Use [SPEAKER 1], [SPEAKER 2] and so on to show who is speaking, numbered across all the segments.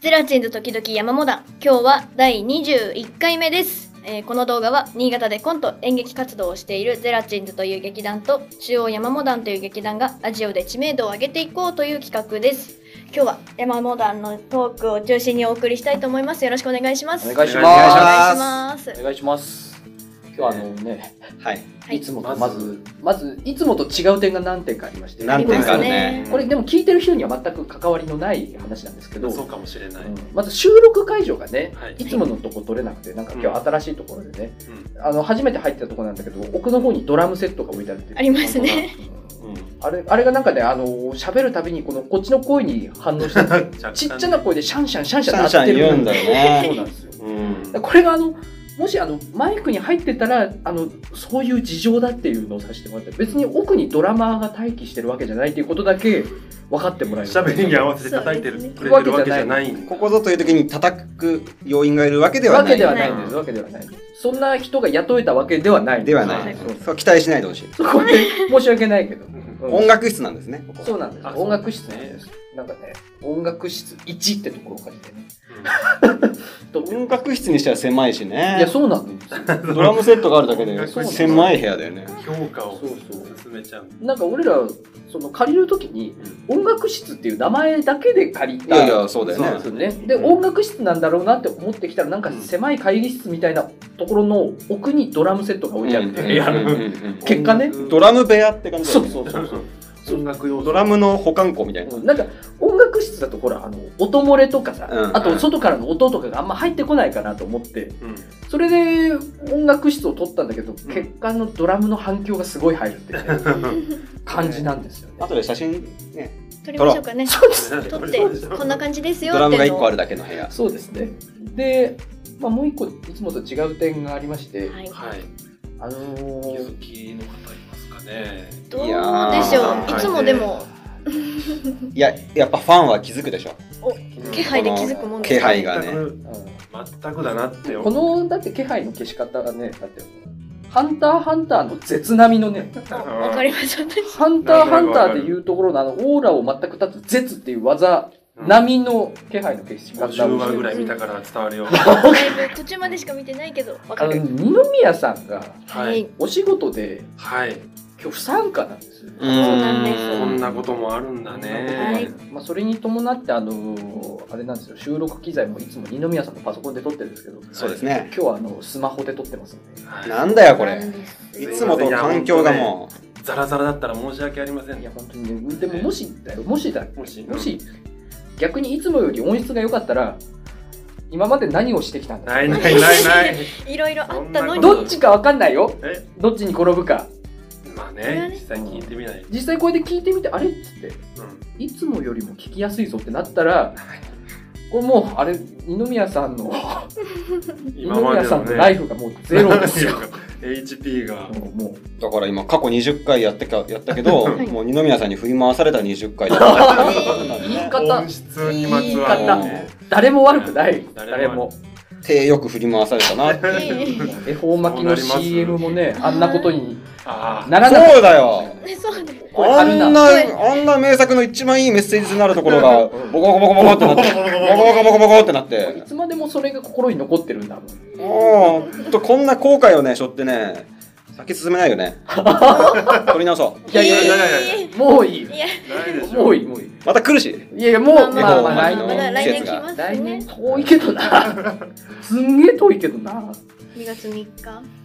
[SPEAKER 1] ゼラチンズ時々山もだ今日は第21回目です、えーこの動画は新潟でコント演劇活動をしているゼラチンズという劇団と中央山モダンという劇団がラジオで知名度を上げていこうという企画です今日は山モダンのトークを中心にお送りしたいと思いますよろしくお願いします
[SPEAKER 2] お願いします
[SPEAKER 1] お願いします
[SPEAKER 2] お願いします。今日はあのね、
[SPEAKER 3] はい。
[SPEAKER 1] はい
[SPEAKER 2] いつもとまず、まず、いつもと違う点が何点かありまして。
[SPEAKER 3] 何点かあるね。
[SPEAKER 2] これでも聞いてる人には全く関わりのない話なんですけど、
[SPEAKER 4] そうかもしれない、
[SPEAKER 2] うんまず収録会場がね、
[SPEAKER 4] はい
[SPEAKER 2] い、つものとこ取れなくて、なんか今日新しいところでね、
[SPEAKER 4] う
[SPEAKER 2] あの初めて入ったところなんだけど、奥の方にドラムセットが置いてあるっていう
[SPEAKER 1] ありますね。
[SPEAKER 2] うん
[SPEAKER 4] うん
[SPEAKER 2] あれあれがなんかね、あの喋るたびにこのこっちの声に反応しててちっちゃな声でシャンシャンシャンシ
[SPEAKER 3] シ
[SPEAKER 2] ャン
[SPEAKER 3] ャンシャ
[SPEAKER 2] 鳴
[SPEAKER 3] ン
[SPEAKER 2] ってる
[SPEAKER 3] 言うんだよね
[SPEAKER 2] そうなんですよ。
[SPEAKER 4] うん
[SPEAKER 2] これがあのもしあのマイクに入ってたらあのそういう事情だっていうのをさせてもらって別に奥にドラマーが待機してるわけじゃないっていうことだけ分かってもらえる
[SPEAKER 4] 喋りに合わせて叩いてる、くれてるわけじゃないんだ
[SPEAKER 3] ここぞという時に叩く要因がいるわけでは
[SPEAKER 2] わ
[SPEAKER 3] な
[SPEAKER 2] け
[SPEAKER 3] い。
[SPEAKER 2] ではないんですわけではないんですそんな人が雇えたわけではないん
[SPEAKER 3] では
[SPEAKER 2] す
[SPEAKER 3] ない
[SPEAKER 2] そう。
[SPEAKER 3] そう期待しないでほしい。
[SPEAKER 2] そこで 申し訳ないけど、うん
[SPEAKER 3] 音楽室なんですね。ここ
[SPEAKER 2] そうなんです
[SPEAKER 4] あ
[SPEAKER 2] 音楽室
[SPEAKER 4] そう
[SPEAKER 2] なん
[SPEAKER 4] なん
[SPEAKER 2] で
[SPEAKER 4] です
[SPEAKER 2] なんかね音楽室1ってところを借りてね撮ってる
[SPEAKER 3] 音楽室にしては狭いしね。
[SPEAKER 2] いやそうなんですよ
[SPEAKER 3] ドラムセットがあるだけで
[SPEAKER 4] そうなんだ
[SPEAKER 3] 狭い部屋だよね。
[SPEAKER 4] 評価を
[SPEAKER 2] そうそう
[SPEAKER 4] 進めちゃう
[SPEAKER 2] なんか俺らその借りる時に音楽室っていう名前だけで借り
[SPEAKER 3] い
[SPEAKER 2] た
[SPEAKER 3] やいやそうだよ
[SPEAKER 4] そうなん
[SPEAKER 3] ね
[SPEAKER 4] で。
[SPEAKER 2] そうね、で音楽室なんだろうなって思ってきたらなんか狭い会議室みたいなところの奥にドラムセットが置いてある、
[SPEAKER 3] うん
[SPEAKER 4] いや
[SPEAKER 3] うんうんうん
[SPEAKER 2] 結果ね
[SPEAKER 3] ドラム部屋って感じだ
[SPEAKER 2] そ
[SPEAKER 3] よ
[SPEAKER 2] う
[SPEAKER 3] ね。
[SPEAKER 2] そうそうそう
[SPEAKER 4] 音楽用
[SPEAKER 3] ドラムの保管庫みたいな。
[SPEAKER 2] うんなんか音楽室だとほらあの音漏れとかさ、
[SPEAKER 3] うん
[SPEAKER 2] あと外からの音とかがあんま入ってこないかなと思って
[SPEAKER 4] うん
[SPEAKER 2] それで音楽室を取ったんだけど、結果のドラムの反響がすごい入るっていう 感じなんですよね。
[SPEAKER 3] あとで写真ね。
[SPEAKER 1] 撮りましょうかね
[SPEAKER 2] そうです
[SPEAKER 1] 撮ってこんな感じですよっ
[SPEAKER 3] ド
[SPEAKER 1] てい
[SPEAKER 3] ラ
[SPEAKER 1] うの
[SPEAKER 3] ム
[SPEAKER 1] を
[SPEAKER 3] が一個あるだけの部屋。
[SPEAKER 2] そうですねで、まあ、もう一個いつもと違う点がありまして、
[SPEAKER 1] はい
[SPEAKER 4] はい
[SPEAKER 2] あの
[SPEAKER 4] お気
[SPEAKER 2] ー
[SPEAKER 4] づきの方いますかね
[SPEAKER 1] どうでしょ
[SPEAKER 3] いうやー
[SPEAKER 1] いつもでも
[SPEAKER 3] いややっぱファンは気づくでしょ。
[SPEAKER 1] 気配で気づくもんです
[SPEAKER 3] 気
[SPEAKER 1] か
[SPEAKER 3] 配がね。
[SPEAKER 4] 全く全くだなって
[SPEAKER 2] このだって気配の消し方がねだって「ハンターハンター」の絶並みの ね
[SPEAKER 4] あ
[SPEAKER 1] あ
[SPEAKER 4] の
[SPEAKER 1] わかります私
[SPEAKER 2] 「ハンターハンター」でいうところのあのオーラを全く断つ「絶」っていう技並みの気配の消し方をして
[SPEAKER 4] 50話ぐ
[SPEAKER 2] る
[SPEAKER 4] らい見たから伝わるよ
[SPEAKER 1] だいぶ途中までしか見てないけどわ
[SPEAKER 2] あ
[SPEAKER 1] か
[SPEAKER 2] の
[SPEAKER 1] る
[SPEAKER 2] 二宮さんが
[SPEAKER 4] はい
[SPEAKER 2] お仕事で
[SPEAKER 4] はい
[SPEAKER 2] 今日不参加なんですよ、
[SPEAKER 3] う
[SPEAKER 1] なんです
[SPEAKER 4] こんな
[SPEAKER 3] ーん。
[SPEAKER 4] こともあるんだ
[SPEAKER 1] はい
[SPEAKER 4] ね
[SPEAKER 2] まあ、それに伴ってあのーあれなんですよ収録機材もいつも二宮さんのパソコンで撮ってるんですけど今
[SPEAKER 3] そうですね。
[SPEAKER 2] 日はあのスマホで撮ってますんで
[SPEAKER 4] はい
[SPEAKER 3] なんだよこ
[SPEAKER 1] な
[SPEAKER 3] れ
[SPEAKER 1] ん。です
[SPEAKER 3] い
[SPEAKER 1] よ
[SPEAKER 3] つもと環境がもう。
[SPEAKER 4] ザラザラだったら申し訳ありません
[SPEAKER 2] いや本当にねでももしだよもしだよ
[SPEAKER 4] もし
[SPEAKER 2] もし逆にいつもより音質が良かったら今まで何をしてきたんだ
[SPEAKER 4] ないないないない
[SPEAKER 1] いろいろあったのに
[SPEAKER 2] どっちか分かんないよ
[SPEAKER 4] え
[SPEAKER 2] どっちに転ぶか
[SPEAKER 4] まあ
[SPEAKER 1] れは
[SPEAKER 4] ね
[SPEAKER 1] ね
[SPEAKER 4] 実際聞いてみない、
[SPEAKER 2] 実際これで聞いてみてあれっつって
[SPEAKER 4] う
[SPEAKER 2] いつもよりも聞きやすいぞってなったらこれもうあれ二宮さんの
[SPEAKER 4] ん、
[SPEAKER 2] 二宮さんのライフがもうゼロです よ
[SPEAKER 4] HP が
[SPEAKER 2] もうも
[SPEAKER 3] だから今過去20回やってかやったけど、
[SPEAKER 1] い
[SPEAKER 3] もう二宮さんに振り回された20回 だったっていうことなん
[SPEAKER 2] う
[SPEAKER 3] で
[SPEAKER 2] 言い
[SPEAKER 3] ね
[SPEAKER 2] 方
[SPEAKER 4] 音質にまつわ
[SPEAKER 2] 言い
[SPEAKER 4] る
[SPEAKER 2] 方
[SPEAKER 4] ね
[SPEAKER 2] 誰も悪くない誰
[SPEAKER 4] 誰
[SPEAKER 2] も
[SPEAKER 4] も
[SPEAKER 3] 手よく振り回されたなって
[SPEAKER 1] え
[SPEAKER 3] いう
[SPEAKER 2] 恵方巻きの CM もね
[SPEAKER 1] そうなります
[SPEAKER 2] あんなことに
[SPEAKER 4] ああ
[SPEAKER 2] ならな
[SPEAKER 3] そう
[SPEAKER 2] い
[SPEAKER 3] だよ
[SPEAKER 1] えそうです
[SPEAKER 2] これあ
[SPEAKER 3] あ
[SPEAKER 2] る
[SPEAKER 3] ん
[SPEAKER 2] な
[SPEAKER 3] なあんな名作の一番いいメッセージになるところが
[SPEAKER 2] うん
[SPEAKER 3] ボコボコボコボコってなってボコボコボコボコってなっ
[SPEAKER 2] い
[SPEAKER 3] て
[SPEAKER 2] つまでもそれが心に残ってるんだもん
[SPEAKER 3] もうほんとこんな後悔をねしょってね先進めない よね取り直そう
[SPEAKER 2] いやいやいや
[SPEAKER 4] や
[SPEAKER 1] い
[SPEAKER 2] もういい
[SPEAKER 1] やいや
[SPEAKER 4] ないでしょ
[SPEAKER 2] もういいもういい
[SPEAKER 3] また来るし
[SPEAKER 2] いやいやもう
[SPEAKER 1] まあ
[SPEAKER 3] ま
[SPEAKER 2] まあ
[SPEAKER 3] あ
[SPEAKER 2] まあ
[SPEAKER 3] まあ
[SPEAKER 2] 来
[SPEAKER 3] まあまあ
[SPEAKER 1] 来
[SPEAKER 2] 年
[SPEAKER 1] 年
[SPEAKER 3] 季節
[SPEAKER 1] 来
[SPEAKER 3] が
[SPEAKER 1] ます
[SPEAKER 2] 来年
[SPEAKER 1] ね
[SPEAKER 2] 遠いけどなすんげえ遠いけどな
[SPEAKER 1] 2月3日
[SPEAKER 3] い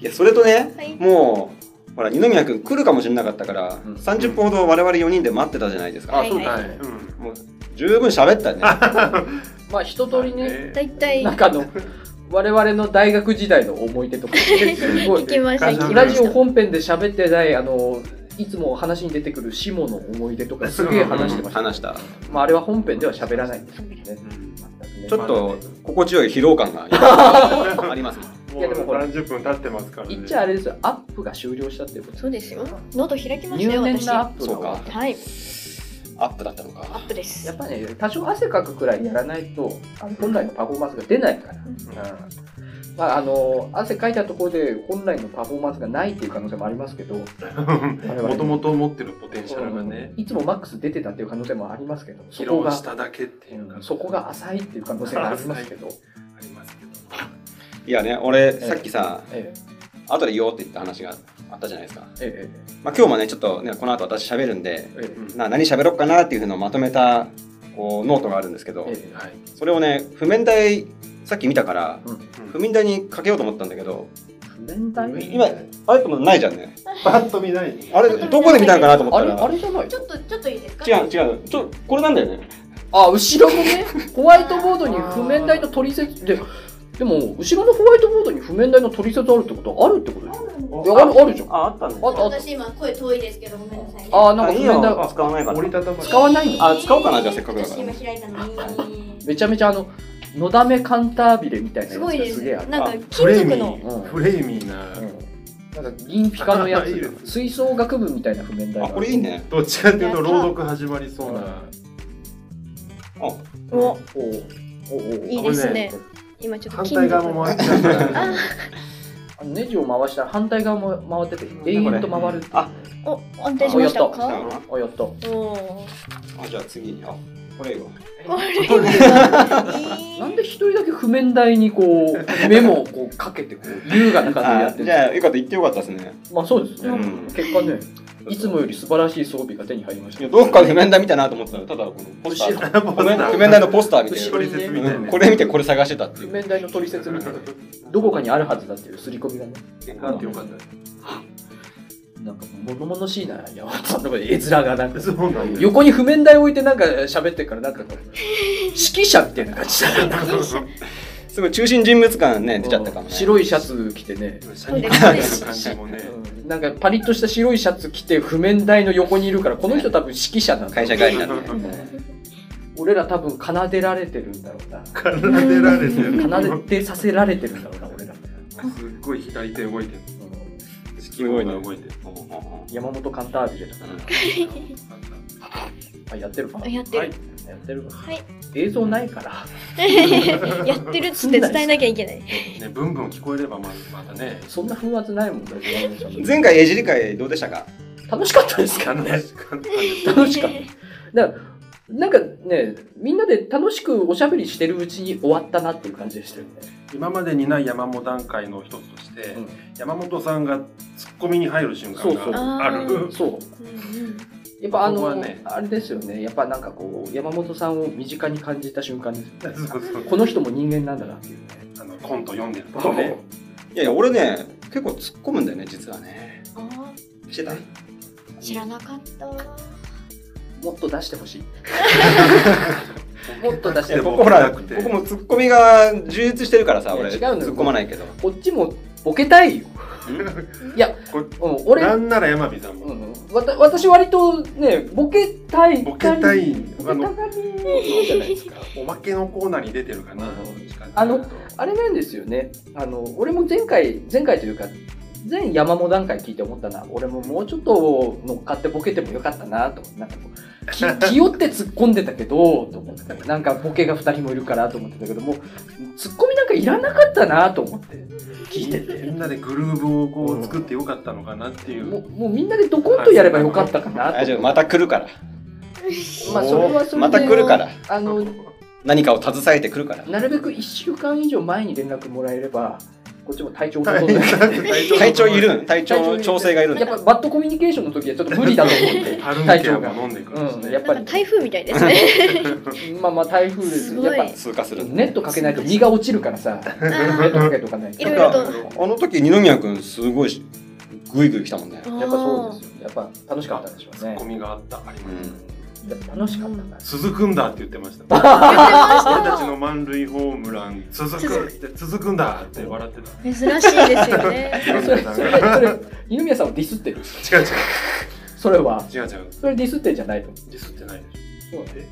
[SPEAKER 3] やそれとね
[SPEAKER 1] はい
[SPEAKER 3] もうほら二宮君来るかもしれなかったから
[SPEAKER 2] うん
[SPEAKER 3] 30分ほど我々4人で待ってたじゃないですか
[SPEAKER 1] はいはい
[SPEAKER 4] はい、うん、
[SPEAKER 3] もう十分喋ったね
[SPEAKER 2] まあ一通りね
[SPEAKER 4] ね
[SPEAKER 1] 大体
[SPEAKER 2] なんかあの我々の大学時代の思い出とか すごい
[SPEAKER 1] 行きました
[SPEAKER 4] 行きました
[SPEAKER 2] ラジオ本編で喋ってないあのいつも話に出てくる下の思い出とかすげえ話してました
[SPEAKER 3] 話した
[SPEAKER 2] まああれは本編では喋らないんですけどね
[SPEAKER 4] うん
[SPEAKER 3] ちょっと心地よい疲労感がありますもん
[SPEAKER 4] も
[SPEAKER 2] いやでも
[SPEAKER 4] う
[SPEAKER 2] ほら
[SPEAKER 4] 三十分経ってますからね
[SPEAKER 2] 言っちゃあれですよアップが終了したっていうこと
[SPEAKER 1] そうですよ喉開きました
[SPEAKER 2] 入
[SPEAKER 1] よ
[SPEAKER 2] 念
[SPEAKER 1] 私
[SPEAKER 2] なア
[SPEAKER 1] は
[SPEAKER 2] ップが終わった
[SPEAKER 1] い
[SPEAKER 3] アップだったのか
[SPEAKER 1] アップです
[SPEAKER 2] やっぱね多少汗かくくらいやらないとあの本来のパフォーマンスが出ないから、
[SPEAKER 1] う
[SPEAKER 2] うんんまあ、あの汗かいたところで本来のパフォーマンスがないっていう可能性もありますけど
[SPEAKER 4] もともと持ってるポテンシャルがね、
[SPEAKER 2] いつもマックス出てたっていう可能性もありますけどそ
[SPEAKER 4] 披
[SPEAKER 2] こ
[SPEAKER 4] 露
[SPEAKER 2] が
[SPEAKER 4] しただけっていうか、
[SPEAKER 2] そこが浅いっていう可能性がありますけど、
[SPEAKER 4] ありますけど、
[SPEAKER 3] いやね、俺、
[SPEAKER 2] ええ
[SPEAKER 3] さっきさ、
[SPEAKER 2] え
[SPEAKER 3] 後で言おうって言った話があったじゃないですか。
[SPEAKER 2] ええ
[SPEAKER 3] まあ、今日もね、ちょっとね、この後私喋るんで、
[SPEAKER 2] えええ
[SPEAKER 4] うん
[SPEAKER 3] な何喋ろうかなっていうのをまとめたこうノートがあるんですけど、
[SPEAKER 2] ええ
[SPEAKER 4] はい、
[SPEAKER 3] それをね、譜面台、さっき見たから、譜面台にかけようと思ったんだけど、
[SPEAKER 2] 譜面台
[SPEAKER 3] 今、あれともないじゃんね。
[SPEAKER 4] パッと見ない
[SPEAKER 3] あれ、どこで見たのかなと思っ
[SPEAKER 2] あ
[SPEAKER 3] た
[SPEAKER 2] れ
[SPEAKER 3] ら。
[SPEAKER 2] あれじゃない
[SPEAKER 1] ちょっとちょっといいですか
[SPEAKER 3] 違う違うちょこれなんだよね
[SPEAKER 2] あ後ろ のねホワイトボードに譜面台と取説ででも後ろのホワイトボードに譜面台の取説あるってことはあるってことでしょいやあるあるじゃん
[SPEAKER 3] ああったね
[SPEAKER 2] あったあった
[SPEAKER 1] 私今声遠いですけどごめんなさいね
[SPEAKER 2] あーなんか譜面台
[SPEAKER 3] 使わない
[SPEAKER 4] 折りたたまれ
[SPEAKER 2] 使わないの
[SPEAKER 3] あ使おうかなじゃあせっかくだから
[SPEAKER 1] 私今開いたのに
[SPEAKER 2] めちゃめちゃあののだめカンタービレみたいな
[SPEAKER 1] す
[SPEAKER 2] やつが
[SPEAKER 1] ごいです
[SPEAKER 2] すげえあ
[SPEAKER 1] なん
[SPEAKER 2] る
[SPEAKER 1] か
[SPEAKER 3] あ
[SPEAKER 4] フ
[SPEAKER 1] 金
[SPEAKER 4] レーミ
[SPEAKER 1] 属の
[SPEAKER 4] ー、フレーミー
[SPEAKER 2] う
[SPEAKER 4] な、
[SPEAKER 2] んなんか銀ピカのやつ吹奏楽部みたいな譜面台が
[SPEAKER 3] あ
[SPEAKER 2] る
[SPEAKER 3] これいいね
[SPEAKER 4] どっちかっていうと朗読始まりそうな、
[SPEAKER 3] あ
[SPEAKER 1] お
[SPEAKER 2] おうおうおう
[SPEAKER 1] いいですね今ちょっと
[SPEAKER 4] 反
[SPEAKER 1] 金
[SPEAKER 4] 対
[SPEAKER 1] 属
[SPEAKER 4] 側も回ってたから、
[SPEAKER 1] あ
[SPEAKER 2] あのネジを回したら反対側も回ってて永遠と回るっていう
[SPEAKER 3] あ
[SPEAKER 1] お安定しました
[SPEAKER 3] あ
[SPEAKER 1] か
[SPEAKER 2] あやった
[SPEAKER 1] おお
[SPEAKER 3] あじゃあ次あこれいいわ
[SPEAKER 2] なんで一人だけ譜面台にこ うメモをこうかけてこう優雅な感じでや
[SPEAKER 3] あ
[SPEAKER 2] ってるん
[SPEAKER 3] じ
[SPEAKER 2] です
[SPEAKER 3] ゃ
[SPEAKER 2] か
[SPEAKER 3] あよかった言ってよかったですね
[SPEAKER 2] まあそうですね、
[SPEAKER 3] うん
[SPEAKER 2] 結果ねいつもより素晴らしい装備が手に入りまし
[SPEAKER 3] い
[SPEAKER 2] た
[SPEAKER 3] やどっかで譜面台見たなと思ってたらただこのポスタ
[SPEAKER 2] 後
[SPEAKER 3] ー
[SPEAKER 2] ろ
[SPEAKER 3] 譜面譜面台のポスター見て
[SPEAKER 2] 後ろにね
[SPEAKER 4] みたい
[SPEAKER 3] うん
[SPEAKER 4] な。
[SPEAKER 3] これ見てこれ探してたってい
[SPEAKER 2] 譜
[SPEAKER 3] う
[SPEAKER 2] 面台の取説みたいなどこかにあるはずだっていう刷り込みがね
[SPEAKER 4] なんてよかった。
[SPEAKER 2] なんか物々しいな山本さんのとこで絵面がなんか
[SPEAKER 4] そうなんだよ。
[SPEAKER 2] 横に譜面台置いてなんか喋ってるからなんかこう指揮者みたいな感じだね
[SPEAKER 3] すごい中心人物感ね出ちゃったかもね
[SPEAKER 2] 白いシャツ着てね、
[SPEAKER 4] シャニカンの感じもね。
[SPEAKER 2] うんなんかパリッとした白いシャツ着て譜面台の横にいるからこの人多分指揮者なんだ
[SPEAKER 3] 会社帰りなんで
[SPEAKER 2] 俺ら多分奏でられてるんだろうな
[SPEAKER 4] 奏でられてる。
[SPEAKER 2] 奏でさせられてるんだろうな俺ら
[SPEAKER 4] すっごい左手動いてる。
[SPEAKER 3] すごいね
[SPEAKER 4] 動いてる。
[SPEAKER 3] うんうんうん
[SPEAKER 2] 山本カンタービレとかあやってるか
[SPEAKER 1] やってる、
[SPEAKER 2] やってるか
[SPEAKER 1] はい
[SPEAKER 2] 映像ないから
[SPEAKER 1] やってるっつって伝えなきゃいけない
[SPEAKER 4] ね、ブンブン聞こえればままだね。
[SPEAKER 2] そんな風圧ないもんだって山本さん
[SPEAKER 3] 前回絵尻会どうでしたか
[SPEAKER 2] 楽しかったですから
[SPEAKER 4] 楽
[SPEAKER 2] ね
[SPEAKER 4] しかったです。
[SPEAKER 2] 楽しかっただからなんかねみんなで楽しくおしゃべりしてるうちに終わったなっていう感じでしたよね、
[SPEAKER 4] 今までにない山本段階の一つとして、山本さんがツッコミに入る瞬間があ
[SPEAKER 2] う
[SPEAKER 4] る
[SPEAKER 2] ん、。そう
[SPEAKER 1] うん
[SPEAKER 2] やっぱあの
[SPEAKER 4] ここはね
[SPEAKER 2] あれですよねやっぱなんかこう山本さんを身近に感じた瞬間ですよね
[SPEAKER 4] そうそう
[SPEAKER 2] この人も人間なんだなっていうね
[SPEAKER 4] あのコント読んでるとね。
[SPEAKER 3] いやいや俺ね結構突っ込むんだよね実はね
[SPEAKER 1] あ
[SPEAKER 3] してた
[SPEAKER 1] ー知らなかった
[SPEAKER 2] もっと出してほ しいもっと出し
[SPEAKER 3] い
[SPEAKER 2] てほし
[SPEAKER 3] や
[SPEAKER 2] い
[SPEAKER 3] 僕ほら
[SPEAKER 4] なくて
[SPEAKER 3] 僕もツッコミが充実してるからさ俺
[SPEAKER 2] い
[SPEAKER 3] 突
[SPEAKER 2] や違うのよ
[SPEAKER 3] っ込まないけど
[SPEAKER 2] こっちもボケたいよいや
[SPEAKER 4] これ
[SPEAKER 2] うん俺、
[SPEAKER 4] な
[SPEAKER 2] うん
[SPEAKER 4] なら山火さんも。
[SPEAKER 2] ん、わた私割とねボケたい
[SPEAKER 4] ボケたい
[SPEAKER 2] ボケ
[SPEAKER 4] あ
[SPEAKER 2] たが
[SPEAKER 4] の
[SPEAKER 2] りじゃないですか
[SPEAKER 4] おまけのコーナーに出てるかな。
[SPEAKER 2] あのあれなんですよねあの俺も前回前回というか前山も段階聞いて思ったな俺ももうちょっと乗っかってボケてもよかったなと思ってなんかこうき 気負って突っ込んでたけどと思ってなんかボケが2人もいるからと思ってたけどもう突っ込みなんかいらなかったなと思って聞いてて
[SPEAKER 4] みんなでグルーブをこう作ってよかったのかなっていう。
[SPEAKER 2] もうもうみんなでドコンとやればよかったかなと
[SPEAKER 3] 大丈夫また来るから
[SPEAKER 2] まあそれはそれで
[SPEAKER 3] また来るから
[SPEAKER 2] あの
[SPEAKER 3] 何かを携えてくるから
[SPEAKER 2] なるべく1週間以上前に連絡もらえればこっちも体調を
[SPEAKER 4] 体
[SPEAKER 2] 整えて
[SPEAKER 4] 調
[SPEAKER 3] 体調いるん体 調の調整がいるん
[SPEAKER 2] やっ
[SPEAKER 3] だ
[SPEAKER 2] ぱバッドコミュニケーションの時はちょっと 無理だと思 うんで
[SPEAKER 4] 春
[SPEAKER 2] 体
[SPEAKER 4] ケ
[SPEAKER 2] 調
[SPEAKER 4] ア
[SPEAKER 2] が
[SPEAKER 4] も飲んでくるし
[SPEAKER 2] うん
[SPEAKER 4] ね。
[SPEAKER 2] やっ
[SPEAKER 1] な
[SPEAKER 2] ぱり
[SPEAKER 1] んか台風みたいですね
[SPEAKER 2] まあまあ台風です
[SPEAKER 1] すごい
[SPEAKER 2] やっぱ
[SPEAKER 3] 通過する
[SPEAKER 2] ネットかけないと身が落ちるからさ
[SPEAKER 1] あ
[SPEAKER 2] ネット
[SPEAKER 1] ー
[SPEAKER 2] かけとかないと
[SPEAKER 1] いろいろと
[SPEAKER 3] あの時二宮君すごいしグイグイ来たもんね
[SPEAKER 2] やっぱそうですよやっぱ楽しかったんでしょう
[SPEAKER 4] ツッ
[SPEAKER 2] ね
[SPEAKER 4] コミがあった。ありました
[SPEAKER 2] やっぱ楽しかったから
[SPEAKER 4] 続くんだって言ってました。俺たちの満塁ホームラン続くって続くんだって笑ってた。
[SPEAKER 1] 珍しいですよね
[SPEAKER 2] それそれそれ二宮さんをディスってる
[SPEAKER 4] 違う違う
[SPEAKER 2] それは
[SPEAKER 4] 違う違う。
[SPEAKER 2] それディスってんじゃないと思
[SPEAKER 4] ディスってないでし
[SPEAKER 2] う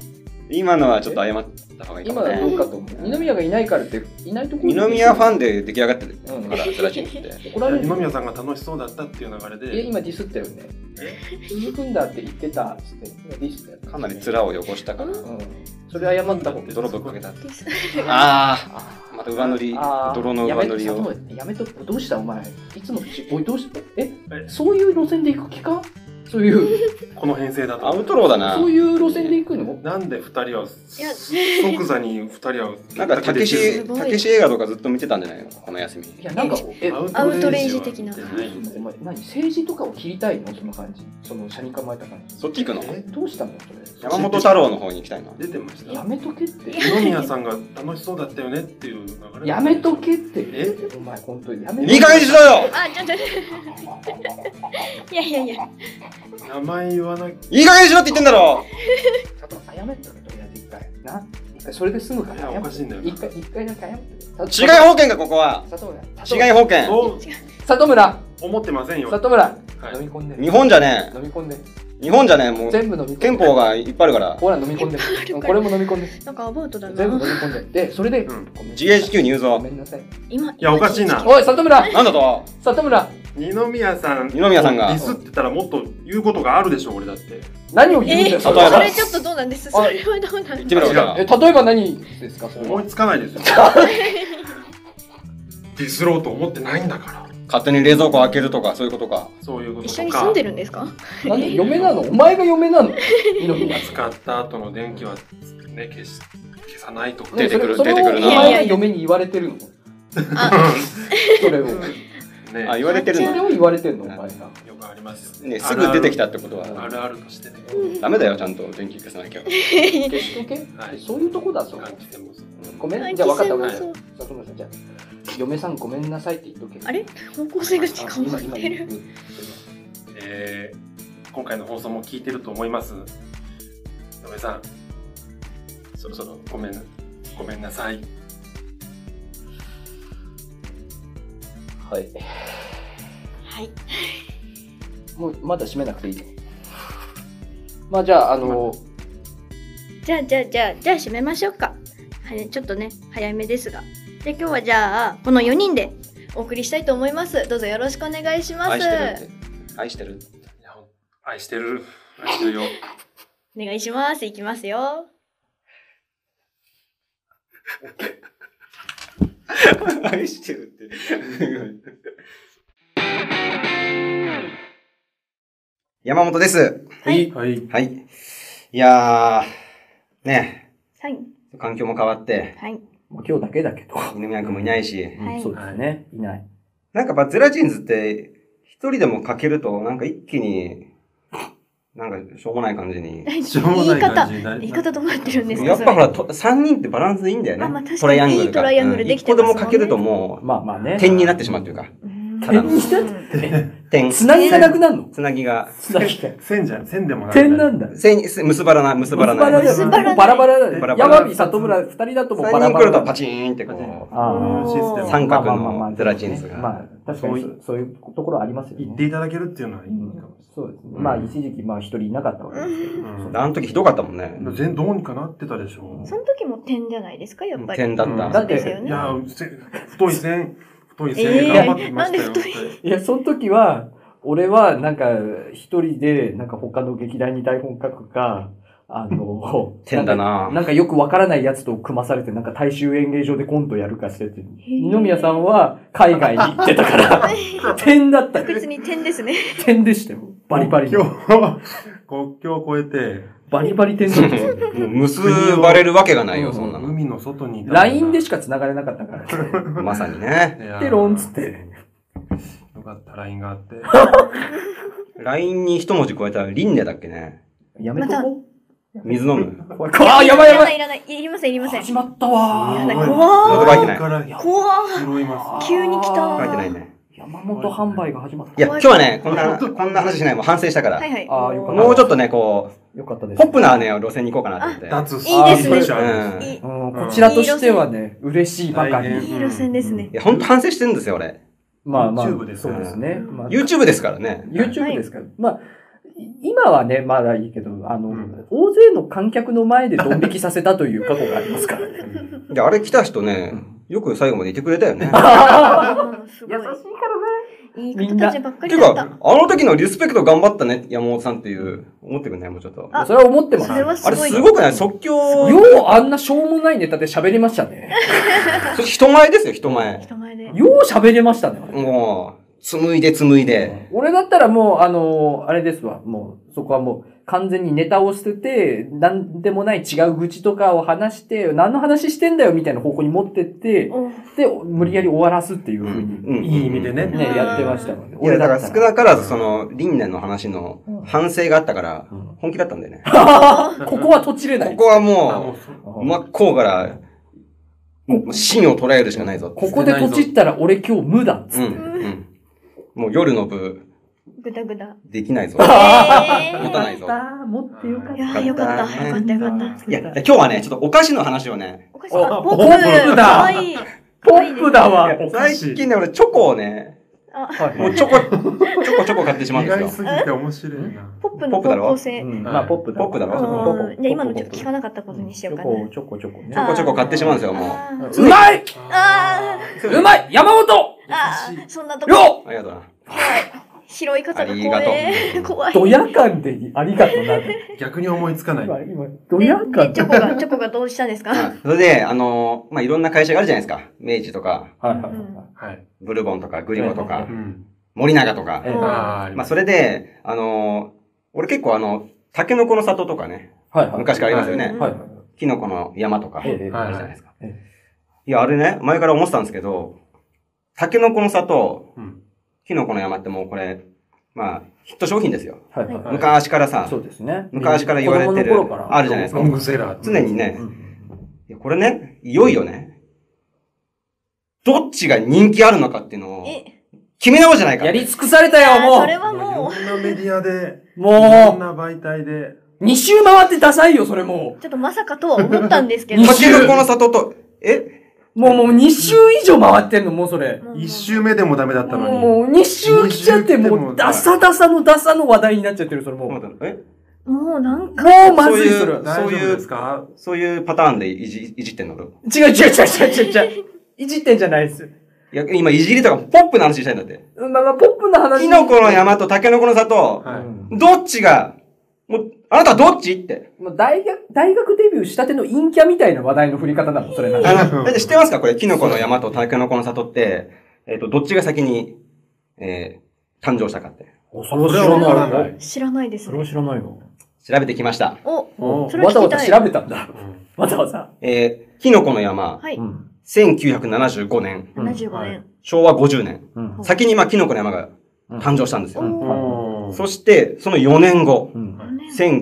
[SPEAKER 3] 今のはちょっと謝った方がいいか
[SPEAKER 2] 今
[SPEAKER 3] も
[SPEAKER 2] はど
[SPEAKER 3] ね
[SPEAKER 2] うかと思う二宮がいないからっていないところ
[SPEAKER 3] 二宮ファンで出来上がってる
[SPEAKER 2] うん
[SPEAKER 3] からゼラチ ンって
[SPEAKER 2] 怒
[SPEAKER 4] ょ。
[SPEAKER 2] られる
[SPEAKER 4] 今宮さんが楽しそうだったっていう流れ
[SPEAKER 2] え
[SPEAKER 4] で。
[SPEAKER 2] 今ディスったよね続くんだって言ってたっつって今ディスったよ
[SPEAKER 3] かなり面を汚したから
[SPEAKER 2] うんそれ謝った方が
[SPEAKER 3] 泥ぶっかけた
[SPEAKER 1] です
[SPEAKER 3] ああ
[SPEAKER 2] あ
[SPEAKER 3] 間また上塗り
[SPEAKER 2] あー
[SPEAKER 3] 泥の上塗り
[SPEAKER 2] や
[SPEAKER 3] を
[SPEAKER 2] めやめとどうしたお前いつのうちおいどうしたえそういう路線で行く気かそういう
[SPEAKER 4] この編成だと
[SPEAKER 3] アウトローだな
[SPEAKER 2] そういう路線で行くの
[SPEAKER 4] なんで二人はい
[SPEAKER 1] や
[SPEAKER 4] 即座に二人は
[SPEAKER 3] なんかたけ
[SPEAKER 1] す
[SPEAKER 3] し
[SPEAKER 1] ごい
[SPEAKER 3] たけし映画とかずっと見てたんじゃないのこの休み
[SPEAKER 2] いやなんかえ
[SPEAKER 1] アウトレイジ的な
[SPEAKER 2] お前何政治とかを切りたいのその感じその車に構えた感じ
[SPEAKER 3] そっち行くの
[SPEAKER 4] え
[SPEAKER 2] どうしたのそ
[SPEAKER 3] 山本太郎の方に行きたいの
[SPEAKER 4] 出てまし
[SPEAKER 2] れや
[SPEAKER 4] た
[SPEAKER 2] めとけって
[SPEAKER 4] 二宮さんが楽しそうだったよねっていう流れ
[SPEAKER 2] やめとけって
[SPEAKER 4] え
[SPEAKER 2] お前本当にやめ
[SPEAKER 3] いい加減にしろよ
[SPEAKER 1] あ、ちょっと。いやいやいや。
[SPEAKER 4] 名前言わなき
[SPEAKER 3] いい加減にしろって言ってんだろ
[SPEAKER 2] ちょっと謝ってくれとりあえず一回な一回それで済むから
[SPEAKER 4] いやおかしいんだよな
[SPEAKER 2] 一回一回なんか謝って
[SPEAKER 3] 違い保険かここは
[SPEAKER 2] 里村
[SPEAKER 3] 違い保
[SPEAKER 4] ゃ
[SPEAKER 3] 険
[SPEAKER 4] そう
[SPEAKER 2] 里村
[SPEAKER 4] 思ってませんよ
[SPEAKER 2] 里村
[SPEAKER 4] はい
[SPEAKER 2] 飲み込んで
[SPEAKER 3] 日本じゃね
[SPEAKER 2] 飲み込んで
[SPEAKER 3] え日本じゃねえもう
[SPEAKER 2] 全部飲み込んで
[SPEAKER 3] 憲法がいっぱいあるから
[SPEAKER 2] ほら飲み込んで
[SPEAKER 1] るから
[SPEAKER 2] これも飲み込んで
[SPEAKER 1] なんかアバウトだ
[SPEAKER 2] 全部飲み
[SPEAKER 1] な。
[SPEAKER 2] 込んででそれで
[SPEAKER 4] うん
[SPEAKER 2] ごめんなさい
[SPEAKER 3] GHQ 入
[SPEAKER 2] ご
[SPEAKER 3] 蔵
[SPEAKER 2] めんなさい
[SPEAKER 1] 今。い
[SPEAKER 4] やおかしいな
[SPEAKER 2] おい里村
[SPEAKER 3] なんだと
[SPEAKER 2] 里村
[SPEAKER 4] 二宮さん
[SPEAKER 3] 二宮さんが
[SPEAKER 4] ディスってたらもっと言うことがあるでしょ俺だって
[SPEAKER 2] 何を言うんだ
[SPEAKER 1] え
[SPEAKER 2] よ
[SPEAKER 1] そ
[SPEAKER 2] 里村
[SPEAKER 1] れちょっとどうなんです。それはどうなん
[SPEAKER 3] 言ってみろ
[SPEAKER 4] 違う
[SPEAKER 3] じゃあ
[SPEAKER 2] え例えば何ですかそれ
[SPEAKER 4] 思
[SPEAKER 2] はい
[SPEAKER 4] つかないです よディスろうと思ってないんだから
[SPEAKER 3] 勝手に冷蔵庫開けるとかそういうことか
[SPEAKER 4] そういうこと
[SPEAKER 1] 一
[SPEAKER 4] と
[SPEAKER 1] 緒
[SPEAKER 4] か
[SPEAKER 1] に住んでるんですか。
[SPEAKER 2] なんで嫁なのお前が嫁なの二宮
[SPEAKER 4] 使った後の電気はね消し消さないとか
[SPEAKER 3] 出てくる
[SPEAKER 2] それそれを
[SPEAKER 3] 出てくるな
[SPEAKER 2] お前が嫁に言われてるの
[SPEAKER 1] あ、
[SPEAKER 2] そ れを
[SPEAKER 4] ね
[SPEAKER 3] あ言われてる
[SPEAKER 2] それ
[SPEAKER 3] の
[SPEAKER 2] を言われてるのお前が
[SPEAKER 4] よくありますよ
[SPEAKER 3] ねすぐ出てきたってこと
[SPEAKER 4] あ
[SPEAKER 3] は
[SPEAKER 4] るあるとしてね
[SPEAKER 3] ダメだよちゃんと電気消さなきゃ
[SPEAKER 2] 消しとけ
[SPEAKER 4] はい
[SPEAKER 2] そういうとこだぞ
[SPEAKER 4] 換気扇もそう
[SPEAKER 2] ご
[SPEAKER 3] ん
[SPEAKER 2] めんじゃあ分かった分か
[SPEAKER 1] 換気扇
[SPEAKER 2] っ
[SPEAKER 1] も
[SPEAKER 2] た里村さんじゃあ嫁さんごめんなさいって言っとけ
[SPEAKER 1] あれ、方向性が変わってる。
[SPEAKER 4] えー今回の放送も聞いてると思います井上さんそろそろごめんごめんなさい
[SPEAKER 2] はい。
[SPEAKER 1] はい。
[SPEAKER 2] もうまだ閉めなくていいのまあじゃあ、あの、
[SPEAKER 1] じゃあじゃあじゃあじゃあ締めましょうか。はい、ちょっとね早めですが。で今日はじゃあこの4人でお送りしたいと思います。どうぞよろしくお願いしま
[SPEAKER 3] 愛
[SPEAKER 1] す
[SPEAKER 3] し。てるって愛してる
[SPEAKER 4] いやほん愛してる愛してるよ
[SPEAKER 1] お願いします。いきますよ。
[SPEAKER 3] 愛してるって。 山本です。
[SPEAKER 1] はい。
[SPEAKER 4] はい
[SPEAKER 3] はい。いやー、ね
[SPEAKER 1] サイン。
[SPEAKER 3] え環境も変わって、
[SPEAKER 1] はい。
[SPEAKER 2] もう今日だけだけど。
[SPEAKER 3] 二宮君もいないし、
[SPEAKER 1] はい
[SPEAKER 2] うんそうですね。いない。
[SPEAKER 3] なんかやっぱゼラチンズって、一人でもかけると、なんか一気に、なんかしょうもない感じに。
[SPEAKER 4] しょうも
[SPEAKER 1] 言
[SPEAKER 4] ないい
[SPEAKER 1] 方
[SPEAKER 4] 感じになり
[SPEAKER 1] 言い方どうなってるんですか。
[SPEAKER 3] やっぱほら、
[SPEAKER 1] それ
[SPEAKER 3] と三人ってバランスいいんだよね。
[SPEAKER 1] あまあ確かに
[SPEAKER 3] トライアング
[SPEAKER 1] いいトライアング
[SPEAKER 3] ルが。
[SPEAKER 1] ルできてますもんね
[SPEAKER 3] うん一個でもかけるともう、
[SPEAKER 2] まあまあね。
[SPEAKER 3] 点になってしまうというか、
[SPEAKER 1] うん
[SPEAKER 3] ただの点。
[SPEAKER 2] つなぎがなくなるの
[SPEAKER 3] つなぎが、
[SPEAKER 2] つなぎが。
[SPEAKER 4] 線じゃん線でもない
[SPEAKER 2] 点なんだ。
[SPEAKER 3] せんせん結ばらない、結ばらない。
[SPEAKER 1] い結ばらない
[SPEAKER 2] バラバラだ
[SPEAKER 3] バ
[SPEAKER 2] ね。
[SPEAKER 3] ラバラ
[SPEAKER 2] 山火、里村、二人だともう
[SPEAKER 3] 3
[SPEAKER 2] バラ
[SPEAKER 3] 人
[SPEAKER 2] バ
[SPEAKER 3] 来
[SPEAKER 2] ラ
[SPEAKER 3] る
[SPEAKER 2] だ
[SPEAKER 3] とパチーンってこう。
[SPEAKER 2] あー
[SPEAKER 4] うシステム
[SPEAKER 3] 三角
[SPEAKER 2] ま
[SPEAKER 3] の
[SPEAKER 2] あまあまあまあ
[SPEAKER 3] ゼラチンズが
[SPEAKER 2] まあ、確かにそうそういうところありますよ
[SPEAKER 4] 言っ
[SPEAKER 2] ね。
[SPEAKER 4] ていただけるっていうのはいいか
[SPEAKER 2] うん
[SPEAKER 4] もし
[SPEAKER 2] そうですね。
[SPEAKER 3] うん
[SPEAKER 2] まあ、一時期、まあ、一人いなかったわけですけど。
[SPEAKER 4] れ ない、
[SPEAKER 2] う
[SPEAKER 4] うんん
[SPEAKER 3] あの時ひどかったもんね。
[SPEAKER 4] 全どうにかなってたでしょ
[SPEAKER 1] その時も点じゃないですかやっぱり。
[SPEAKER 3] 点だった。
[SPEAKER 2] だっ
[SPEAKER 1] そう
[SPEAKER 2] て
[SPEAKER 1] ですよ
[SPEAKER 4] い
[SPEAKER 1] ね。
[SPEAKER 4] やせ太い線太い線
[SPEAKER 1] え
[SPEAKER 4] で
[SPEAKER 1] ー
[SPEAKER 4] 頑張ってましたよ、
[SPEAKER 1] なんで太い
[SPEAKER 4] 本
[SPEAKER 2] いや、その時は、俺は、なんか、一人で、なんか他の劇団に台本書くか、あ の、
[SPEAKER 3] 点だ
[SPEAKER 2] ん
[SPEAKER 3] な
[SPEAKER 2] か。なんかよくわからないやつと組まされて、なんか大衆演芸場でコントやるかしてて、
[SPEAKER 1] ー
[SPEAKER 2] 二宮さんは海外に行ってた から、点だった
[SPEAKER 1] 確実に点ですね。
[SPEAKER 2] 点でしたよ。バリバリ
[SPEAKER 4] 今
[SPEAKER 2] の。
[SPEAKER 4] 日国境を越えて
[SPEAKER 2] バリバリ点だっ たよ。
[SPEAKER 3] もう結ばれるわけがないよ、そんなの。
[SPEAKER 4] 海の外にいた
[SPEAKER 2] LINE でし
[SPEAKER 4] か
[SPEAKER 2] か繋がれなかったから。
[SPEAKER 3] まさにね。
[SPEAKER 2] ペロンっつって。
[SPEAKER 4] よかった LINE があって
[SPEAKER 3] LINE に一文字加えたら、リンネだっけね。
[SPEAKER 2] やめとこ
[SPEAKER 3] 水飲む。
[SPEAKER 2] う。怖いあー、やばいやばい。
[SPEAKER 1] いらないいらないいりませんいりません。
[SPEAKER 2] 始まったわ
[SPEAKER 1] やだ
[SPEAKER 2] ー。
[SPEAKER 1] 怖
[SPEAKER 3] ー
[SPEAKER 4] LINE から
[SPEAKER 1] 怖ー
[SPEAKER 4] 拾います
[SPEAKER 1] 急に来た
[SPEAKER 3] 書いてないね。
[SPEAKER 2] 山本販売が始まった。
[SPEAKER 3] いや、今日はね、こんな、こんな話しない。もう反省したか
[SPEAKER 1] はい
[SPEAKER 3] ら。
[SPEAKER 1] はい。
[SPEAKER 2] あーよか
[SPEAKER 3] もうちょっとね、こ
[SPEAKER 2] よかったで
[SPEAKER 3] う、
[SPEAKER 2] す。
[SPEAKER 3] ポップなね、路線に行こうかなと思って。
[SPEAKER 4] 脱
[SPEAKER 1] いいですね
[SPEAKER 4] あー
[SPEAKER 3] う
[SPEAKER 1] い
[SPEAKER 3] ん。
[SPEAKER 1] い
[SPEAKER 3] い
[SPEAKER 2] うんこちらとしてはね、嬉しいばか
[SPEAKER 4] 大
[SPEAKER 2] り。
[SPEAKER 4] 変
[SPEAKER 1] いい路線ですね。
[SPEAKER 3] や、ほんと反省してるんですよ、俺。
[SPEAKER 2] まあまあ、
[SPEAKER 4] YouTube です
[SPEAKER 2] そうですね。
[SPEAKER 1] うん
[SPEAKER 2] まあ、
[SPEAKER 3] YouTube ですからね。
[SPEAKER 2] YouTube ですから。まあ、い今はね、まだいいけど、あの、
[SPEAKER 4] うん
[SPEAKER 2] 大勢の観客の前でドン引きさせたという過去がありますからね。
[SPEAKER 3] で、あれ来た人ね
[SPEAKER 2] うん、
[SPEAKER 3] よく最後までいてくれたよね。
[SPEAKER 1] あーすごい。いい
[SPEAKER 2] み
[SPEAKER 1] 方
[SPEAKER 2] んな
[SPEAKER 1] たちばっか
[SPEAKER 3] てい
[SPEAKER 1] り
[SPEAKER 3] う
[SPEAKER 1] だっ
[SPEAKER 3] か
[SPEAKER 1] た、
[SPEAKER 3] あの時のリスペクト頑張ったね、山本さんっていう、思ってくんないもうちょっと。
[SPEAKER 1] あ
[SPEAKER 2] それは思ってます
[SPEAKER 1] それは
[SPEAKER 3] あ
[SPEAKER 1] す
[SPEAKER 3] れ
[SPEAKER 1] ごい
[SPEAKER 3] すごくない即興。
[SPEAKER 2] ようあんなしょうもないネタで喋りましたね。
[SPEAKER 3] それ人前ですよ、人前。
[SPEAKER 1] 人前で
[SPEAKER 2] よう喋れましたね。あれ
[SPEAKER 3] もう、紡いで紡いで。
[SPEAKER 2] 俺だったらもう、あのーあれですわ。もう、そこはもう、完全にネタを捨てて、なんでもない違う愚痴とかを話して、何の話してんだよみたいな方向に持ってって、
[SPEAKER 1] お
[SPEAKER 2] で、無理やり終わらすっていうふう
[SPEAKER 3] うんうん
[SPEAKER 2] に、
[SPEAKER 4] いい意味でね。
[SPEAKER 2] ね、やってましたもんね。
[SPEAKER 3] いや、だから
[SPEAKER 2] った
[SPEAKER 3] 少なからずその、輪廻の話の反省があったから
[SPEAKER 2] う、ん
[SPEAKER 3] 本気だったんだよね。
[SPEAKER 2] ここはとちれな
[SPEAKER 3] こ
[SPEAKER 2] い。
[SPEAKER 3] こは
[SPEAKER 4] あも
[SPEAKER 3] も
[SPEAKER 4] うそう
[SPEAKER 3] う、真っ向から、もう芯を捉えるしかないぞ。
[SPEAKER 2] ここでとちったら俺今日無だっつ
[SPEAKER 3] うん、
[SPEAKER 2] っ
[SPEAKER 3] う
[SPEAKER 2] て。
[SPEAKER 3] ん。もう夜の部、
[SPEAKER 1] ぐだぐだ
[SPEAKER 3] できないぞ。
[SPEAKER 1] え
[SPEAKER 3] 持たないぞ
[SPEAKER 2] あった持ってよかっ
[SPEAKER 1] い
[SPEAKER 2] た。
[SPEAKER 1] やーよかったよかったよかった
[SPEAKER 3] いや、今日はね、ちょっとお菓子の話をね、
[SPEAKER 1] おかしいあ
[SPEAKER 4] お
[SPEAKER 1] ポップ
[SPEAKER 4] ポッ
[SPEAKER 2] プだ
[SPEAKER 1] かわいい
[SPEAKER 2] ポップだわ。
[SPEAKER 4] お菓
[SPEAKER 3] 最
[SPEAKER 4] 子
[SPEAKER 3] 近ね、俺チョコをね、もうチョコ、チョコチョコ買ってしまう
[SPEAKER 4] 意
[SPEAKER 3] んです
[SPEAKER 4] 外す
[SPEAKER 3] よ。
[SPEAKER 4] ぎて面白いな。
[SPEAKER 1] ポップ
[SPEAKER 3] ポ
[SPEAKER 1] の
[SPEAKER 3] ップだろ
[SPEAKER 1] 方向性
[SPEAKER 2] うんまあ、ポップだわ。
[SPEAKER 3] ポップだ
[SPEAKER 1] う
[SPEAKER 3] わ
[SPEAKER 1] んじゃあ今のちょっと聞か
[SPEAKER 2] な
[SPEAKER 1] なかったことにしようかな
[SPEAKER 2] チョコチョコチョコね
[SPEAKER 3] チョコチョコ買ってしまうんですよ、もう。
[SPEAKER 1] あー
[SPEAKER 2] うまい
[SPEAKER 1] あ
[SPEAKER 2] うまい山本
[SPEAKER 1] あ
[SPEAKER 4] 優しい
[SPEAKER 1] ーそんなとこ
[SPEAKER 2] よ
[SPEAKER 3] ありがとうな。
[SPEAKER 1] 広い方が
[SPEAKER 3] あ
[SPEAKER 1] 怖
[SPEAKER 3] り
[SPEAKER 1] い
[SPEAKER 3] がとう
[SPEAKER 1] 怖い
[SPEAKER 2] ドヤ感でありがとう なって。
[SPEAKER 4] 逆に思いつかない。
[SPEAKER 2] 今、今、
[SPEAKER 1] で
[SPEAKER 2] ドヤ感
[SPEAKER 1] でチョコがチョコがどうしたん ですか
[SPEAKER 3] はいそれで、あのーまあ、いろんな会社があるじゃないですか。明治とか、
[SPEAKER 2] はいはいはい
[SPEAKER 4] はい。
[SPEAKER 3] ブルボンとか、グリモと
[SPEAKER 2] は
[SPEAKER 3] か
[SPEAKER 2] い、
[SPEAKER 4] ん。
[SPEAKER 3] 森永とか
[SPEAKER 2] え。え
[SPEAKER 4] あー
[SPEAKER 3] まあ、それで、あのー俺結構あの、タケノコの里とかね、
[SPEAKER 2] はいはい。
[SPEAKER 3] 昔からありますよね
[SPEAKER 1] うん。
[SPEAKER 2] はいはい。
[SPEAKER 3] キノコの山とか、あ
[SPEAKER 2] え
[SPEAKER 3] る
[SPEAKER 2] え
[SPEAKER 3] じ
[SPEAKER 2] ええ
[SPEAKER 3] ゃないですか
[SPEAKER 2] え。
[SPEAKER 3] いや、あれね、前から思ってたんですけど、タケノコの里、
[SPEAKER 4] うん
[SPEAKER 3] キノコの山ってもうこれ、まあ、ヒット商品ですよ。
[SPEAKER 2] はいはい
[SPEAKER 4] はい
[SPEAKER 3] 昔からさ、
[SPEAKER 2] そうですね。
[SPEAKER 3] 昔から言われ
[SPEAKER 2] 子
[SPEAKER 3] てる
[SPEAKER 2] 供の頃から
[SPEAKER 3] あるじゃないですか
[SPEAKER 4] ロングセラー。
[SPEAKER 3] 常にね
[SPEAKER 2] う、
[SPEAKER 3] いやこれね、いよいよね、どっちが人気あるのかっていうのを
[SPEAKER 1] え
[SPEAKER 3] 決めようじゃないか。
[SPEAKER 2] やり尽くされたよ、
[SPEAKER 1] あー
[SPEAKER 2] も
[SPEAKER 1] それは
[SPEAKER 4] も
[SPEAKER 1] も
[SPEAKER 4] ういろんなメディアで、
[SPEAKER 2] う。
[SPEAKER 4] いろん
[SPEAKER 2] も
[SPEAKER 4] な媒体で、
[SPEAKER 2] う、2周回ってダサいよ、それも
[SPEAKER 1] うちょっとまさかとは思ったんですけど
[SPEAKER 2] 一
[SPEAKER 3] タ
[SPEAKER 2] 周
[SPEAKER 3] ケノコの里と、え
[SPEAKER 2] う。もう、もう2周以上回ってんの、もうそれ。
[SPEAKER 1] うん
[SPEAKER 4] 一周目でもダメだったの
[SPEAKER 2] もう2周来ちゃって、
[SPEAKER 4] 二周来ても
[SPEAKER 2] もうダサダサのダサの話題になっちゃってる、それもう。も
[SPEAKER 3] え
[SPEAKER 1] もうなんか
[SPEAKER 2] うま
[SPEAKER 3] そう
[SPEAKER 2] ずい、そ
[SPEAKER 3] い
[SPEAKER 2] れ。
[SPEAKER 3] う、
[SPEAKER 4] に。
[SPEAKER 3] そ
[SPEAKER 4] そうう
[SPEAKER 3] い
[SPEAKER 4] いううです、か
[SPEAKER 3] そういうパターンでいじいじってんの俺
[SPEAKER 2] 違う違う違う違う違う違う。いじってんじゃないです。
[SPEAKER 3] いや、今いじりとかポップの話したいんだって。
[SPEAKER 2] まあまあ、ポップの話。
[SPEAKER 3] キノコの山とタケノコの里、
[SPEAKER 4] は
[SPEAKER 2] う
[SPEAKER 4] い。
[SPEAKER 2] ん
[SPEAKER 3] どっちが、もう、あなたどっちって。
[SPEAKER 2] もう大学、大学デビューしたての陰キャみたいな話題の振り方なの、それなんか。
[SPEAKER 3] あの、だって知ってますかこれ、キノコの山とタケノコの里って、えっ、と、どっちが先に、えー、誕生したかって。
[SPEAKER 2] そ
[SPEAKER 4] れはわからない
[SPEAKER 1] 知らないですね
[SPEAKER 2] 知らないよ。
[SPEAKER 3] 調べてきました。
[SPEAKER 1] お
[SPEAKER 4] お
[SPEAKER 1] それは
[SPEAKER 2] わざ
[SPEAKER 1] 聞
[SPEAKER 2] わ
[SPEAKER 1] き
[SPEAKER 2] ざ
[SPEAKER 1] たい
[SPEAKER 2] 調べたんだ。
[SPEAKER 4] うん
[SPEAKER 2] わざわざ。
[SPEAKER 3] えー、キノコの山、
[SPEAKER 1] はい
[SPEAKER 2] ん。
[SPEAKER 3] 1975年、
[SPEAKER 2] うん
[SPEAKER 1] 75年
[SPEAKER 3] 昭和50年。
[SPEAKER 2] うん
[SPEAKER 1] ん
[SPEAKER 3] 先に、まあ、キノコの山が誕生したんですよ。
[SPEAKER 1] お
[SPEAKER 4] おー
[SPEAKER 3] そして、その4年後、
[SPEAKER 2] うん。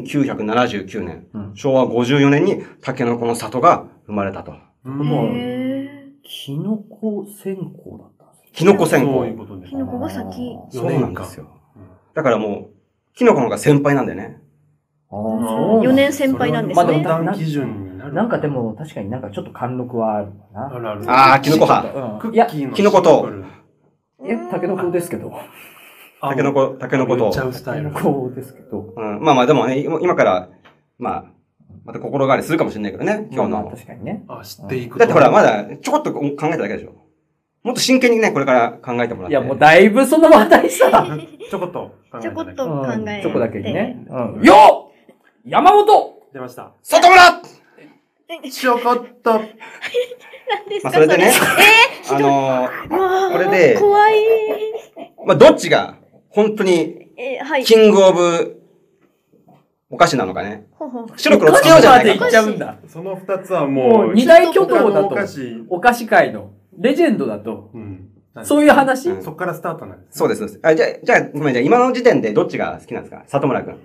[SPEAKER 3] 1979年、
[SPEAKER 2] うん
[SPEAKER 3] 昭和54年にタケノコの里が生まれたと。
[SPEAKER 4] うん
[SPEAKER 2] もう
[SPEAKER 1] へ
[SPEAKER 2] キノコ線香だったんです
[SPEAKER 3] キノコ線
[SPEAKER 4] そう
[SPEAKER 3] 香
[SPEAKER 4] いう。ことね
[SPEAKER 1] キ。ノコが先
[SPEAKER 3] そうなんですよ。
[SPEAKER 4] うん
[SPEAKER 3] だからもう、キノコの方が先輩なんだよね。
[SPEAKER 1] ー
[SPEAKER 2] あ
[SPEAKER 4] そう
[SPEAKER 1] 4年先輩なんです
[SPEAKER 2] ね
[SPEAKER 4] まあ、基準になる。
[SPEAKER 2] なんかで、も、確かになんかちょっと貫禄はある
[SPEAKER 4] あ
[SPEAKER 2] な。
[SPEAKER 4] るある。
[SPEAKER 3] あーキノコ派
[SPEAKER 2] 派
[SPEAKER 4] ク
[SPEAKER 2] いや
[SPEAKER 4] ッ、キーの
[SPEAKER 3] キノコと
[SPEAKER 4] シンプル、
[SPEAKER 2] え、タケノコですけど。
[SPEAKER 3] タケノコ、タケノコ
[SPEAKER 4] 言っ
[SPEAKER 3] と
[SPEAKER 4] ちゃ。うスタイル。
[SPEAKER 2] タケノコですけど。
[SPEAKER 3] うん、まあまあでもね、今今から、まあ、また心変わりするかもしれないけどね、今日
[SPEAKER 2] まあまあ
[SPEAKER 3] の。
[SPEAKER 2] 確かにね。
[SPEAKER 4] あ、知っていくと。
[SPEAKER 3] だってほら、まだちょこっと考えただけでしょ。もっと真剣にね、これから考えても
[SPEAKER 2] い
[SPEAKER 3] らって。
[SPEAKER 2] や、もうだいぶその話題さ。
[SPEAKER 4] ちょこっと考えて
[SPEAKER 1] ちょこっと
[SPEAKER 2] う
[SPEAKER 1] 考
[SPEAKER 2] ん
[SPEAKER 1] えて
[SPEAKER 2] チョコだけにね。
[SPEAKER 4] うん
[SPEAKER 2] よっ山本
[SPEAKER 4] 出ました。
[SPEAKER 3] 外村
[SPEAKER 4] ちょこっと。
[SPEAKER 1] 何です
[SPEAKER 3] ま
[SPEAKER 1] か
[SPEAKER 3] あそれでね、
[SPEAKER 1] それ
[SPEAKER 3] あ
[SPEAKER 1] ひどい
[SPEAKER 3] の
[SPEAKER 1] うわー
[SPEAKER 3] これで
[SPEAKER 1] 怖い
[SPEAKER 3] ーまあどっちが、本当に、
[SPEAKER 1] えーはい
[SPEAKER 3] キングオブ、お菓子なのかね。
[SPEAKER 1] ほうほう
[SPEAKER 3] 白黒つけようじゃな
[SPEAKER 2] ま
[SPEAKER 3] い
[SPEAKER 2] で行
[SPEAKER 3] か
[SPEAKER 2] っ。ちゃうんだ。
[SPEAKER 4] その二つは
[SPEAKER 2] も
[SPEAKER 4] も
[SPEAKER 2] う
[SPEAKER 4] う、
[SPEAKER 2] 二大巨頭だ
[SPEAKER 4] お
[SPEAKER 2] と。
[SPEAKER 4] かしい。
[SPEAKER 2] お菓子界のレジェンドだと。
[SPEAKER 4] うん。
[SPEAKER 2] そういう話
[SPEAKER 3] うん
[SPEAKER 4] そっからスタートなんです。
[SPEAKER 3] そうです、そうです。あ、じゃあ、じゃあ、ごめん、じゃあ今の時点でどっちが好きなんですか里村くん。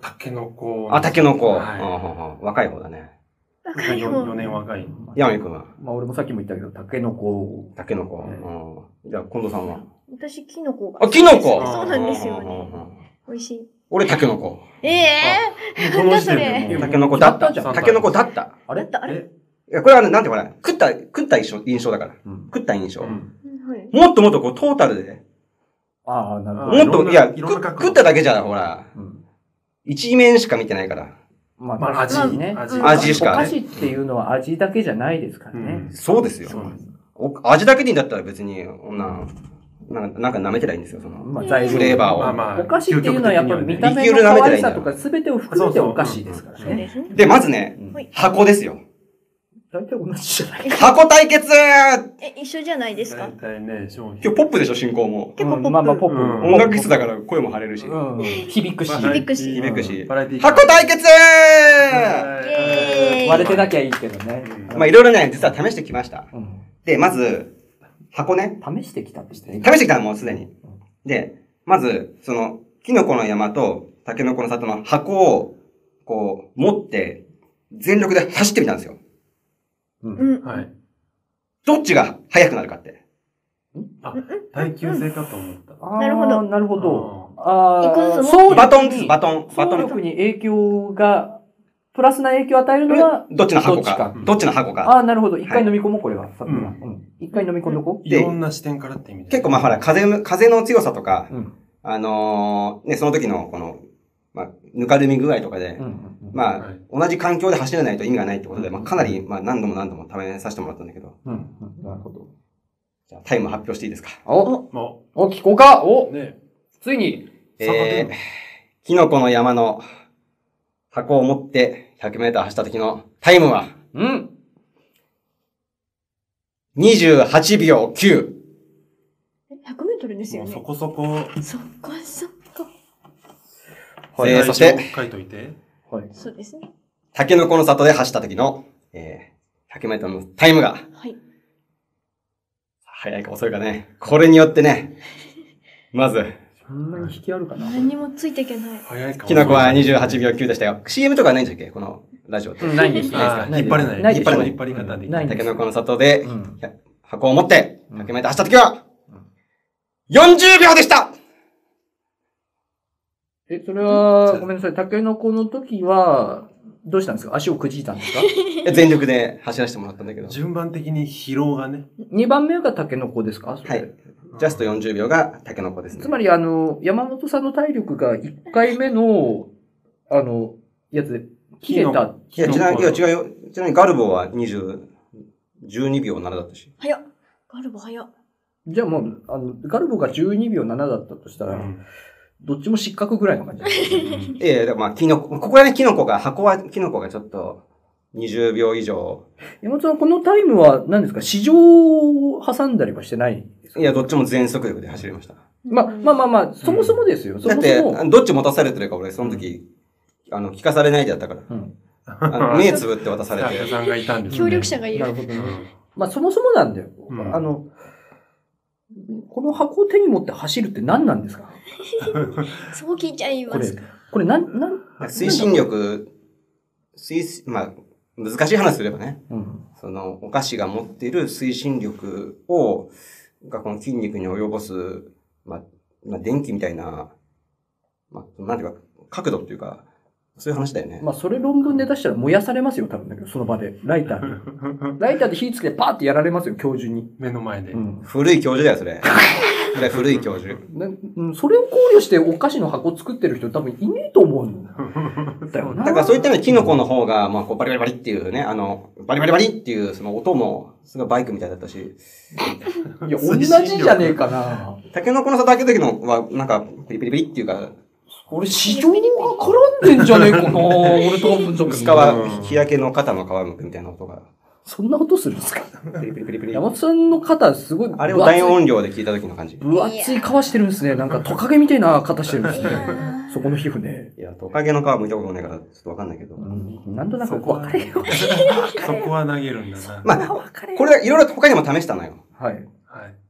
[SPEAKER 4] タケノコ。
[SPEAKER 3] あ、タケノコ。
[SPEAKER 4] はい
[SPEAKER 3] うんうんうん若い方だね。
[SPEAKER 1] 若い方
[SPEAKER 4] 4年若い。
[SPEAKER 3] 山井くんは
[SPEAKER 2] まあ俺もさっきも言ったけど、タケノコ。
[SPEAKER 3] タケノコ。うんじゃあ、近藤さんは
[SPEAKER 1] 私キノコが
[SPEAKER 3] あ、キノコ
[SPEAKER 1] そうなんですよね
[SPEAKER 3] うんうんうん
[SPEAKER 1] 美味しい
[SPEAKER 3] 俺、タケノコ。
[SPEAKER 1] ええ
[SPEAKER 4] なんだそれ
[SPEAKER 3] タケノコだっ
[SPEAKER 2] 決
[SPEAKER 3] た。
[SPEAKER 4] まったじゃん
[SPEAKER 3] タケノコだった。
[SPEAKER 2] あれ
[SPEAKER 1] あれ
[SPEAKER 4] え
[SPEAKER 3] いや、これはね、なんてこれ、食った、食った印象印象だから。
[SPEAKER 2] うん
[SPEAKER 3] 食った印象。
[SPEAKER 4] うん
[SPEAKER 1] はい
[SPEAKER 3] もっともっとこう、トータルで。
[SPEAKER 2] ああ、なるほ
[SPEAKER 4] う
[SPEAKER 2] ど
[SPEAKER 4] んいろん
[SPEAKER 3] もっと、
[SPEAKER 4] ない
[SPEAKER 3] や、
[SPEAKER 4] いろんな
[SPEAKER 3] 食
[SPEAKER 4] 角度
[SPEAKER 3] 食っただけじゃ、ほら、
[SPEAKER 2] うん。
[SPEAKER 3] 一面しか見てないから。
[SPEAKER 2] ま
[SPEAKER 4] まあ、味
[SPEAKER 1] まあ
[SPEAKER 2] ね。
[SPEAKER 1] うん
[SPEAKER 3] 味しかね
[SPEAKER 2] お菓子っていうのは味だけじゃないですから
[SPEAKER 4] う
[SPEAKER 2] ね
[SPEAKER 4] ん。
[SPEAKER 3] そうですよ
[SPEAKER 4] そうなんです。
[SPEAKER 3] お味だけでいいんだったら別に、こんな、なんか、なんか舐めてないんですよ、その。
[SPEAKER 2] まあ、材料
[SPEAKER 3] フレーバーを
[SPEAKER 4] まあまあ、
[SPEAKER 2] お菓子っていうのはやっぱり見た目
[SPEAKER 3] 究
[SPEAKER 2] の
[SPEAKER 3] 極的にはね
[SPEAKER 2] 可愛さとか全てを含めてお菓子ですから
[SPEAKER 1] そう
[SPEAKER 2] ね。
[SPEAKER 1] ですね。
[SPEAKER 3] で、まずね、
[SPEAKER 2] うん
[SPEAKER 1] はい
[SPEAKER 3] 箱ですよ。
[SPEAKER 2] 大体同じじゃない
[SPEAKER 3] 箱対決今
[SPEAKER 1] え、一緒じゃないですか
[SPEAKER 4] 大体ね、商品。
[SPEAKER 3] 日ポップでしょ、進行も。
[SPEAKER 1] 結構ポップ
[SPEAKER 2] うんまあまあポップ。
[SPEAKER 4] うん
[SPEAKER 3] 音楽室だから声も張れるし。
[SPEAKER 2] うん。響くし。
[SPEAKER 4] まあ
[SPEAKER 1] 響くし
[SPEAKER 3] 響くし
[SPEAKER 4] バラエティー
[SPEAKER 3] 箱対決
[SPEAKER 1] イエーイ
[SPEAKER 2] 割れてなきゃいいけどね。
[SPEAKER 3] まあ、いろいろね、実は試してきました。
[SPEAKER 2] う
[SPEAKER 3] で、まず、箱ね。
[SPEAKER 2] ん、試してきたとしてね
[SPEAKER 3] 試。してきたのもうすでに。で、まず、その、キノコの山と、タケノコの里の箱を、こう、持って、全力で走ってみたんですよ。
[SPEAKER 2] う。
[SPEAKER 1] うんん。
[SPEAKER 4] はい。
[SPEAKER 3] どっちが速くなるかって。
[SPEAKER 4] あ、耐久性かと思った。
[SPEAKER 2] あー
[SPEAKER 1] なるほど
[SPEAKER 2] なるほど。
[SPEAKER 4] あ
[SPEAKER 1] 一個
[SPEAKER 2] あ
[SPEAKER 1] ず
[SPEAKER 2] あ、
[SPEAKER 1] つ
[SPEAKER 2] 総
[SPEAKER 3] バトン
[SPEAKER 2] 力
[SPEAKER 3] です、
[SPEAKER 2] に、
[SPEAKER 3] バトン、バ
[SPEAKER 2] 総
[SPEAKER 3] トン。
[SPEAKER 2] 力に影響が、プラスな影響を与えるのは、
[SPEAKER 3] どっちの
[SPEAKER 2] ど
[SPEAKER 3] 箱か。
[SPEAKER 2] っち
[SPEAKER 4] か
[SPEAKER 3] どっちの箱か。
[SPEAKER 2] ああ、なるほど。一回飲み込もう、これは。さくら
[SPEAKER 4] うん
[SPEAKER 2] うん一回飲み込んどこ
[SPEAKER 4] ーいろんな視点からって意味で。
[SPEAKER 3] 結構まあほら、風の、風の強さとか
[SPEAKER 2] う。、うん。
[SPEAKER 3] あのーね、その時のこの、まあ、ぬかるみ具合とかで、
[SPEAKER 2] うん。あ、
[SPEAKER 3] まあ、
[SPEAKER 4] はい
[SPEAKER 3] 同じ環境で走れないと意味がないってことで、
[SPEAKER 2] うん
[SPEAKER 3] まあ、かなり、まあ、何度も何度も試させてもらったんだけど、
[SPEAKER 2] うん。うんなるほど。
[SPEAKER 3] じゃあタイム発表していいですか。
[SPEAKER 2] お、
[SPEAKER 4] ま
[SPEAKER 2] お、聞こうか
[SPEAKER 4] あ、
[SPEAKER 2] お、
[SPEAKER 4] ね、
[SPEAKER 2] ついに、
[SPEAKER 4] 差が出
[SPEAKER 3] え
[SPEAKER 4] る
[SPEAKER 3] ー、キノコの山の箱を持って100メーター走った時のタイムは
[SPEAKER 2] うん。
[SPEAKER 3] 28秒9。
[SPEAKER 1] え100メートルですよ
[SPEAKER 4] もうそ
[SPEAKER 1] ね。
[SPEAKER 4] こそこ、
[SPEAKER 1] そっかそっか。
[SPEAKER 3] えーそし
[SPEAKER 4] 最初
[SPEAKER 3] て、
[SPEAKER 4] 書いといて。
[SPEAKER 2] はい。
[SPEAKER 1] そうですね。
[SPEAKER 3] タケノコの里で走った時の、えー、100メーターのタイムが、
[SPEAKER 1] はい。
[SPEAKER 3] 早いか遅いかね。これによってね、まず、
[SPEAKER 2] そんなに引きあるかな
[SPEAKER 1] 何もついていけない。
[SPEAKER 4] 早いかも
[SPEAKER 3] キノコは28秒9でしたよ。CM とかないんじゃっけこのラジオって。
[SPEAKER 2] うんないんです
[SPEAKER 4] あー引っ張れない。
[SPEAKER 2] ない
[SPEAKER 3] で
[SPEAKER 4] 引っ
[SPEAKER 3] しょ
[SPEAKER 4] 張れない。引っ張り方でき
[SPEAKER 2] ないん
[SPEAKER 3] タ
[SPEAKER 2] で
[SPEAKER 3] ケ
[SPEAKER 2] す
[SPEAKER 3] ノコの里で
[SPEAKER 2] うん。
[SPEAKER 3] 箱を持って
[SPEAKER 2] うん
[SPEAKER 3] 100メーター走った時は
[SPEAKER 2] うん、
[SPEAKER 3] 40秒 でした
[SPEAKER 2] え、それは、ごめんなさい。タケノコの時は、どうしたんですか足をくじいたん ですか
[SPEAKER 3] 全力で走らせてもらったんだけど、ジ
[SPEAKER 4] 順番的に疲労がね。
[SPEAKER 2] ?2 番目がタケノコですかそれ
[SPEAKER 3] はいャスト40秒がタケノコですね。
[SPEAKER 2] つまり、あの、山本さんの体力が1回目の、あの、やつで切れた。
[SPEAKER 3] いや、違う、いや、違うよ。ちなみにガルボは20、12秒7だったし。
[SPEAKER 1] 早っ。ガルボ早っ。
[SPEAKER 2] じゃあもう、あの、ガルボが12秒7だったとした
[SPEAKER 4] う
[SPEAKER 2] ら、
[SPEAKER 4] ん。
[SPEAKER 2] どっちも失格ぐらいの感じ。
[SPEAKER 4] うん
[SPEAKER 3] ええ、でもまあ、キノコ、ここはね、キノコが、箱は、キノコがちょっと、20秒以上。
[SPEAKER 2] 山本さん、このタイムは何ですか市場を挟んだりはしてないですか
[SPEAKER 3] いや、どっちも全速力で走りました。
[SPEAKER 2] まあ、まあまあまあ、そもそもですよ。そ
[SPEAKER 3] だっ
[SPEAKER 2] も
[SPEAKER 3] て
[SPEAKER 2] そも。、
[SPEAKER 3] どっち持たされてるか俺、その時、あの、聞かされないでやっ たから。
[SPEAKER 2] うん。
[SPEAKER 3] あの目つぶって渡され
[SPEAKER 4] 作家
[SPEAKER 3] て。
[SPEAKER 4] さんがいたんですね
[SPEAKER 1] 協力者がい
[SPEAKER 2] なる
[SPEAKER 1] る。
[SPEAKER 2] ほど
[SPEAKER 4] う
[SPEAKER 2] ね。
[SPEAKER 4] ん
[SPEAKER 2] まあ、そもそもなんだよ。
[SPEAKER 4] うん
[SPEAKER 2] あの、この箱を手に持って走るって何なんですか
[SPEAKER 1] そう聞いちゃい
[SPEAKER 2] こ
[SPEAKER 1] ま
[SPEAKER 2] れ
[SPEAKER 1] すか。、
[SPEAKER 2] これなん、なん、
[SPEAKER 3] 推進力、推進、まあ、難しい話すればね、
[SPEAKER 2] うん。
[SPEAKER 3] その、お菓子が持っている推進力を、がこの筋肉に及ぼす、まあ、まあ、電気みたいな、まあ、なんていうか、角度っていうか、そういう話だよね。
[SPEAKER 2] まあ、それ論文で出したら燃やされますよ、多分だけど、その場で。ライター に。ライターで火つけてパーってやられますよ、教授に。
[SPEAKER 4] 目の前で。
[SPEAKER 2] うん。
[SPEAKER 3] 古い教授だよ、それ。それ古い教授。
[SPEAKER 2] なうん、それを考慮してお菓子の箱作ってる人多分いねえと思うん だよな。
[SPEAKER 3] だからそういった意味でキノコの方が、まあ、こうバリバリバリっていうね、あの、バリバリバリっていうその音も、すごいバイクみたいだったし、
[SPEAKER 2] いや、同じじゃねえかな。
[SPEAKER 3] タケノコの里開けた時のは、なんか、ピリピリピリっていうか、
[SPEAKER 2] 俺、市場が絡んでんじゃねえかな。俺多分多分
[SPEAKER 3] 薄皮、
[SPEAKER 4] うん
[SPEAKER 3] 日焼けの肩の皮むくみたいな音が、
[SPEAKER 2] そんなことするんですか
[SPEAKER 3] ピリピリピリピリ
[SPEAKER 2] 山。本さんの肩、すごい分厚い。
[SPEAKER 3] あれを大音量で聞いた時の感じ。い
[SPEAKER 2] 分厚い皮してるんですね。なんかトカゲみたいな肩してるんです
[SPEAKER 1] い
[SPEAKER 2] ね
[SPEAKER 1] や。ー
[SPEAKER 2] そこの皮膚ね。
[SPEAKER 3] や、トカゲの皮剥いたことないから、ちょっとわかんないけど。
[SPEAKER 2] うん、なんとなく分かれよ。
[SPEAKER 4] そこは投げるんだな。
[SPEAKER 3] まあ、これ、いろいろと他にも試したのよ。
[SPEAKER 2] はい。
[SPEAKER 4] はい。。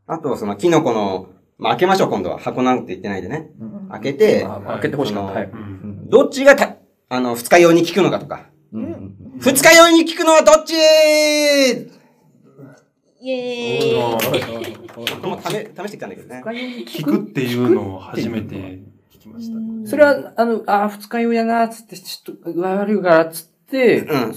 [SPEAKER 3] あと、その、キノコの、まあ、開けましょう、今度は。箱なんて言ってないでね。
[SPEAKER 2] うん
[SPEAKER 3] 開けて、
[SPEAKER 2] まあまあ開けてほしかった。はいう
[SPEAKER 4] ん
[SPEAKER 2] うん
[SPEAKER 3] どっちがた、あの、二日用に効くのかとか。
[SPEAKER 2] うんうんうん
[SPEAKER 3] 二日用に効くのはどっち
[SPEAKER 1] イエーイ。
[SPEAKER 3] これも試、試してきたんだけどね。
[SPEAKER 4] 聞くっていうのを初めて聞きました。
[SPEAKER 1] うん
[SPEAKER 2] それは、あの、あー二日酔いやな、つって、ちょっと具合悪いから、つって、
[SPEAKER 3] うんうん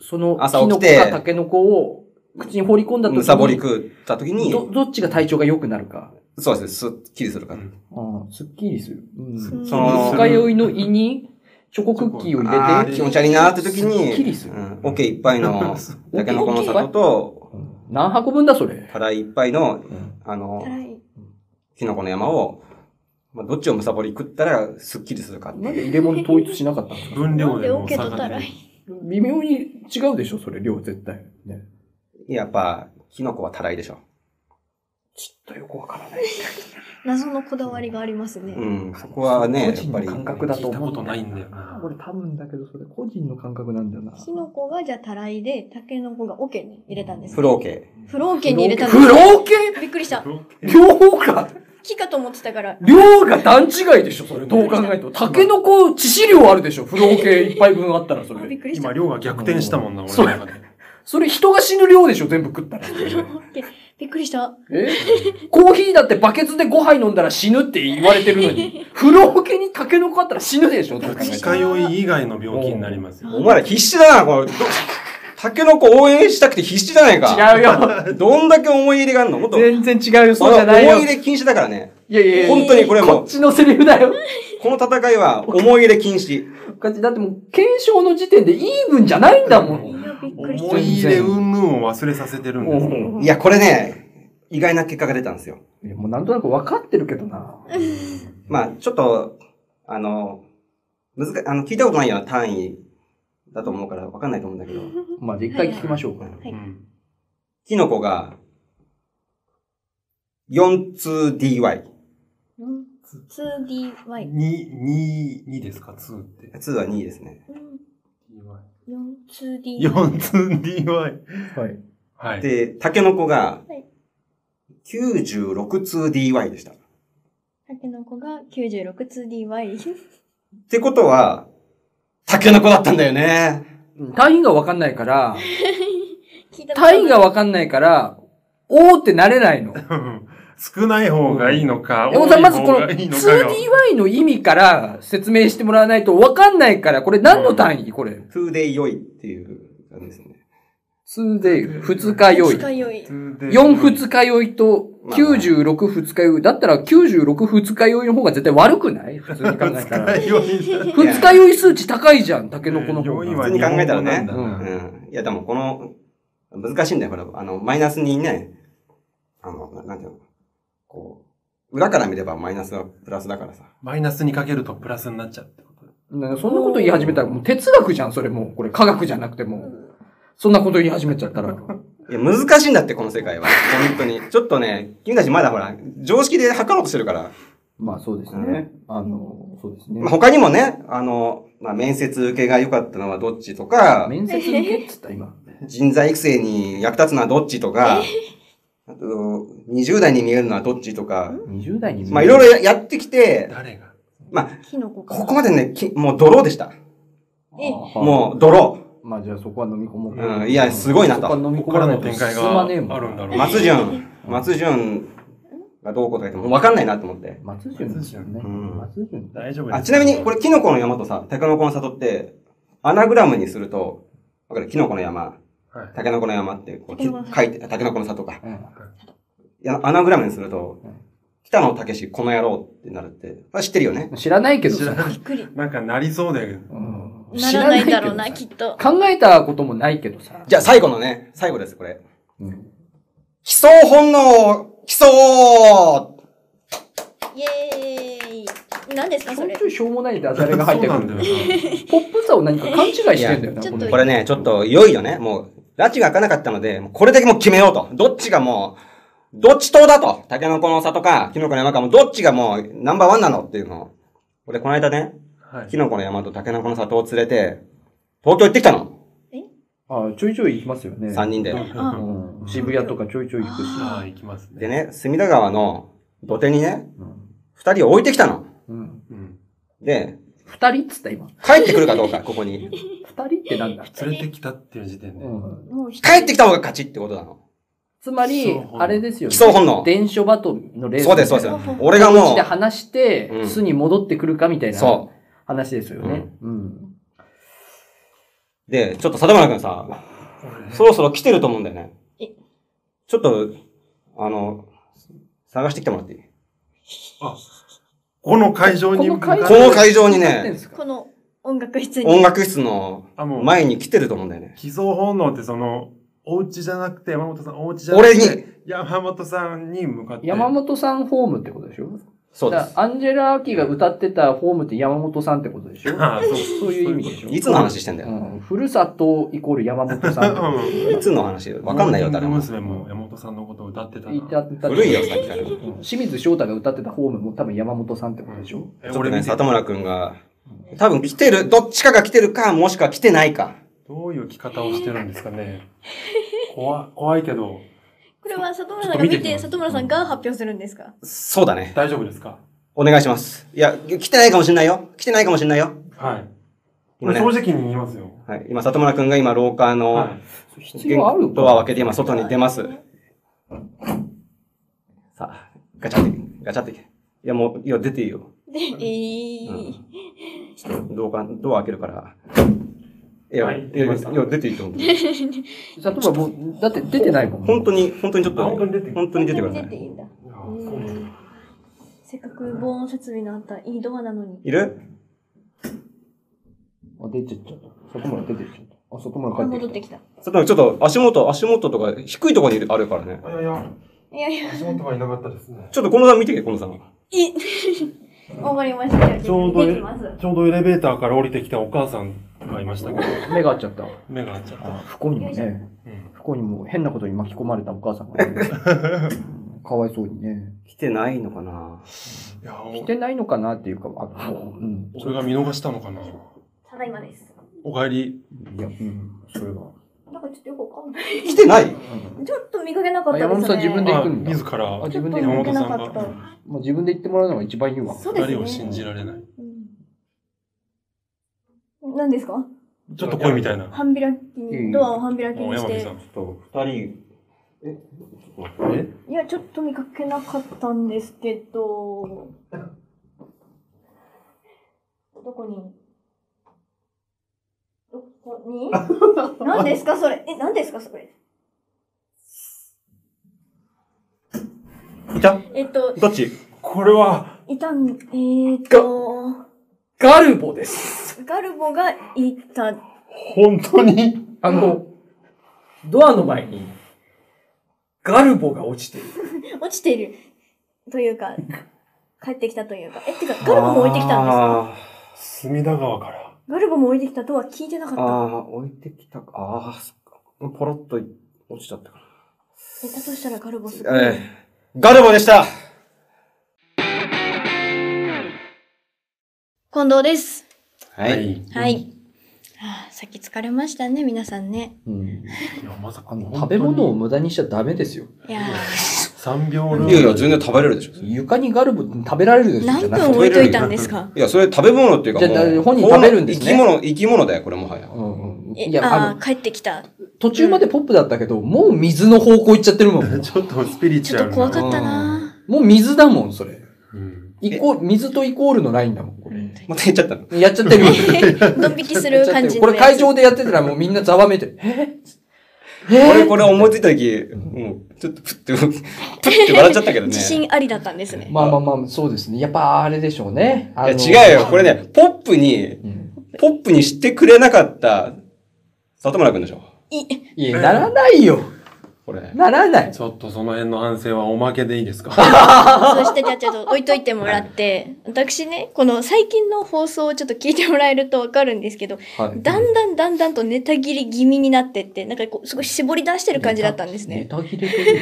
[SPEAKER 2] そその、
[SPEAKER 3] 朝
[SPEAKER 2] キ
[SPEAKER 3] 起
[SPEAKER 2] ノ
[SPEAKER 3] き
[SPEAKER 2] コ
[SPEAKER 3] て
[SPEAKER 2] かタケノコを口に放り込んだ時
[SPEAKER 3] むさぼり食った時に、
[SPEAKER 2] ど、どっちが体調が良くなるか。
[SPEAKER 3] そうです、すっきりするから。
[SPEAKER 2] うん、すっきりする。うん。
[SPEAKER 1] その
[SPEAKER 3] その
[SPEAKER 2] 二日酔いの胃に、チョコクッキーを
[SPEAKER 3] あ
[SPEAKER 2] 入
[SPEAKER 3] ー
[SPEAKER 2] れ
[SPEAKER 3] 気
[SPEAKER 2] て、
[SPEAKER 3] 持ち悪いなーって時に、
[SPEAKER 2] すっきりする
[SPEAKER 3] うん、オケいっぱ いの、
[SPEAKER 2] うん
[SPEAKER 3] タケノコの里と、
[SPEAKER 2] うん何箱分だ、それ。
[SPEAKER 3] たらいっぱいの、
[SPEAKER 2] うん
[SPEAKER 3] あの、
[SPEAKER 1] はい。
[SPEAKER 3] キノコの山を、まあ、どっちをむさぼり食ったらスッキリするかって
[SPEAKER 2] なん
[SPEAKER 3] いう。
[SPEAKER 2] で入れ物統一しなかったんですか
[SPEAKER 4] 分量で
[SPEAKER 1] な
[SPEAKER 4] も
[SPEAKER 1] ん
[SPEAKER 4] う
[SPEAKER 1] で OK 取ったらい
[SPEAKER 4] い。
[SPEAKER 2] 微妙に違うでしょ、それ、量絶対。ね。
[SPEAKER 3] やっぱ、キノコはたらいでしょ。
[SPEAKER 2] ちょっとよくわからない。
[SPEAKER 1] 謎のこだわりがありますね。
[SPEAKER 3] うん、そこはね、やっ
[SPEAKER 2] 個人
[SPEAKER 3] ぱ
[SPEAKER 2] の
[SPEAKER 3] り。
[SPEAKER 2] 感覚だと思う。
[SPEAKER 4] 聞いたことないんだよな
[SPEAKER 2] 俺多分だけど、それ個人の感覚なんだよな。
[SPEAKER 1] キノコがじゃあたらいで、タケノコがオケに入れたんです、
[SPEAKER 3] フローケ。
[SPEAKER 1] フローケに入れたんです。
[SPEAKER 2] 風呂桶
[SPEAKER 1] びっくりした。
[SPEAKER 2] 量が、
[SPEAKER 1] 木かと思ってたから。
[SPEAKER 2] 量が段違いでしょ、それ。どう考えても。タケノコ致死量あるでしょ、風呂桶一杯分あったら、そ
[SPEAKER 1] あびっ
[SPEAKER 2] れ。
[SPEAKER 1] くりした。
[SPEAKER 4] 今、
[SPEAKER 1] フ
[SPEAKER 4] 量が逆転したもんな、俺
[SPEAKER 2] そう
[SPEAKER 4] の中で。
[SPEAKER 2] それ人が死ぬ量でしょ、全部食ったら。
[SPEAKER 1] ローケ。びっくりした。
[SPEAKER 2] えコーヒーだってバケツで5杯飲んだら死ぬって言われてるのに、風呂桶にタケノコあったら死ぬでしょ、どう考えても
[SPEAKER 4] 二日酔い以外の病気になりますよ。
[SPEAKER 3] お前ら必死だな、これ。タケノコ応援したくて必死じゃないか。
[SPEAKER 2] 違うよ。
[SPEAKER 3] どんだけ思い入れがあるのもっと、
[SPEAKER 2] 全然違うよ、そうじゃ
[SPEAKER 3] 俺は
[SPEAKER 2] ないよ。
[SPEAKER 3] 思い入れ禁止だからね。
[SPEAKER 2] いやいやいや、
[SPEAKER 3] 本当にこれはも
[SPEAKER 2] こ
[SPEAKER 3] う
[SPEAKER 2] っ、ちのセリフだよ。
[SPEAKER 3] この戦いは思い入れ禁止。
[SPEAKER 2] だってもう、検証の時点でイーブンじゃないんだも
[SPEAKER 1] い
[SPEAKER 2] ん。
[SPEAKER 1] や、びっくりし
[SPEAKER 4] 思
[SPEAKER 1] た。
[SPEAKER 4] い入れ云々を忘れさせてるんですよ。
[SPEAKER 2] も
[SPEAKER 3] いや、これね、意外な結果が出たんですよ。
[SPEAKER 2] うなんとなく分かってるけどな。
[SPEAKER 3] まあ、ちょっと、あの、難かあの、聞いたことないような単位だと思うから、わかんないと思うんだけど、
[SPEAKER 2] まあ、じゃあ一回聞きましょうか。
[SPEAKER 1] い
[SPEAKER 4] うん
[SPEAKER 3] キノコが、4-2-dy。
[SPEAKER 1] 2DY。
[SPEAKER 4] に、に、にですか ?2 って。
[SPEAKER 3] 2は2ですね。
[SPEAKER 1] 4-2D。
[SPEAKER 4] 4つ DY。
[SPEAKER 2] はい。
[SPEAKER 4] はい。
[SPEAKER 3] で、タケノコが
[SPEAKER 1] はい、
[SPEAKER 3] 96-2dy でした。っ
[SPEAKER 1] タケノコが 96-2DY。
[SPEAKER 3] てことは、タケノコだったんだよね。
[SPEAKER 2] 単位が分かんないから、
[SPEAKER 1] 聞いたことない
[SPEAKER 2] 単位が分かんないから、おーってなれないの。
[SPEAKER 4] うん 少ない方がいいのか、
[SPEAKER 2] 山本
[SPEAKER 4] 多い
[SPEAKER 2] さん、まずこ
[SPEAKER 4] 方
[SPEAKER 2] の
[SPEAKER 4] がいいのかが。
[SPEAKER 2] 2DY の意味から説明してもらわないと分かんないから、これ何の単位これ。
[SPEAKER 3] 2で良いっていう感じですね。
[SPEAKER 2] 2で二日酔い。
[SPEAKER 1] 二日酔い。
[SPEAKER 2] 4二日酔いと96二日酔い。だったら96二日酔いの方が絶対悪くない普通に考えたら。
[SPEAKER 4] 酔い。
[SPEAKER 2] 二日酔い数値高いじゃん、タケノコの方
[SPEAKER 4] 酔いは
[SPEAKER 2] が。
[SPEAKER 4] 日本語なんだ
[SPEAKER 3] 普通に
[SPEAKER 2] 考えたら
[SPEAKER 4] な
[SPEAKER 2] ね
[SPEAKER 3] うん。いや、でもこの、難しいんだよ、ほら。あの、マイナスにね、あの、ななんていうの、こう、裏から見ればマイナスはプラスだからさ。
[SPEAKER 4] マイナスにかけるとプラスになっちゃうってこと。
[SPEAKER 2] なそんなこと言い始めたらもう哲学じゃん、それもう。これ科学じゃなくてもう。そんなこと言い始めちゃった ら。
[SPEAKER 3] いや、難しいんだって、この世界は。本当に。ちょっとね、君たちまだほら、常識で測ろうとしてるから。
[SPEAKER 2] まあそうですね
[SPEAKER 3] ね。
[SPEAKER 2] あの、そうですね
[SPEAKER 3] まあ、。他にもね、あの、まあ、面接受けが良かったのはどっちとか、
[SPEAKER 2] 面接受けっつった今。
[SPEAKER 3] 人材育成に役立つのはどっちとか、あと、20代に見えるのはどっちとか、
[SPEAKER 2] 20代に。
[SPEAKER 3] まあ、いろいろややってきて、
[SPEAKER 4] 誰が
[SPEAKER 1] キノコか。
[SPEAKER 3] ここまでね、きもう泥でした。
[SPEAKER 1] え
[SPEAKER 3] もう泥。
[SPEAKER 2] う。まあじゃあそこは飲み込もう
[SPEAKER 3] うん、いや、すごいな
[SPEAKER 2] そこは
[SPEAKER 3] と。
[SPEAKER 2] 飲み
[SPEAKER 4] ここ
[SPEAKER 2] 込
[SPEAKER 4] から
[SPEAKER 2] まな
[SPEAKER 4] の
[SPEAKER 2] いと
[SPEAKER 4] 展
[SPEAKER 2] 進
[SPEAKER 4] 開が
[SPEAKER 2] ま
[SPEAKER 4] あ
[SPEAKER 2] ねえ
[SPEAKER 4] るん
[SPEAKER 2] も
[SPEAKER 4] だ
[SPEAKER 2] ん。
[SPEAKER 4] ろう。
[SPEAKER 3] 松潤、松潤がどうこうとか言っても分かんないなと思って。
[SPEAKER 2] 松潤ですよね。
[SPEAKER 3] うん
[SPEAKER 2] 松潤だ。
[SPEAKER 4] 大丈夫です
[SPEAKER 3] あ、ちなみに、これ、キノコの山とさ、タケノコの里って、アナグラムにすると、わかるキノコの山、
[SPEAKER 4] はい
[SPEAKER 3] タケノコの山って、こう、
[SPEAKER 1] タ
[SPEAKER 3] き
[SPEAKER 1] ケノコの里
[SPEAKER 3] 書いて、タケノコの里か。
[SPEAKER 2] うん
[SPEAKER 3] いやアナグラムにすると
[SPEAKER 2] うん、
[SPEAKER 3] 北野武この野郎ってなるって、まあ、知ってるよね。
[SPEAKER 2] 知らないけど
[SPEAKER 4] 知ら
[SPEAKER 2] さ。
[SPEAKER 4] ない
[SPEAKER 1] びっくり。
[SPEAKER 4] なんかなりそうだけど。
[SPEAKER 2] うん
[SPEAKER 1] ならないだろうな、
[SPEAKER 2] 知ら
[SPEAKER 1] き
[SPEAKER 2] け
[SPEAKER 1] っと。
[SPEAKER 2] どさ考えたこともないけどさ。
[SPEAKER 3] じゃあ最後のね、最後です、これ。
[SPEAKER 2] うん
[SPEAKER 3] 基礎本能、基礎
[SPEAKER 1] イエーイ。何ですか、
[SPEAKER 2] ち
[SPEAKER 1] そ
[SPEAKER 2] ょい
[SPEAKER 1] れ
[SPEAKER 2] ちょ。いしょうもないダジャレが入ってく
[SPEAKER 4] そうなんだ
[SPEAKER 2] る。
[SPEAKER 4] よな。
[SPEAKER 2] ポップさを何か勘違いしてんだよな、
[SPEAKER 1] いや
[SPEAKER 2] こ
[SPEAKER 1] ちょっ
[SPEAKER 2] の
[SPEAKER 1] と
[SPEAKER 3] これね、ちょっと、いよいよね、もう、拉致が開かなかったので、もうこれだけもう決めようと。どっちがもう、どっち党だと。タケノコの里か、キノコの山か、もうどっちがもう、ナンバーワンなのっていうのを。俺、この間ね、
[SPEAKER 4] はい
[SPEAKER 3] キノコの山とタケノコの里を連れて、東京行ってきたの。
[SPEAKER 2] あちょいちょい行きますよね。
[SPEAKER 3] 3人で。
[SPEAKER 1] あ
[SPEAKER 2] うん渋谷とかちょいちょい行くし。
[SPEAKER 4] ああ、行きます
[SPEAKER 3] で
[SPEAKER 4] ね。
[SPEAKER 3] ね、隅田川の土手にね、
[SPEAKER 2] うん
[SPEAKER 3] 2人を置いてきたの。
[SPEAKER 2] うん
[SPEAKER 4] うん。
[SPEAKER 3] で、
[SPEAKER 2] 二人っつった今。
[SPEAKER 3] 帰ってくるかどうか、ここに。
[SPEAKER 2] 二人ってなんだ
[SPEAKER 4] 連れてきたっていう時点で。
[SPEAKER 2] うん
[SPEAKER 1] もう一人
[SPEAKER 3] 帰ってきた方が勝ちってことなの。
[SPEAKER 2] つま
[SPEAKER 4] 基
[SPEAKER 2] り
[SPEAKER 4] 礎本、能
[SPEAKER 2] あれですよね。
[SPEAKER 3] 基礎本能
[SPEAKER 2] 伝書バトルのレース。
[SPEAKER 3] そうです、そう
[SPEAKER 2] す。
[SPEAKER 3] です。俺がも
[SPEAKER 2] で
[SPEAKER 3] う、
[SPEAKER 2] 話して
[SPEAKER 3] う、ん
[SPEAKER 2] 巣に戻ってくるかみたいな
[SPEAKER 3] そ
[SPEAKER 2] 話ですよね。うん。
[SPEAKER 3] う。で、ちょっと貞村くんさ、そろそろ来てると思うんだよね
[SPEAKER 1] え。
[SPEAKER 3] ちょっと、あの、探してきてもらっていい
[SPEAKER 4] この会場に向かっ
[SPEAKER 3] この会場にね
[SPEAKER 2] やってんすか
[SPEAKER 1] この音楽室に。
[SPEAKER 3] 音楽室の
[SPEAKER 4] あ、もう、
[SPEAKER 3] 前に来てると思うんだよね。
[SPEAKER 4] 寄贈本能ってその、お家じゃなくて、山本さん、お家じゃなく
[SPEAKER 3] 俺
[SPEAKER 4] て、
[SPEAKER 3] に
[SPEAKER 4] 山本さんに向かって。
[SPEAKER 2] 山本さんホームってことでしょ
[SPEAKER 3] そうで
[SPEAKER 2] だか
[SPEAKER 3] す。
[SPEAKER 2] らアンジェラ・アキが歌ってたホームって山本さんってことでしょ
[SPEAKER 4] ああ、そう、
[SPEAKER 2] そういう意味でしょ
[SPEAKER 3] いつの話してんだ
[SPEAKER 2] う
[SPEAKER 3] よ。
[SPEAKER 2] ん、ふるさとイコール山本さんって こ
[SPEAKER 3] いつの話わかんないよ、誰も。
[SPEAKER 4] 娘も山本さんのことを歌って
[SPEAKER 2] と
[SPEAKER 4] たな。
[SPEAKER 2] 言ってあった
[SPEAKER 3] 古いよ、さっきから。ち
[SPEAKER 2] うん清水翔太が歌ってたホームも多分山本さんってことでしょ、
[SPEAKER 4] え
[SPEAKER 3] ょっと
[SPEAKER 4] 俺
[SPEAKER 3] ね、
[SPEAKER 4] 見て
[SPEAKER 3] 里村くんが、多分来てる、どっちかが来てるか、もしくは来てないか。
[SPEAKER 4] どういう着方をしてるんですかね。怖怖いけど、
[SPEAKER 1] これは里村
[SPEAKER 4] ちょ
[SPEAKER 1] さん
[SPEAKER 4] っと
[SPEAKER 1] が
[SPEAKER 4] 見て
[SPEAKER 1] 見
[SPEAKER 4] き
[SPEAKER 1] て、
[SPEAKER 4] ます
[SPEAKER 1] 里村さんが発表するんですか
[SPEAKER 3] そうだね。
[SPEAKER 4] 大丈夫ですか
[SPEAKER 3] お願いします。いや、来てないかもしんないよ。来てないかもしんないよ。
[SPEAKER 4] はい。
[SPEAKER 3] 今
[SPEAKER 4] 俺
[SPEAKER 3] ね
[SPEAKER 4] 正直に言いますよ。
[SPEAKER 3] はい、今、里村くんが今、廊下の
[SPEAKER 4] は、
[SPEAKER 2] 必要ある
[SPEAKER 3] ドアを
[SPEAKER 2] か
[SPEAKER 3] 開けて今、外に出ます。さあ、ガチャって、ガチャって。いや、もう、いや、出ていいよ。
[SPEAKER 1] で、えー
[SPEAKER 3] ちょっと、廊下、ドア開けるから。いや、
[SPEAKER 4] はい
[SPEAKER 3] い
[SPEAKER 4] 行
[SPEAKER 3] や、
[SPEAKER 4] き
[SPEAKER 3] い
[SPEAKER 4] ました
[SPEAKER 3] やいや出ていいと思う。
[SPEAKER 2] 例えばもうだって出てないもん
[SPEAKER 3] 本当に、本当にちょっと、
[SPEAKER 4] あ本当に出てくる
[SPEAKER 3] 本当に出てくださ
[SPEAKER 1] 出てい
[SPEAKER 3] い。
[SPEAKER 1] いんだ。
[SPEAKER 4] い。ああそうなんだ
[SPEAKER 1] せっかく防音設備のあったいいドアなのに。
[SPEAKER 3] いる
[SPEAKER 2] あ出てっちゃった外村出てっちゃったあ外村
[SPEAKER 1] あ
[SPEAKER 2] 帰
[SPEAKER 1] 戻
[SPEAKER 2] っ
[SPEAKER 1] ってて
[SPEAKER 2] き
[SPEAKER 1] きた。
[SPEAKER 3] ちょっと足元、足元とか低いところにあるからね。
[SPEAKER 4] あいやいや、
[SPEAKER 1] いやいや、
[SPEAKER 4] 足元はいなかったですね。
[SPEAKER 3] ちょっとこのさん見てけ、このさん。
[SPEAKER 1] いい。わかりました。
[SPEAKER 4] ちょうど
[SPEAKER 1] で
[SPEAKER 4] え
[SPEAKER 1] きます。
[SPEAKER 4] ちょうどエレベーターから降りてきたお母さんがいましたけど、
[SPEAKER 2] た目が合っちゃった
[SPEAKER 4] 目が合っちゃった。
[SPEAKER 2] あ不幸にもね
[SPEAKER 4] うん
[SPEAKER 2] 不幸にも変なことに巻き込まれたお母さんがいる うんかわいそうにね
[SPEAKER 3] 来てないのかない
[SPEAKER 4] や、
[SPEAKER 2] 来
[SPEAKER 4] お
[SPEAKER 2] てないのかなっていうかあもううん
[SPEAKER 4] 俺が見逃したのかな。
[SPEAKER 1] ただいまです。
[SPEAKER 4] お帰り。
[SPEAKER 2] いやうんそれは
[SPEAKER 1] なんかちょっとよくわかんない。
[SPEAKER 3] 来てない
[SPEAKER 1] ちょっと見かけなかったですね。
[SPEAKER 2] あ山本さん自分で行
[SPEAKER 4] あ
[SPEAKER 2] くんだ
[SPEAKER 4] 自ら
[SPEAKER 2] あ
[SPEAKER 1] ちょ
[SPEAKER 2] 自
[SPEAKER 1] っ
[SPEAKER 2] 分
[SPEAKER 1] と
[SPEAKER 2] で
[SPEAKER 1] 見か
[SPEAKER 4] 山本
[SPEAKER 1] け
[SPEAKER 4] さ
[SPEAKER 1] なんか
[SPEAKER 4] が
[SPEAKER 1] った。
[SPEAKER 2] もう自分で言ってもらうのが一番いいわ
[SPEAKER 1] そうです
[SPEAKER 4] 二
[SPEAKER 1] ね。
[SPEAKER 4] 人を信じられない。
[SPEAKER 1] うん何ですか
[SPEAKER 4] ちょっと声みたいな。
[SPEAKER 1] 半開き
[SPEAKER 2] うん
[SPEAKER 1] に、ドアを半開き
[SPEAKER 4] も
[SPEAKER 1] に
[SPEAKER 4] う
[SPEAKER 1] し
[SPEAKER 4] 山
[SPEAKER 1] て
[SPEAKER 4] 美さ。ん。
[SPEAKER 3] ちょっと、二人。え
[SPEAKER 4] え
[SPEAKER 1] いや、ちょっと見かけなかったんですけど。どこにどこ に何ですかそれえ、何ですかそれ
[SPEAKER 3] いた
[SPEAKER 1] えっと、
[SPEAKER 3] どっち
[SPEAKER 4] これは、
[SPEAKER 1] いたん、えー、っと、
[SPEAKER 2] ガルボです
[SPEAKER 1] ガルボがいた。
[SPEAKER 4] 本当に。
[SPEAKER 2] あのドアの前にガルボが落ちてる
[SPEAKER 1] 落ちている。というか、帰ってきたというか。え、てか、ガルボも置いてきたんですか
[SPEAKER 4] 隅田川から。
[SPEAKER 1] ガルボも置いてきたとは聞いてなかっ
[SPEAKER 3] あー
[SPEAKER 1] た。
[SPEAKER 3] あー、置いてきたか。ああ、そっか。ポロッと落ちちゃったか
[SPEAKER 1] え、だとしたらガルボすごい
[SPEAKER 3] な。ええガルボでした
[SPEAKER 1] 近藤です。
[SPEAKER 3] は。
[SPEAKER 4] い
[SPEAKER 1] はい。はあ、さっき疲れましたね、皆さんね。
[SPEAKER 2] うん
[SPEAKER 4] や、まさか
[SPEAKER 2] あの食べ物を無駄にしちゃダメですよ
[SPEAKER 1] いや
[SPEAKER 4] 3秒ルール
[SPEAKER 3] いやいや、全然食べれるでしょ。い
[SPEAKER 2] 床にガルブ食べられるんで
[SPEAKER 1] ー、
[SPEAKER 2] すよじ
[SPEAKER 1] 何
[SPEAKER 2] ゃな
[SPEAKER 1] 分
[SPEAKER 2] くて
[SPEAKER 1] 置いといたんですか
[SPEAKER 3] や、それ食べ物っていうか
[SPEAKER 2] じゃあ
[SPEAKER 3] もう、
[SPEAKER 2] 本人食べるんですね
[SPEAKER 3] 生き物、生き物だよ、これもはや。
[SPEAKER 2] うんうん
[SPEAKER 1] え
[SPEAKER 2] い
[SPEAKER 1] あ
[SPEAKER 2] や、
[SPEAKER 1] あ
[SPEAKER 2] あの、
[SPEAKER 1] ー、帰ってきた。
[SPEAKER 2] 途中までポップだったけど、もう水の方向行っちゃってるもん。
[SPEAKER 4] ちょっとスピリチ
[SPEAKER 1] ち
[SPEAKER 4] ュ
[SPEAKER 1] ょ
[SPEAKER 4] ア
[SPEAKER 1] っ
[SPEAKER 4] ル
[SPEAKER 1] と
[SPEAKER 4] な。
[SPEAKER 1] 怖かったな
[SPEAKER 2] もう水だもん、それ。
[SPEAKER 4] うん
[SPEAKER 2] イコール水とイコールのラインだもん、これ。
[SPEAKER 3] また言っちゃったの。
[SPEAKER 2] やっちゃってるよ。
[SPEAKER 1] ドン引 きする感じの
[SPEAKER 2] これ
[SPEAKER 1] やつ
[SPEAKER 2] 会場でやってたらもうみんなざわめいてる。え
[SPEAKER 3] 俺、
[SPEAKER 2] え
[SPEAKER 3] これ思いついた時、もう、ちょっと、プッて、プッて笑っちゃったけどね。
[SPEAKER 1] 自信ありだったんですね。
[SPEAKER 2] まあまあまあ、そうですね。やっぱあれでしょうね。あの
[SPEAKER 3] いや、違うよ。これ。ね、ポップに、
[SPEAKER 2] うん
[SPEAKER 3] ポップにしてくれなかった、里村くんでしょ。
[SPEAKER 1] い
[SPEAKER 2] いや、ならないよ。
[SPEAKER 3] これ。
[SPEAKER 2] ならない。
[SPEAKER 4] ちょっとその辺の反省はおまけでいいですか
[SPEAKER 1] そしてじゃあちょっと置いといてもらって、私ね、この最近の放送をちょっと聞いてもらえるとわかるんですけど、
[SPEAKER 2] はい
[SPEAKER 1] だんだんだんだんとネタ切り気味になってって、なんかこう、すごい絞り出してる感じだったんです
[SPEAKER 2] ネ
[SPEAKER 1] ね。
[SPEAKER 2] タ切れてる。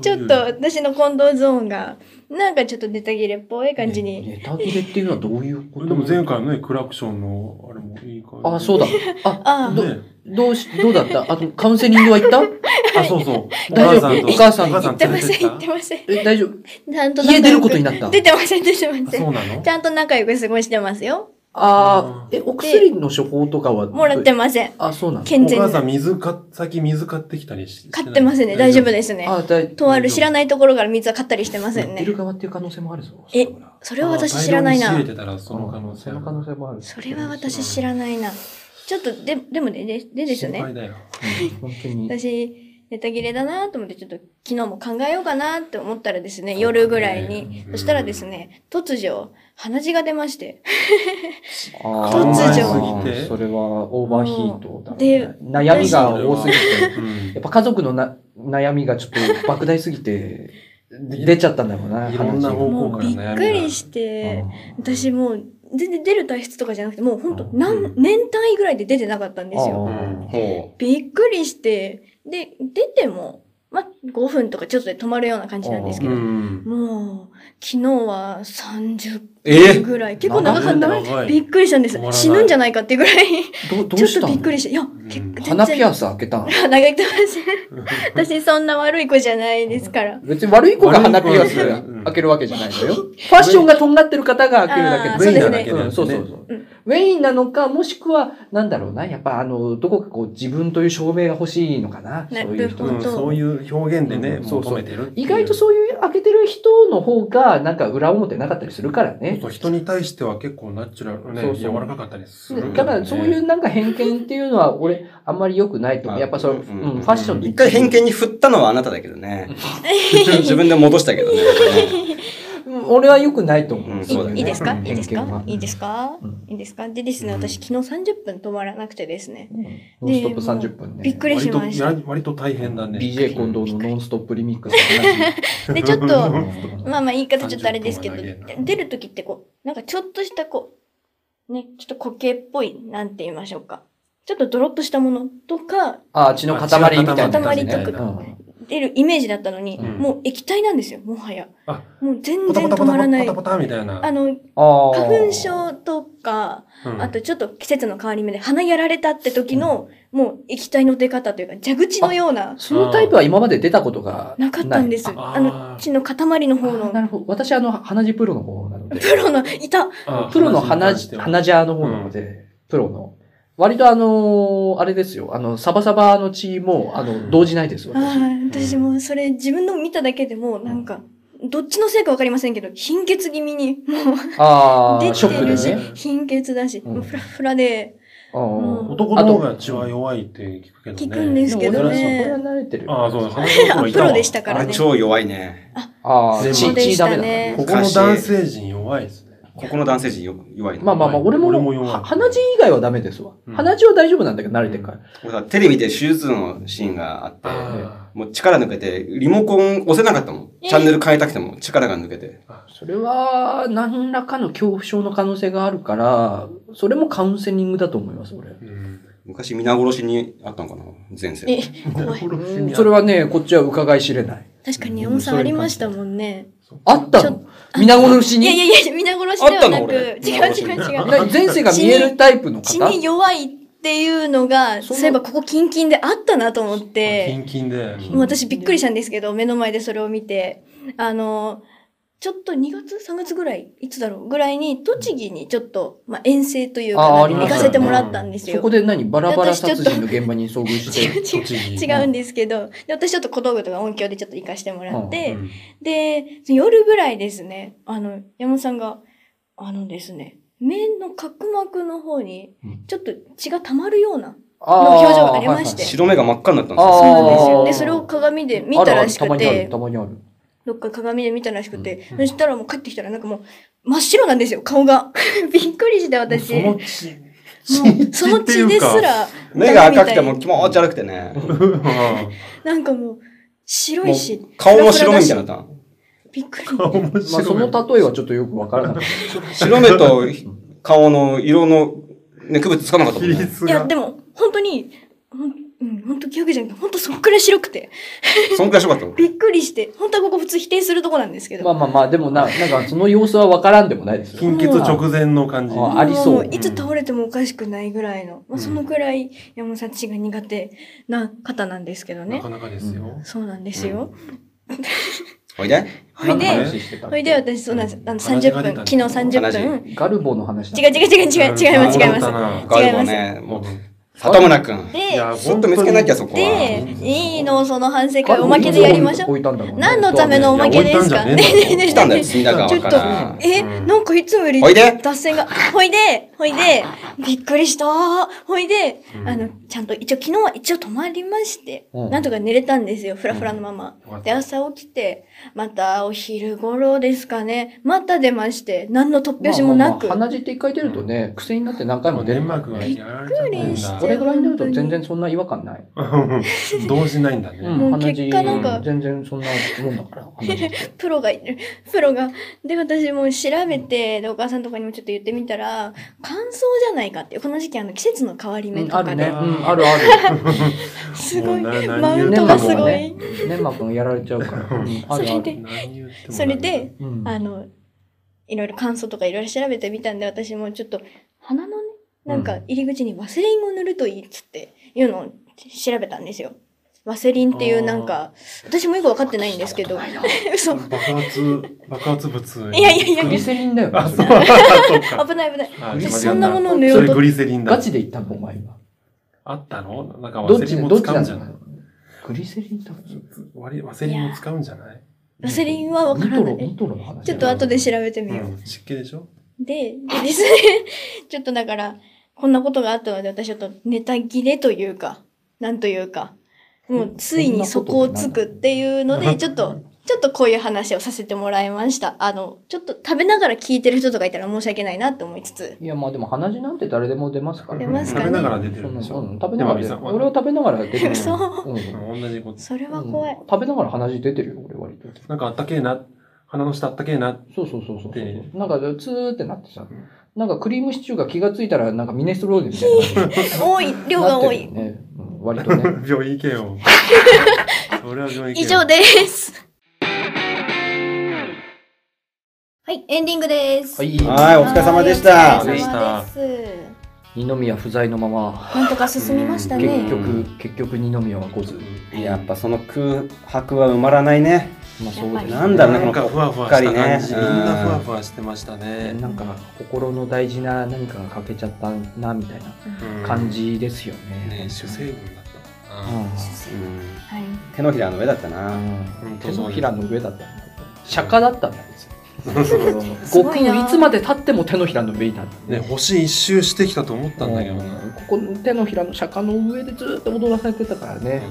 [SPEAKER 1] ちょっと私の近藤ゾーンが、なんかちょっとネタ切れっぽい感じに。
[SPEAKER 2] ネタ切れっていうのはどういうこ
[SPEAKER 4] ことれでも前回のね、クラクションの、あれもいい感じ。
[SPEAKER 2] あ、そうだ。あ
[SPEAKER 1] あ、
[SPEAKER 2] ど
[SPEAKER 4] ね
[SPEAKER 2] どうし、どうだったあと、カウンセリングは行った
[SPEAKER 4] あ、そうそう。
[SPEAKER 2] 大丈夫
[SPEAKER 4] お
[SPEAKER 2] お母さん
[SPEAKER 4] お母さ
[SPEAKER 1] 言
[SPEAKER 4] ん
[SPEAKER 1] って
[SPEAKER 4] 連
[SPEAKER 1] ま
[SPEAKER 4] れて
[SPEAKER 1] せん、言
[SPEAKER 4] った
[SPEAKER 1] ってません。
[SPEAKER 2] え、大丈夫
[SPEAKER 1] ちゃんと
[SPEAKER 2] 家出ることに
[SPEAKER 1] な
[SPEAKER 2] なった
[SPEAKER 1] 出てません、出てま
[SPEAKER 4] あ
[SPEAKER 1] せ
[SPEAKER 4] そ
[SPEAKER 1] ん。
[SPEAKER 4] うなの
[SPEAKER 1] ちゃんと仲良く過ごしてますよ。
[SPEAKER 2] ああ、
[SPEAKER 4] う
[SPEAKER 2] え、お薬の処方とかは
[SPEAKER 1] もらってません。
[SPEAKER 2] あ、そうなの
[SPEAKER 1] 健
[SPEAKER 4] お
[SPEAKER 1] 全
[SPEAKER 4] 母
[SPEAKER 1] に
[SPEAKER 4] さ。ん水か、最近水買ってきたりし
[SPEAKER 1] 買ってますね。大丈夫ですね。
[SPEAKER 2] あ、だい、
[SPEAKER 1] とある知らないところから水は買ったりしてません
[SPEAKER 2] 売って
[SPEAKER 1] ね
[SPEAKER 2] る。側っていう可能性もあるぞ。
[SPEAKER 1] え
[SPEAKER 2] そ
[SPEAKER 1] それ
[SPEAKER 2] れは
[SPEAKER 1] は私知らない
[SPEAKER 4] あ大
[SPEAKER 1] な
[SPEAKER 4] 量に仕入。れてたらその可能性
[SPEAKER 2] その可能性もある。
[SPEAKER 1] それは私知らないな。ちょっと、で、でもね、で、でですよ
[SPEAKER 4] 心
[SPEAKER 1] ね。
[SPEAKER 4] 配だよ。
[SPEAKER 2] うん本当に。
[SPEAKER 1] 私、ネタ切れだなと思って、ちょっと昨日も考えようかなって思ったらですね、夜ぐらいに。そしたらですね、突如、鼻血が出まして、
[SPEAKER 2] あ
[SPEAKER 1] 突
[SPEAKER 4] 如
[SPEAKER 2] ーそれはオーバーヒートだ、
[SPEAKER 1] で
[SPEAKER 2] ね。悩みが多すぎて。
[SPEAKER 4] うん
[SPEAKER 2] やっぱ家族のな悩みがちょっと莫大すぎ て、出ちゃったんだろうな、
[SPEAKER 4] いろんな
[SPEAKER 2] 話
[SPEAKER 4] 方向
[SPEAKER 1] も
[SPEAKER 4] か
[SPEAKER 1] う
[SPEAKER 4] ら
[SPEAKER 1] び
[SPEAKER 4] 悩みが
[SPEAKER 1] っくりして、私もう全然出る体質とかじゃなくて、もうほんと
[SPEAKER 4] う
[SPEAKER 1] 何、
[SPEAKER 4] ん
[SPEAKER 1] 年単位ぐらいで出てなかったんですよ。
[SPEAKER 2] あ
[SPEAKER 4] うん
[SPEAKER 3] ほ
[SPEAKER 1] びっくりして、で、出ても、まあ、5分とかちょっとで止まるような感じなんですけ
[SPEAKER 4] う
[SPEAKER 1] ど、
[SPEAKER 4] ん
[SPEAKER 1] もう、昨日は30
[SPEAKER 3] え
[SPEAKER 1] 分ぐらい。結構長かった
[SPEAKER 4] 長い長い
[SPEAKER 1] びっくりしたんで
[SPEAKER 4] 止
[SPEAKER 1] す
[SPEAKER 4] まら。ない
[SPEAKER 1] 死ぬんじゃないかっていうぐらい、
[SPEAKER 2] どど
[SPEAKER 1] ち
[SPEAKER 2] う
[SPEAKER 1] ょっ
[SPEAKER 2] し
[SPEAKER 1] と
[SPEAKER 2] た
[SPEAKER 1] びっく
[SPEAKER 2] の
[SPEAKER 1] りして。いや、
[SPEAKER 4] ん
[SPEAKER 1] 結構
[SPEAKER 2] 鼻ピアス開けたの
[SPEAKER 1] 鼻が言ってません。私そんな悪い子じゃないですから。
[SPEAKER 2] 別に悪い子が鼻ピアス
[SPEAKER 4] 悪い子はうん
[SPEAKER 2] 開けるわけじゃないのよ。ファッションがとんがってる方が開けるだけ
[SPEAKER 1] あ
[SPEAKER 2] で
[SPEAKER 1] ーそうですね
[SPEAKER 2] ウェイなだけでうんそうそうそう。
[SPEAKER 1] うん
[SPEAKER 2] ウェインなのか、もしくは、なんだろうな、やっぱあの、どこかこう自分という証明が欲しいのかな、そう
[SPEAKER 1] なるほど
[SPEAKER 2] いう人
[SPEAKER 4] う
[SPEAKER 2] は
[SPEAKER 4] んそういう表現でね、
[SPEAKER 2] うん
[SPEAKER 4] もう求めてるってい
[SPEAKER 2] 意外とそういう開けてる人の方が、なんか裏表なかったりするからね。
[SPEAKER 4] そう人に対しては結構ナチュラルね
[SPEAKER 2] そうそう
[SPEAKER 4] 柔らかかったりするよね
[SPEAKER 2] だからそういうなんか偏見っていうのは俺あんまり良くないと思う。やっぱその、
[SPEAKER 3] う
[SPEAKER 2] うんん、
[SPEAKER 3] うん
[SPEAKER 2] ファッション
[SPEAKER 3] う。
[SPEAKER 2] で
[SPEAKER 3] 一回偏見に振ったのはあなただけど ね。自分で戻したけどね。
[SPEAKER 2] うん俺は良くないと思う。
[SPEAKER 3] うんそうだよね
[SPEAKER 1] いいいですか
[SPEAKER 4] うん
[SPEAKER 1] いいです
[SPEAKER 2] 偏見
[SPEAKER 1] か
[SPEAKER 2] はい
[SPEAKER 1] いですか
[SPEAKER 2] うん
[SPEAKER 1] いいですかでですね、
[SPEAKER 3] うん
[SPEAKER 1] 私昨日30分止まらなくてですね、
[SPEAKER 2] うんノンストップ30分ね。
[SPEAKER 1] びっくりしまし
[SPEAKER 4] 割
[SPEAKER 1] た。
[SPEAKER 4] と割と大変だね
[SPEAKER 2] BJ 近藤のノンストップリミックスの
[SPEAKER 1] で、ちょっ
[SPEAKER 4] う
[SPEAKER 1] と、
[SPEAKER 2] 話。
[SPEAKER 1] まあまあ言い方ちょっとあれですけど
[SPEAKER 4] 30分は長い、な
[SPEAKER 1] 出るときってこう、なんかちょっとしたこう、ね、ちょっと固形っぽい、なんて言いましょうか。ちょっとドロッとしたものとか
[SPEAKER 2] あ、血の塊みたいな感じね。
[SPEAKER 1] 塊とか出るイメージだったのに、
[SPEAKER 4] うん
[SPEAKER 1] もう液体なんですよ、もはや。
[SPEAKER 4] あ
[SPEAKER 1] もう全
[SPEAKER 4] ポタ
[SPEAKER 1] 然
[SPEAKER 4] ポタ
[SPEAKER 1] 止
[SPEAKER 4] ポタ
[SPEAKER 1] まらない
[SPEAKER 4] ポ。タポタみたいな
[SPEAKER 1] あの、花
[SPEAKER 2] 花
[SPEAKER 1] 粉症とか、
[SPEAKER 4] うん
[SPEAKER 1] あとちょっと季節の変わり目で鼻やられたって時の、もう液体の出方というか、蛇口のような、
[SPEAKER 2] そのタイプは今まで出たことが。
[SPEAKER 1] なかったんですす。
[SPEAKER 4] あ
[SPEAKER 1] あの、血の塊の方
[SPEAKER 2] あな
[SPEAKER 1] の、
[SPEAKER 2] るほど。私あの、鼻血プロの方なの で。
[SPEAKER 1] プロの、いた
[SPEAKER 4] あ
[SPEAKER 2] プロの
[SPEAKER 4] 話
[SPEAKER 2] 鼻
[SPEAKER 4] に関し
[SPEAKER 2] 血、
[SPEAKER 4] ては
[SPEAKER 2] 鼻ジャーの方なので、プロの。割とあのーあれですよ、あの、サバサバの血も、あの、動じないです、私。
[SPEAKER 1] ああ、私もそれ自分の見ただけでも、なんか、どっちのせいかわかりませんけど、貧血気味に、もう、
[SPEAKER 2] あ
[SPEAKER 1] 出
[SPEAKER 2] あ、ショッ
[SPEAKER 1] て
[SPEAKER 2] ク
[SPEAKER 1] る
[SPEAKER 2] で
[SPEAKER 1] し、
[SPEAKER 2] ね。
[SPEAKER 1] 貧血だし、
[SPEAKER 2] うん
[SPEAKER 1] もうフラフラで、
[SPEAKER 2] あー
[SPEAKER 1] うん
[SPEAKER 4] 男の方が血は弱いって聞くけどね
[SPEAKER 1] 聞くんですけ
[SPEAKER 2] で
[SPEAKER 1] ど
[SPEAKER 2] も
[SPEAKER 1] ね
[SPEAKER 2] 俺はそこ。は慣れてる。
[SPEAKER 4] ああそう鼻血の方がい
[SPEAKER 1] プ
[SPEAKER 4] た
[SPEAKER 1] ロ
[SPEAKER 4] わ
[SPEAKER 1] でしたか
[SPEAKER 3] あ
[SPEAKER 1] ら
[SPEAKER 3] れ
[SPEAKER 1] ね。
[SPEAKER 3] 超弱いね。
[SPEAKER 2] ああ、
[SPEAKER 4] 全部
[SPEAKER 2] 血、血ダメだか
[SPEAKER 1] そう
[SPEAKER 2] ら
[SPEAKER 1] でしたね
[SPEAKER 2] ね。
[SPEAKER 4] ここの男性陣弱いですね
[SPEAKER 3] ここの男性陣よ弱いね。
[SPEAKER 2] まあまあまあ、俺も、
[SPEAKER 4] 俺も弱い
[SPEAKER 2] は鼻血以外はダメですわ
[SPEAKER 4] う。ん
[SPEAKER 2] 鼻血は大丈夫なんだけど、慣れてるから。
[SPEAKER 3] 俺さテレビで手術のシーンがあって、
[SPEAKER 4] あ
[SPEAKER 3] もう力抜けて、リモコン押せなかったもん。チャンネル変えたくても力が抜けて。
[SPEAKER 2] それは、何らかの恐怖症の可能性があるから、それもカウンセリングだと思います、俺。
[SPEAKER 4] ーうん
[SPEAKER 3] 昔皆殺しにあったのかな前世。
[SPEAKER 1] え、怖い。
[SPEAKER 2] うんそれはね、こっちは伺い知れない。
[SPEAKER 1] 確かに山本さんありましたもんね。
[SPEAKER 2] あった
[SPEAKER 1] ちょ
[SPEAKER 2] の皆殺し
[SPEAKER 1] い
[SPEAKER 2] に
[SPEAKER 1] やいやいや、皆殺しでは
[SPEAKER 3] あった
[SPEAKER 1] な
[SPEAKER 3] の
[SPEAKER 1] く、
[SPEAKER 3] 俺
[SPEAKER 1] 違う違う違う。
[SPEAKER 2] な前世が見えるタイプの
[SPEAKER 1] 血
[SPEAKER 2] 方
[SPEAKER 1] に弱いっていうのが、
[SPEAKER 2] その
[SPEAKER 1] そういえばここキンキンであったなと思っ
[SPEAKER 4] キ
[SPEAKER 1] て、
[SPEAKER 4] ンキンで
[SPEAKER 1] もう私びっくりしたんですけど、目の前でそれを見て、あの、ちょっと2月 ?3 月ぐらいいつだろうぐらいに、栃木にちょっと、まあ、遠征というか、
[SPEAKER 2] あー
[SPEAKER 1] な
[SPEAKER 2] あ
[SPEAKER 1] ん
[SPEAKER 2] り
[SPEAKER 1] か
[SPEAKER 2] ま
[SPEAKER 1] 行
[SPEAKER 2] した
[SPEAKER 1] か
[SPEAKER 2] ね
[SPEAKER 1] せてもらったんです
[SPEAKER 2] そ
[SPEAKER 1] よ。
[SPEAKER 2] こで何バラバラ殺人の現場に遭遇し
[SPEAKER 1] 違
[SPEAKER 2] て。
[SPEAKER 1] う違う。違うんですけど、で私ちょっと小道具とか音響でちょっと行かせてもらって、
[SPEAKER 4] うん
[SPEAKER 1] で、夜ぐらいですね、あの、山本さんが、あのですね、面の角膜の方に
[SPEAKER 2] うん、
[SPEAKER 1] ちょっと血が溜まるような、
[SPEAKER 2] あー
[SPEAKER 1] 表情がありまして
[SPEAKER 2] はいはい
[SPEAKER 3] 白目が真っ赤になったん
[SPEAKER 2] あー
[SPEAKER 1] そうなんですよ。
[SPEAKER 2] あ
[SPEAKER 1] で、
[SPEAKER 2] ー
[SPEAKER 1] それを鏡で見たらし
[SPEAKER 2] ある
[SPEAKER 1] く
[SPEAKER 2] あるたまにある、
[SPEAKER 1] て、
[SPEAKER 2] たまにある。
[SPEAKER 1] どっか鏡で見たらしくて、
[SPEAKER 4] うん
[SPEAKER 1] そしたらもう帰ってきたらなんかもう、真っ白なんですよ、顔が。 びっくりして、私。
[SPEAKER 4] その
[SPEAKER 1] も
[SPEAKER 4] 血
[SPEAKER 1] う、その血ですら、
[SPEAKER 3] 目が赤くてもう気持ち悪くてね。
[SPEAKER 4] うん
[SPEAKER 1] なんかもう、白
[SPEAKER 3] もう
[SPEAKER 1] いし、
[SPEAKER 3] 顔も白目みたいになった。
[SPEAKER 1] びっくり。
[SPEAKER 4] 面白い
[SPEAKER 2] まあ、その例えはちょっとよくわからなかった。
[SPEAKER 3] 白目と顔の色の、ね、区別つかなかったも
[SPEAKER 4] 比
[SPEAKER 3] んね。
[SPEAKER 4] 率
[SPEAKER 1] いや、
[SPEAKER 4] が
[SPEAKER 1] でも、本当に、ほん、うん、本当記憶じゃなくて、本当そっくらい白くて、
[SPEAKER 3] そんくらい白かったの。
[SPEAKER 1] びっくりして、本当はここ普通否定するとこなんですけど。
[SPEAKER 2] まあまあまあ、でもな、なんかその様子はわからんでもないですよ。
[SPEAKER 4] 貧血直前の感じ
[SPEAKER 2] あーありそ
[SPEAKER 1] も
[SPEAKER 2] う
[SPEAKER 1] いつ倒れてもおかしくないぐらいの、まあ、そのくらい山本さん血が苦手な方なんですけど
[SPEAKER 4] な
[SPEAKER 1] ね
[SPEAKER 4] か。なかですよ
[SPEAKER 1] そうなんですよ。
[SPEAKER 3] おいで。
[SPEAKER 1] ほい
[SPEAKER 2] 何の
[SPEAKER 1] で、
[SPEAKER 2] 話してたっ
[SPEAKER 1] ほ
[SPEAKER 2] け
[SPEAKER 1] いで私そうなんです。あの
[SPEAKER 4] 鼻血
[SPEAKER 1] 30
[SPEAKER 4] が出
[SPEAKER 1] 分、
[SPEAKER 4] たん
[SPEAKER 1] 昨
[SPEAKER 4] だ
[SPEAKER 1] 日30
[SPEAKER 3] 鼻
[SPEAKER 1] 分。
[SPEAKER 2] ガルボの話だ
[SPEAKER 1] 違う違う違う違う違う違う違います違います。
[SPEAKER 4] ま
[SPEAKER 3] ガルボね、も
[SPEAKER 4] も
[SPEAKER 3] う
[SPEAKER 4] う
[SPEAKER 3] 里村くん。
[SPEAKER 1] で
[SPEAKER 5] や
[SPEAKER 3] ちょっと見つけなきゃそこは。
[SPEAKER 1] で、いいの、その反省会、おまけでやりましょう。
[SPEAKER 5] 置いたんだもんね
[SPEAKER 1] 何のためのおまけですか
[SPEAKER 5] いや置いたんじゃねえんだ
[SPEAKER 1] ねえね えねえ
[SPEAKER 3] 来たんだよ、隅田川
[SPEAKER 1] ちょっ
[SPEAKER 3] か
[SPEAKER 1] と
[SPEAKER 3] ら。
[SPEAKER 1] え、
[SPEAKER 5] うん
[SPEAKER 1] なんかいつもより
[SPEAKER 3] おいで
[SPEAKER 1] 脱線が、ほいで、ほいで、びっくりしたほいで、
[SPEAKER 5] うん
[SPEAKER 1] あの、ちゃんと一応昨日は一応泊まりまして、
[SPEAKER 5] うん
[SPEAKER 1] なんとか寝れたんですよ、ふらふらのまま。
[SPEAKER 4] うん
[SPEAKER 1] で、朝起きて、またお昼頃ですかね、また出まして、何の突拍子もなく。
[SPEAKER 2] まあまあまあ鼻血って一回出るとね、癖になって何回も出
[SPEAKER 4] 粘
[SPEAKER 2] る。
[SPEAKER 4] 膜がやられちゃって
[SPEAKER 1] びっくり
[SPEAKER 4] ん
[SPEAKER 1] し
[SPEAKER 4] だ
[SPEAKER 2] こ
[SPEAKER 1] て
[SPEAKER 2] れぐらいになると全然そんな違和感ない。
[SPEAKER 4] うん 動じないんだね、
[SPEAKER 2] うん、
[SPEAKER 1] もう
[SPEAKER 2] 鼻
[SPEAKER 1] 結
[SPEAKER 2] 血
[SPEAKER 1] 果なんか
[SPEAKER 2] 全然そんなもんだ から。鼻血って
[SPEAKER 1] プロがいる。プロが。で、私も調べて、でお母さんとかにもちょっと言ってみたら、乾燥じゃないかっていう。この時期、あの、季節の変わり目
[SPEAKER 2] う
[SPEAKER 1] と
[SPEAKER 2] ん
[SPEAKER 1] か
[SPEAKER 2] あ
[SPEAKER 1] で。
[SPEAKER 2] るね。うん、あるある。
[SPEAKER 1] すごい。
[SPEAKER 4] もうな
[SPEAKER 1] マウン
[SPEAKER 2] 粘
[SPEAKER 1] トが
[SPEAKER 2] 膜
[SPEAKER 1] す
[SPEAKER 2] が
[SPEAKER 1] ご
[SPEAKER 2] ね
[SPEAKER 1] い。、
[SPEAKER 2] 粘膜がやられちゃうから。うん、ある
[SPEAKER 1] そ
[SPEAKER 2] あ
[SPEAKER 1] れ
[SPEAKER 2] る
[SPEAKER 1] で。
[SPEAKER 4] 何言っても
[SPEAKER 1] それで、
[SPEAKER 2] うん
[SPEAKER 1] あの、いろいろ感想とかいろいろ調べてみたんで、私もちょっと、鼻のね、なんか入り口にワセリンを塗るといいっつって、いうのを調べたんですよ。ワセリンっていうなんか、私もよくわかってないんですけど、嘘。
[SPEAKER 4] 爆発爆発物
[SPEAKER 1] いやいやいや
[SPEAKER 2] グリセリン だよね
[SPEAKER 4] あ
[SPEAKER 2] そ
[SPEAKER 4] そう
[SPEAKER 2] れ
[SPEAKER 4] そ
[SPEAKER 1] 危ない危ない。
[SPEAKER 4] う
[SPEAKER 1] 私
[SPEAKER 4] か
[SPEAKER 1] そんなものを塗
[SPEAKER 4] そ
[SPEAKER 1] ろう
[SPEAKER 4] れ
[SPEAKER 1] と
[SPEAKER 4] グ。リセリンだ
[SPEAKER 2] ガチで言ったのお前今。
[SPEAKER 4] あったのなんか
[SPEAKER 2] ど
[SPEAKER 4] ワ
[SPEAKER 2] っ
[SPEAKER 4] セ
[SPEAKER 2] ち
[SPEAKER 4] リン
[SPEAKER 2] どっ
[SPEAKER 4] も
[SPEAKER 2] ち
[SPEAKER 4] 使う
[SPEAKER 2] なんん
[SPEAKER 4] じ
[SPEAKER 2] だ
[SPEAKER 4] ゃ
[SPEAKER 2] ろ
[SPEAKER 4] ないう
[SPEAKER 2] グリセリンと
[SPEAKER 4] 割りワセリンも使うんじゃない
[SPEAKER 1] ワセリンはわ
[SPEAKER 2] ニ
[SPEAKER 1] から
[SPEAKER 2] ト
[SPEAKER 1] な
[SPEAKER 2] ロ
[SPEAKER 1] い。
[SPEAKER 2] ニトロの話。
[SPEAKER 1] ちょっと後で調べて
[SPEAKER 4] う
[SPEAKER 1] みよう。
[SPEAKER 4] ん湿気でしょ
[SPEAKER 1] で、でですね、 ちょっとだから、こんなことがあったので、私ちょっとネタ切れというか、なんというか、もうついに底をつくっていうので、ちょっと、ちょっとこういう話をさせてもらいました。あの、ちょっと食べながら聞いてる人とかいたら申し訳ないなと思いつつ、
[SPEAKER 2] いやまあでも鼻血なんて誰でも出ますから。
[SPEAKER 1] 出ますかね
[SPEAKER 4] 食べながら出て
[SPEAKER 2] そ
[SPEAKER 4] る
[SPEAKER 2] ん
[SPEAKER 4] ん
[SPEAKER 2] な
[SPEAKER 4] でしょ、
[SPEAKER 2] うん食べながら出
[SPEAKER 4] でも
[SPEAKER 2] る。
[SPEAKER 4] 美咲は
[SPEAKER 2] 俺は食べながら出て る。
[SPEAKER 1] そう、
[SPEAKER 2] うん
[SPEAKER 4] うん同じこと
[SPEAKER 1] それは怖い
[SPEAKER 2] うん。食べながら鼻血出てるよ、俺割と。
[SPEAKER 4] なんかあったけえな鼻の下あったけえな
[SPEAKER 2] そうそうそうそう
[SPEAKER 4] で
[SPEAKER 2] なんか、ツーってなってさ
[SPEAKER 4] うん、
[SPEAKER 2] なんかクリームシチューが気がついたら、なんかミネストローネみたいな。
[SPEAKER 1] 多い、量が多い。
[SPEAKER 2] ね、うん割とね。
[SPEAKER 4] 病院行けよそれは病院行け
[SPEAKER 1] 以
[SPEAKER 4] よ
[SPEAKER 1] 上です。はい、エンディングです。
[SPEAKER 2] はい。
[SPEAKER 3] はい、お疲れ様でした
[SPEAKER 1] お疲。れ様です。
[SPEAKER 2] 二宮不在のまま、
[SPEAKER 1] なんとか進みました
[SPEAKER 3] う
[SPEAKER 2] 結
[SPEAKER 1] ね。
[SPEAKER 2] 局、結局二宮は来ず。
[SPEAKER 3] やっぱその空白は埋まらないね。
[SPEAKER 2] まあそうですね
[SPEAKER 3] なんだろうね
[SPEAKER 4] なんかふわふわした感じ、
[SPEAKER 3] うっかりね
[SPEAKER 4] みんなふわふわしてましたね、
[SPEAKER 2] なんか、心の大事な何かが欠けちゃったな、みたいな
[SPEAKER 4] うん
[SPEAKER 2] 感じですよね
[SPEAKER 4] ね。主成分だっ
[SPEAKER 2] う
[SPEAKER 4] たのかな、
[SPEAKER 2] ん。
[SPEAKER 3] うん
[SPEAKER 1] はい。
[SPEAKER 3] 手のひらの上だったな。
[SPEAKER 4] 本当
[SPEAKER 2] 手
[SPEAKER 4] そう
[SPEAKER 2] の
[SPEAKER 4] です
[SPEAKER 2] ひらの上だったんだ釈迦だったんだよ。
[SPEAKER 1] す
[SPEAKER 2] 悟
[SPEAKER 1] ごいな
[SPEAKER 2] 空いつまで経っても手のひらの上に立って
[SPEAKER 4] ね星一周してきたと思ったんだけどな、
[SPEAKER 2] うんここの手のひらの釈迦の上でずーっと踊らされてたからね、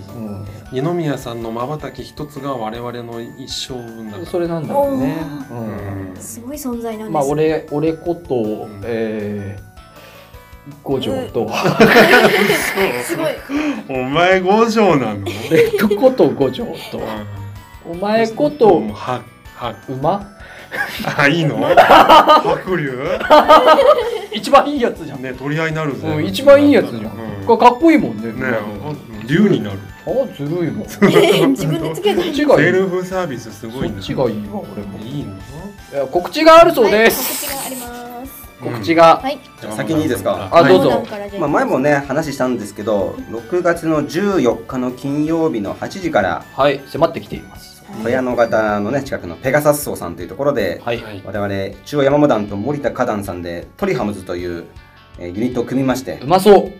[SPEAKER 4] 二宮さんのまばたき一つが我々の一生分だ
[SPEAKER 2] うん
[SPEAKER 4] か
[SPEAKER 2] それなんだろうね、うん
[SPEAKER 4] ら、
[SPEAKER 1] すごい存在なんです。
[SPEAKER 2] まあ俺俺こと
[SPEAKER 4] ん
[SPEAKER 2] えー、五条と、
[SPEAKER 1] す ごい。
[SPEAKER 4] お前五条なの
[SPEAKER 2] 俺こと五条とお前こと
[SPEAKER 4] はは
[SPEAKER 2] 馬
[SPEAKER 4] あいいの白龍
[SPEAKER 2] 一番いいやつじゃん、
[SPEAKER 4] ね取り合いになるぜ、
[SPEAKER 2] うん、一番いいやつじゃん、
[SPEAKER 4] うん
[SPEAKER 2] これかっこいいもんね
[SPEAKER 4] ね龍になる
[SPEAKER 2] あずるいもんそっ
[SPEAKER 1] 自分でつけた。
[SPEAKER 2] ちがい
[SPEAKER 4] セ
[SPEAKER 2] い
[SPEAKER 4] ルフサービスすご
[SPEAKER 2] そ
[SPEAKER 4] い
[SPEAKER 2] っ
[SPEAKER 4] な
[SPEAKER 2] ちがいいわ俺も
[SPEAKER 4] いいの
[SPEAKER 2] いや告知があるそうです、
[SPEAKER 1] はい告知があります。
[SPEAKER 4] 告知
[SPEAKER 2] 告知が、
[SPEAKER 1] はい。
[SPEAKER 3] じゃあ先にいいですか
[SPEAKER 2] あどうぞ
[SPEAKER 1] モダンからで
[SPEAKER 3] まあ、前もね話したんですけど6月の14日の金曜日の8時から
[SPEAKER 2] はい迫ってきています
[SPEAKER 3] 富山野方のね近くのペガサス荘さんというところで
[SPEAKER 2] はい
[SPEAKER 4] はい
[SPEAKER 3] 我々中央山モダンと森田花壇さんでトリハムズという、えーユニットを組みまして
[SPEAKER 2] うまそう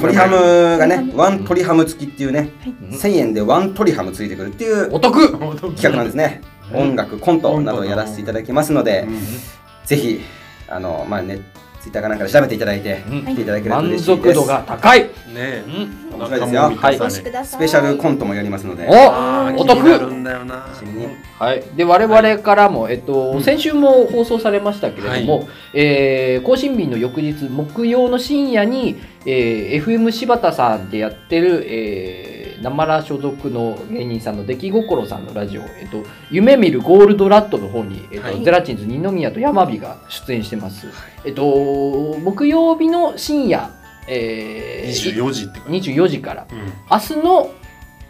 [SPEAKER 3] トリ ハムがねワン
[SPEAKER 2] ム
[SPEAKER 3] トリハム付きっていうね
[SPEAKER 2] うん
[SPEAKER 3] 1000円でワントリハムついてくるっていう
[SPEAKER 2] お得
[SPEAKER 3] 企画なんですね音楽コントなどをやらせていただきますのでぜひあのまあねツイッターかなんかで調べていただいて
[SPEAKER 2] うん
[SPEAKER 3] 来ていただけると
[SPEAKER 2] 満
[SPEAKER 3] 嬉しい
[SPEAKER 2] 足
[SPEAKER 3] です
[SPEAKER 2] 度が高い、
[SPEAKER 4] ねえ、
[SPEAKER 3] 面白いですよ
[SPEAKER 4] はい
[SPEAKER 1] お越しくださ
[SPEAKER 3] ス
[SPEAKER 1] い。
[SPEAKER 3] ペシャルコントもやりますので
[SPEAKER 2] おお
[SPEAKER 4] になる
[SPEAKER 2] 得
[SPEAKER 4] んだよな。
[SPEAKER 3] 楽しみに
[SPEAKER 2] はい、で我々からも、えっと
[SPEAKER 4] うん
[SPEAKER 2] 先週も放送されましたけれども、えー更新日の翌日木曜の深夜に、えー FM 柴田さんでやってる、えー、なまら所属の芸人さんの出来心さんのラジオ「えっと、夢見るゴールドラット」の方に、えっと
[SPEAKER 4] はい
[SPEAKER 2] ゼラチンズ二宮と山火が出演してます、えっと、木曜日の深夜、え
[SPEAKER 4] 二十
[SPEAKER 2] ー
[SPEAKER 4] 四時って感じ。
[SPEAKER 2] 24時から
[SPEAKER 4] うん
[SPEAKER 2] 明日の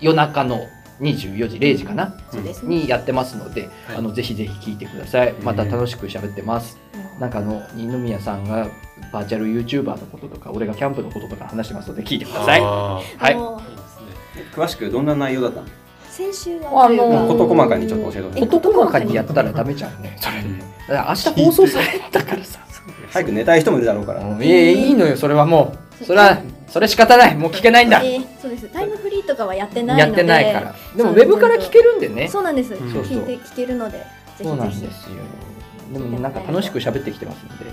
[SPEAKER 2] 夜中の24時0時かな、
[SPEAKER 1] そうですね。
[SPEAKER 2] にやってますので、
[SPEAKER 4] はい
[SPEAKER 2] あのぜひぜひ聞いてください。また楽しく喋ってます。なんかあの二宮さんがバーチャル YouTuber のこととか、俺がキャンプのこととか話してますので聞いてください。
[SPEAKER 4] あ
[SPEAKER 2] はい
[SPEAKER 1] もう
[SPEAKER 4] ーいいですね
[SPEAKER 3] 詳しくどんな内容だったの
[SPEAKER 1] 先週
[SPEAKER 2] あ
[SPEAKER 1] はというか
[SPEAKER 2] の
[SPEAKER 3] 事細かにちょっと教えてほしい
[SPEAKER 2] 事細かにやったらダメじゃ んね。それね。だから明日放送されたからさ。
[SPEAKER 3] 早く寝たい人もいるだろうから
[SPEAKER 2] うんいやいやいいのよ、それはもう。それは、それ仕方ない。もう聞けないんだ。
[SPEAKER 5] えーそうですタイムフリーとかはやってないので
[SPEAKER 2] やってないから。でも、ウェブから聞けるんでね。
[SPEAKER 5] そうなんです、
[SPEAKER 4] うん
[SPEAKER 2] そうそう
[SPEAKER 5] 聞いて聞けるのでぜひ
[SPEAKER 2] そうな
[SPEAKER 5] ぜ
[SPEAKER 2] ん
[SPEAKER 5] ひ
[SPEAKER 2] ですよ。でも、なんか楽しく喋ってきてますので。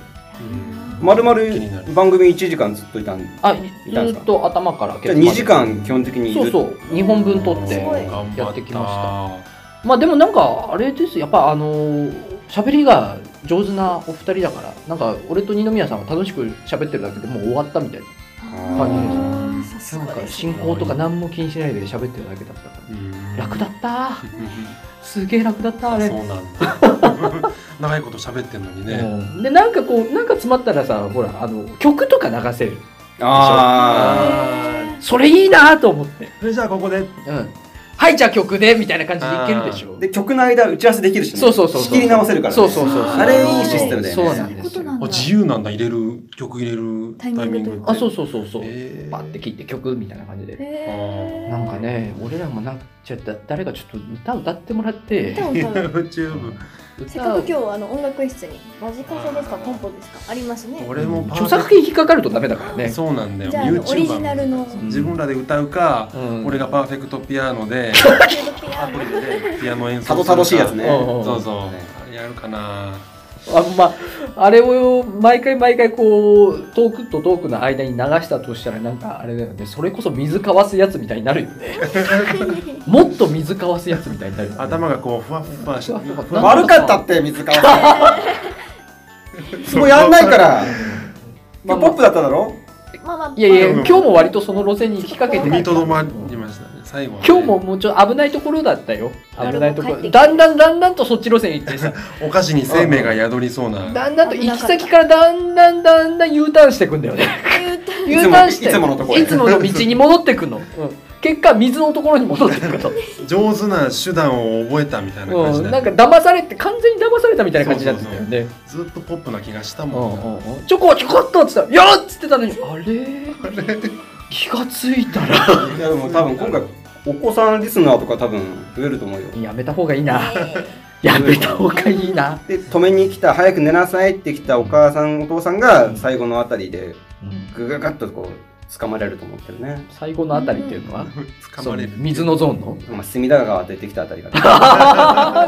[SPEAKER 3] まるま
[SPEAKER 4] 気にな
[SPEAKER 3] る
[SPEAKER 4] る
[SPEAKER 3] 番組1時間ずっといたんで
[SPEAKER 2] あ、
[SPEAKER 3] いたん
[SPEAKER 2] ず
[SPEAKER 3] ですか
[SPEAKER 2] っと頭から
[SPEAKER 3] じゃあ2時間基本的にいる
[SPEAKER 2] そうそう2本分撮って
[SPEAKER 5] すごい
[SPEAKER 2] やってきままあでもなんかあれですやっぱあのー喋りが上手なお二人だからなんか俺と二宮さんは楽しく喋ってるだけでもう終わったみたい
[SPEAKER 5] あーさす
[SPEAKER 2] な
[SPEAKER 5] が
[SPEAKER 2] なん
[SPEAKER 5] で
[SPEAKER 2] か
[SPEAKER 5] す
[SPEAKER 2] 進行とか何も気にしないで喋ってるだけだったから
[SPEAKER 4] うん
[SPEAKER 2] 楽だったー
[SPEAKER 4] う
[SPEAKER 2] すげえ楽だったーあ
[SPEAKER 4] ん
[SPEAKER 2] れ
[SPEAKER 4] そうなんだ長いこと喋ってんのにね
[SPEAKER 2] うんでなんかこうなんか詰まったらさほらあの曲とか流せる
[SPEAKER 3] あ
[SPEAKER 4] あ
[SPEAKER 2] それいいなーと思って
[SPEAKER 3] あそれじゃあここで
[SPEAKER 2] うんはいじゃあ曲でみたいな感じでいけるでしょ
[SPEAKER 3] で曲の間打ち合わせできるしね
[SPEAKER 2] そうそうそうそう
[SPEAKER 3] 仕切り直せるからね
[SPEAKER 2] そうそうそうそう
[SPEAKER 3] あれいいシステムだよね
[SPEAKER 2] そうなんです
[SPEAKER 5] そういうことな
[SPEAKER 2] よ
[SPEAKER 5] んだ
[SPEAKER 4] ー自由なんだ入れる曲入れるタイミングって
[SPEAKER 2] あそうそうそうそう、
[SPEAKER 4] えー
[SPEAKER 2] パッて切って曲みたいな感じで、
[SPEAKER 5] へー
[SPEAKER 2] なんかね俺らもなんかちょっと誰かちょっと歌歌ってもらって
[SPEAKER 5] 歌を歌う
[SPEAKER 4] YouTube
[SPEAKER 5] せっかく
[SPEAKER 2] 歌
[SPEAKER 5] 今日あの音楽室にラジカセですかコンポですかありますね
[SPEAKER 4] 俺もパー
[SPEAKER 2] 著作権引っかかるとダメだからね、
[SPEAKER 4] そうなんだよ
[SPEAKER 5] じゃああの
[SPEAKER 4] YouTuber
[SPEAKER 5] オリジナルの
[SPEAKER 4] そう自分らで歌うか
[SPEAKER 2] うん
[SPEAKER 4] 俺がパーフェクトピアノでアプリでピアノ演奏す
[SPEAKER 3] た
[SPEAKER 4] る
[SPEAKER 3] ど
[SPEAKER 4] か
[SPEAKER 3] たどしいやつね
[SPEAKER 2] うん
[SPEAKER 4] そうそうあれやるかな
[SPEAKER 2] あんまあれを毎回毎回こうトークとトークの間に流したとしたらなんかあれだよねそれこそ水かわすやつみたいになるよ ねもっと水かわすやつみたいになるよね
[SPEAKER 4] 頭がこうふわっふわして
[SPEAKER 2] ふわっふわ
[SPEAKER 3] 悪かったって水川さんそこやんないからまあポップだっただろ
[SPEAKER 5] まあまあ
[SPEAKER 2] いやいや今日も割とその路線に引っ掛けて
[SPEAKER 4] 踏
[SPEAKER 2] み
[SPEAKER 4] み
[SPEAKER 2] た
[SPEAKER 4] とどまりましたね最後はね
[SPEAKER 2] 今日ももうちょっと危ないところだったよ危ないとこ
[SPEAKER 5] なるほど帰っ
[SPEAKER 2] ろ
[SPEAKER 5] てき
[SPEAKER 2] だんだんだんだんとそっち路線行ってさ
[SPEAKER 4] お菓子に生命が宿りそうな
[SPEAKER 2] だんだんと行き先からだんだんだんだん U ターンしてくんだよね U ターンして
[SPEAKER 3] いつものとこへ
[SPEAKER 2] いつもの道に戻って くの、うん結果水のところに戻ってくの、
[SPEAKER 4] 上手な手段を覚えたみたいな感
[SPEAKER 2] う
[SPEAKER 4] じ
[SPEAKER 2] ん、
[SPEAKER 4] で
[SPEAKER 2] なんか騙されて完全に騙されたみたいな感じなんだよね
[SPEAKER 4] ずっとポップな気がした
[SPEAKER 2] う
[SPEAKER 4] もん
[SPEAKER 2] ん
[SPEAKER 4] な
[SPEAKER 2] うんうんチョコちょこっとっつったら「よっ!」っつってたのにあれ気がついたら
[SPEAKER 3] いやでも多分今回お子さんリスナーとか多分増えると思うよ
[SPEAKER 2] やめた方がいいなやめた方がいいな、
[SPEAKER 3] で止めに来た早く寝なさいって来たお母さんお父さんが最後のあたりで
[SPEAKER 2] うん
[SPEAKER 3] グガガッとこう掴まれると思ってるね、
[SPEAKER 2] 最後のあたりっていうのは
[SPEAKER 4] 掴まれる
[SPEAKER 2] そう水のゾーンの
[SPEAKER 3] まあ、隅田川出てきたあたりが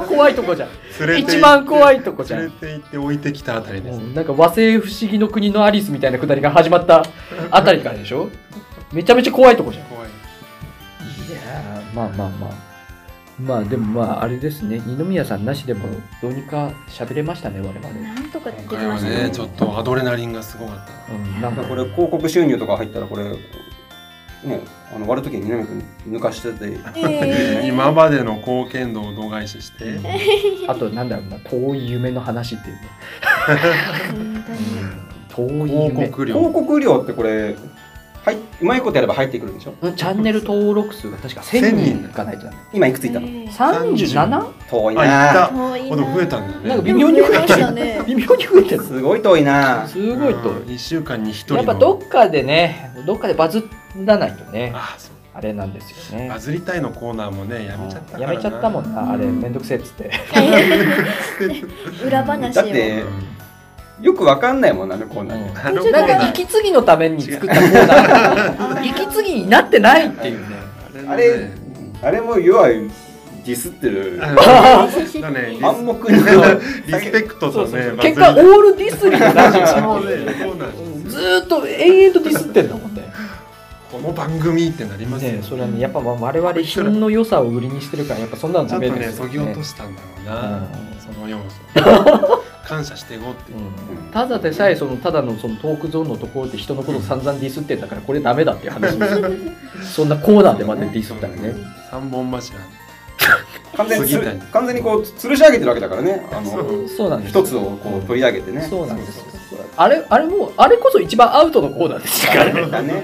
[SPEAKER 2] 怖いとこじゃん
[SPEAKER 4] 連れて行って
[SPEAKER 2] 一番怖いとこじゃん
[SPEAKER 4] 連れて行って置いてきたあたりです
[SPEAKER 2] もうなんか和製不思議の国のアリスみたいなくだりが始まったあたりからでしょめちゃめちゃ怖いとこじゃんい
[SPEAKER 4] 怖い
[SPEAKER 2] やまあまあまあまあでもまああれですね二宮さんなしでもどうにか喋れましたね我々、
[SPEAKER 5] なんとかでき
[SPEAKER 4] 今回
[SPEAKER 5] ま
[SPEAKER 4] は
[SPEAKER 5] した
[SPEAKER 4] ねちょっとアドレナリンがすごかった
[SPEAKER 2] うん、なんか
[SPEAKER 3] これ広告収入とか入ったらこれねあの割る時に南君抜かしてて
[SPEAKER 5] えー
[SPEAKER 4] 今までの貢献度を度外視して、
[SPEAKER 2] あとなんだろうな遠い夢の話っていうね
[SPEAKER 5] 本当に
[SPEAKER 2] 遠い
[SPEAKER 4] 広
[SPEAKER 2] 夢
[SPEAKER 4] 告
[SPEAKER 3] 広
[SPEAKER 4] 料
[SPEAKER 3] 告料ってこれはいうまいことやれば入ってくるんでしょ
[SPEAKER 2] うんチャンネル登録数が確か1000人いかないとダメ
[SPEAKER 3] 今いくついたの
[SPEAKER 5] えー
[SPEAKER 2] 37?
[SPEAKER 3] 遠い
[SPEAKER 4] あ
[SPEAKER 3] な
[SPEAKER 4] 行っ
[SPEAKER 5] 遠い
[SPEAKER 4] たあでも増えたん
[SPEAKER 2] な
[SPEAKER 4] だ
[SPEAKER 2] んか
[SPEAKER 4] よね
[SPEAKER 2] 微妙に増えて
[SPEAKER 5] でも増え
[SPEAKER 2] る
[SPEAKER 5] ましたね
[SPEAKER 2] 微妙に増えてる
[SPEAKER 3] すごい遠いな
[SPEAKER 2] すごいと
[SPEAKER 4] 1週間に1人の
[SPEAKER 2] やっぱどっかでねどっかでバズらないとね
[SPEAKER 4] あそう
[SPEAKER 2] あれなんですよね
[SPEAKER 4] バズりたいのコーナーもねやめちゃったから
[SPEAKER 2] や
[SPEAKER 4] な
[SPEAKER 2] めちゃったもんなあれめんどくせえっつって
[SPEAKER 5] 裏話を
[SPEAKER 3] だってよくわかんないもんなあのコーナー
[SPEAKER 2] な
[SPEAKER 4] あのコーナ
[SPEAKER 2] んか
[SPEAKER 4] ー
[SPEAKER 2] 息継ぎのために作ったコーナー
[SPEAKER 5] あー
[SPEAKER 2] 息継ぎになってないっていうね
[SPEAKER 3] あれあれも要はディスってる
[SPEAKER 4] あのだね
[SPEAKER 3] 暗黙には
[SPEAKER 4] リスリスペクト
[SPEAKER 2] そ
[SPEAKER 4] と
[SPEAKER 2] うそう
[SPEAKER 4] ね
[SPEAKER 2] そう
[SPEAKER 4] バズり
[SPEAKER 2] 結果オールディスリーのラジオ
[SPEAKER 4] もう
[SPEAKER 2] だ
[SPEAKER 4] ねコーナー
[SPEAKER 2] ずーっと延々とディスってんだもんね
[SPEAKER 4] この番組ってなりますよ
[SPEAKER 2] ねそれはねやっぱまあ我々品の良さを売りにしてるからやっぱそんなの
[SPEAKER 4] ち
[SPEAKER 2] ダ
[SPEAKER 4] ょっ
[SPEAKER 2] メ
[SPEAKER 4] と
[SPEAKER 2] で
[SPEAKER 4] ね
[SPEAKER 2] す
[SPEAKER 4] そ
[SPEAKER 2] よ
[SPEAKER 4] ぎ落と
[SPEAKER 2] ね
[SPEAKER 4] したんだろうな、
[SPEAKER 2] うん
[SPEAKER 4] その要素感謝していこうって
[SPEAKER 2] うんただでさえそのただのそのトークゾーンのところで人のこと散々ディスってんだからこれダメだっていう話そんなコーナーでまでディスったらね
[SPEAKER 4] 三本柱
[SPEAKER 3] 完全につ
[SPEAKER 4] 過ぎたり
[SPEAKER 3] る完全にこう吊るし上げてるわけだからねあの
[SPEAKER 2] そうなんですよ
[SPEAKER 3] 一つをこう取り上げてね
[SPEAKER 2] そうなんですよあれあれもあれこそ一番アウトのコーナーでしたから ね
[SPEAKER 3] だね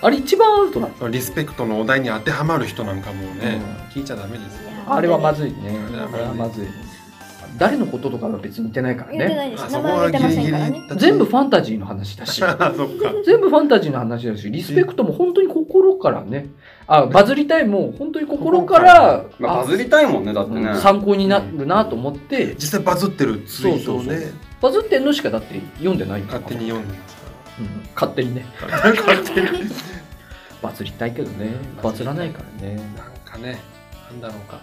[SPEAKER 2] あれ一番アウトだ
[SPEAKER 4] そのリスペクトのお題に当てはまる人なんかもうね、聞いちゃダメですよ
[SPEAKER 2] あれはまずいね
[SPEAKER 4] うん
[SPEAKER 2] あれはまずい誰のこととかは別に言ってないから
[SPEAKER 5] 言ってな
[SPEAKER 2] ね
[SPEAKER 5] いで
[SPEAKER 4] あ
[SPEAKER 5] す
[SPEAKER 4] そ
[SPEAKER 5] 名
[SPEAKER 4] こ
[SPEAKER 5] 前は
[SPEAKER 4] は
[SPEAKER 5] 出
[SPEAKER 4] ギ
[SPEAKER 5] てませ
[SPEAKER 4] リ
[SPEAKER 5] ん
[SPEAKER 4] ギ
[SPEAKER 5] から
[SPEAKER 4] リ
[SPEAKER 5] ね
[SPEAKER 2] 全部ファンタジーの話だし
[SPEAKER 4] あそっか
[SPEAKER 2] 全部ファンタジーの話だしリスペクトも本当に心からねあバズりたいも本当に心から
[SPEAKER 3] まあ
[SPEAKER 2] あ
[SPEAKER 3] バズりたいもんねだってね
[SPEAKER 2] うん参考になるなと思って
[SPEAKER 4] 実際バズってるツイートをね
[SPEAKER 2] バズってんのしかだって読んでないんだ
[SPEAKER 4] 勝
[SPEAKER 2] から
[SPEAKER 4] 手に読んでますか
[SPEAKER 2] 勝手にね
[SPEAKER 4] 勝手に
[SPEAKER 2] バズりたいけどねバズらないからね
[SPEAKER 4] なんかね、なんだろうか。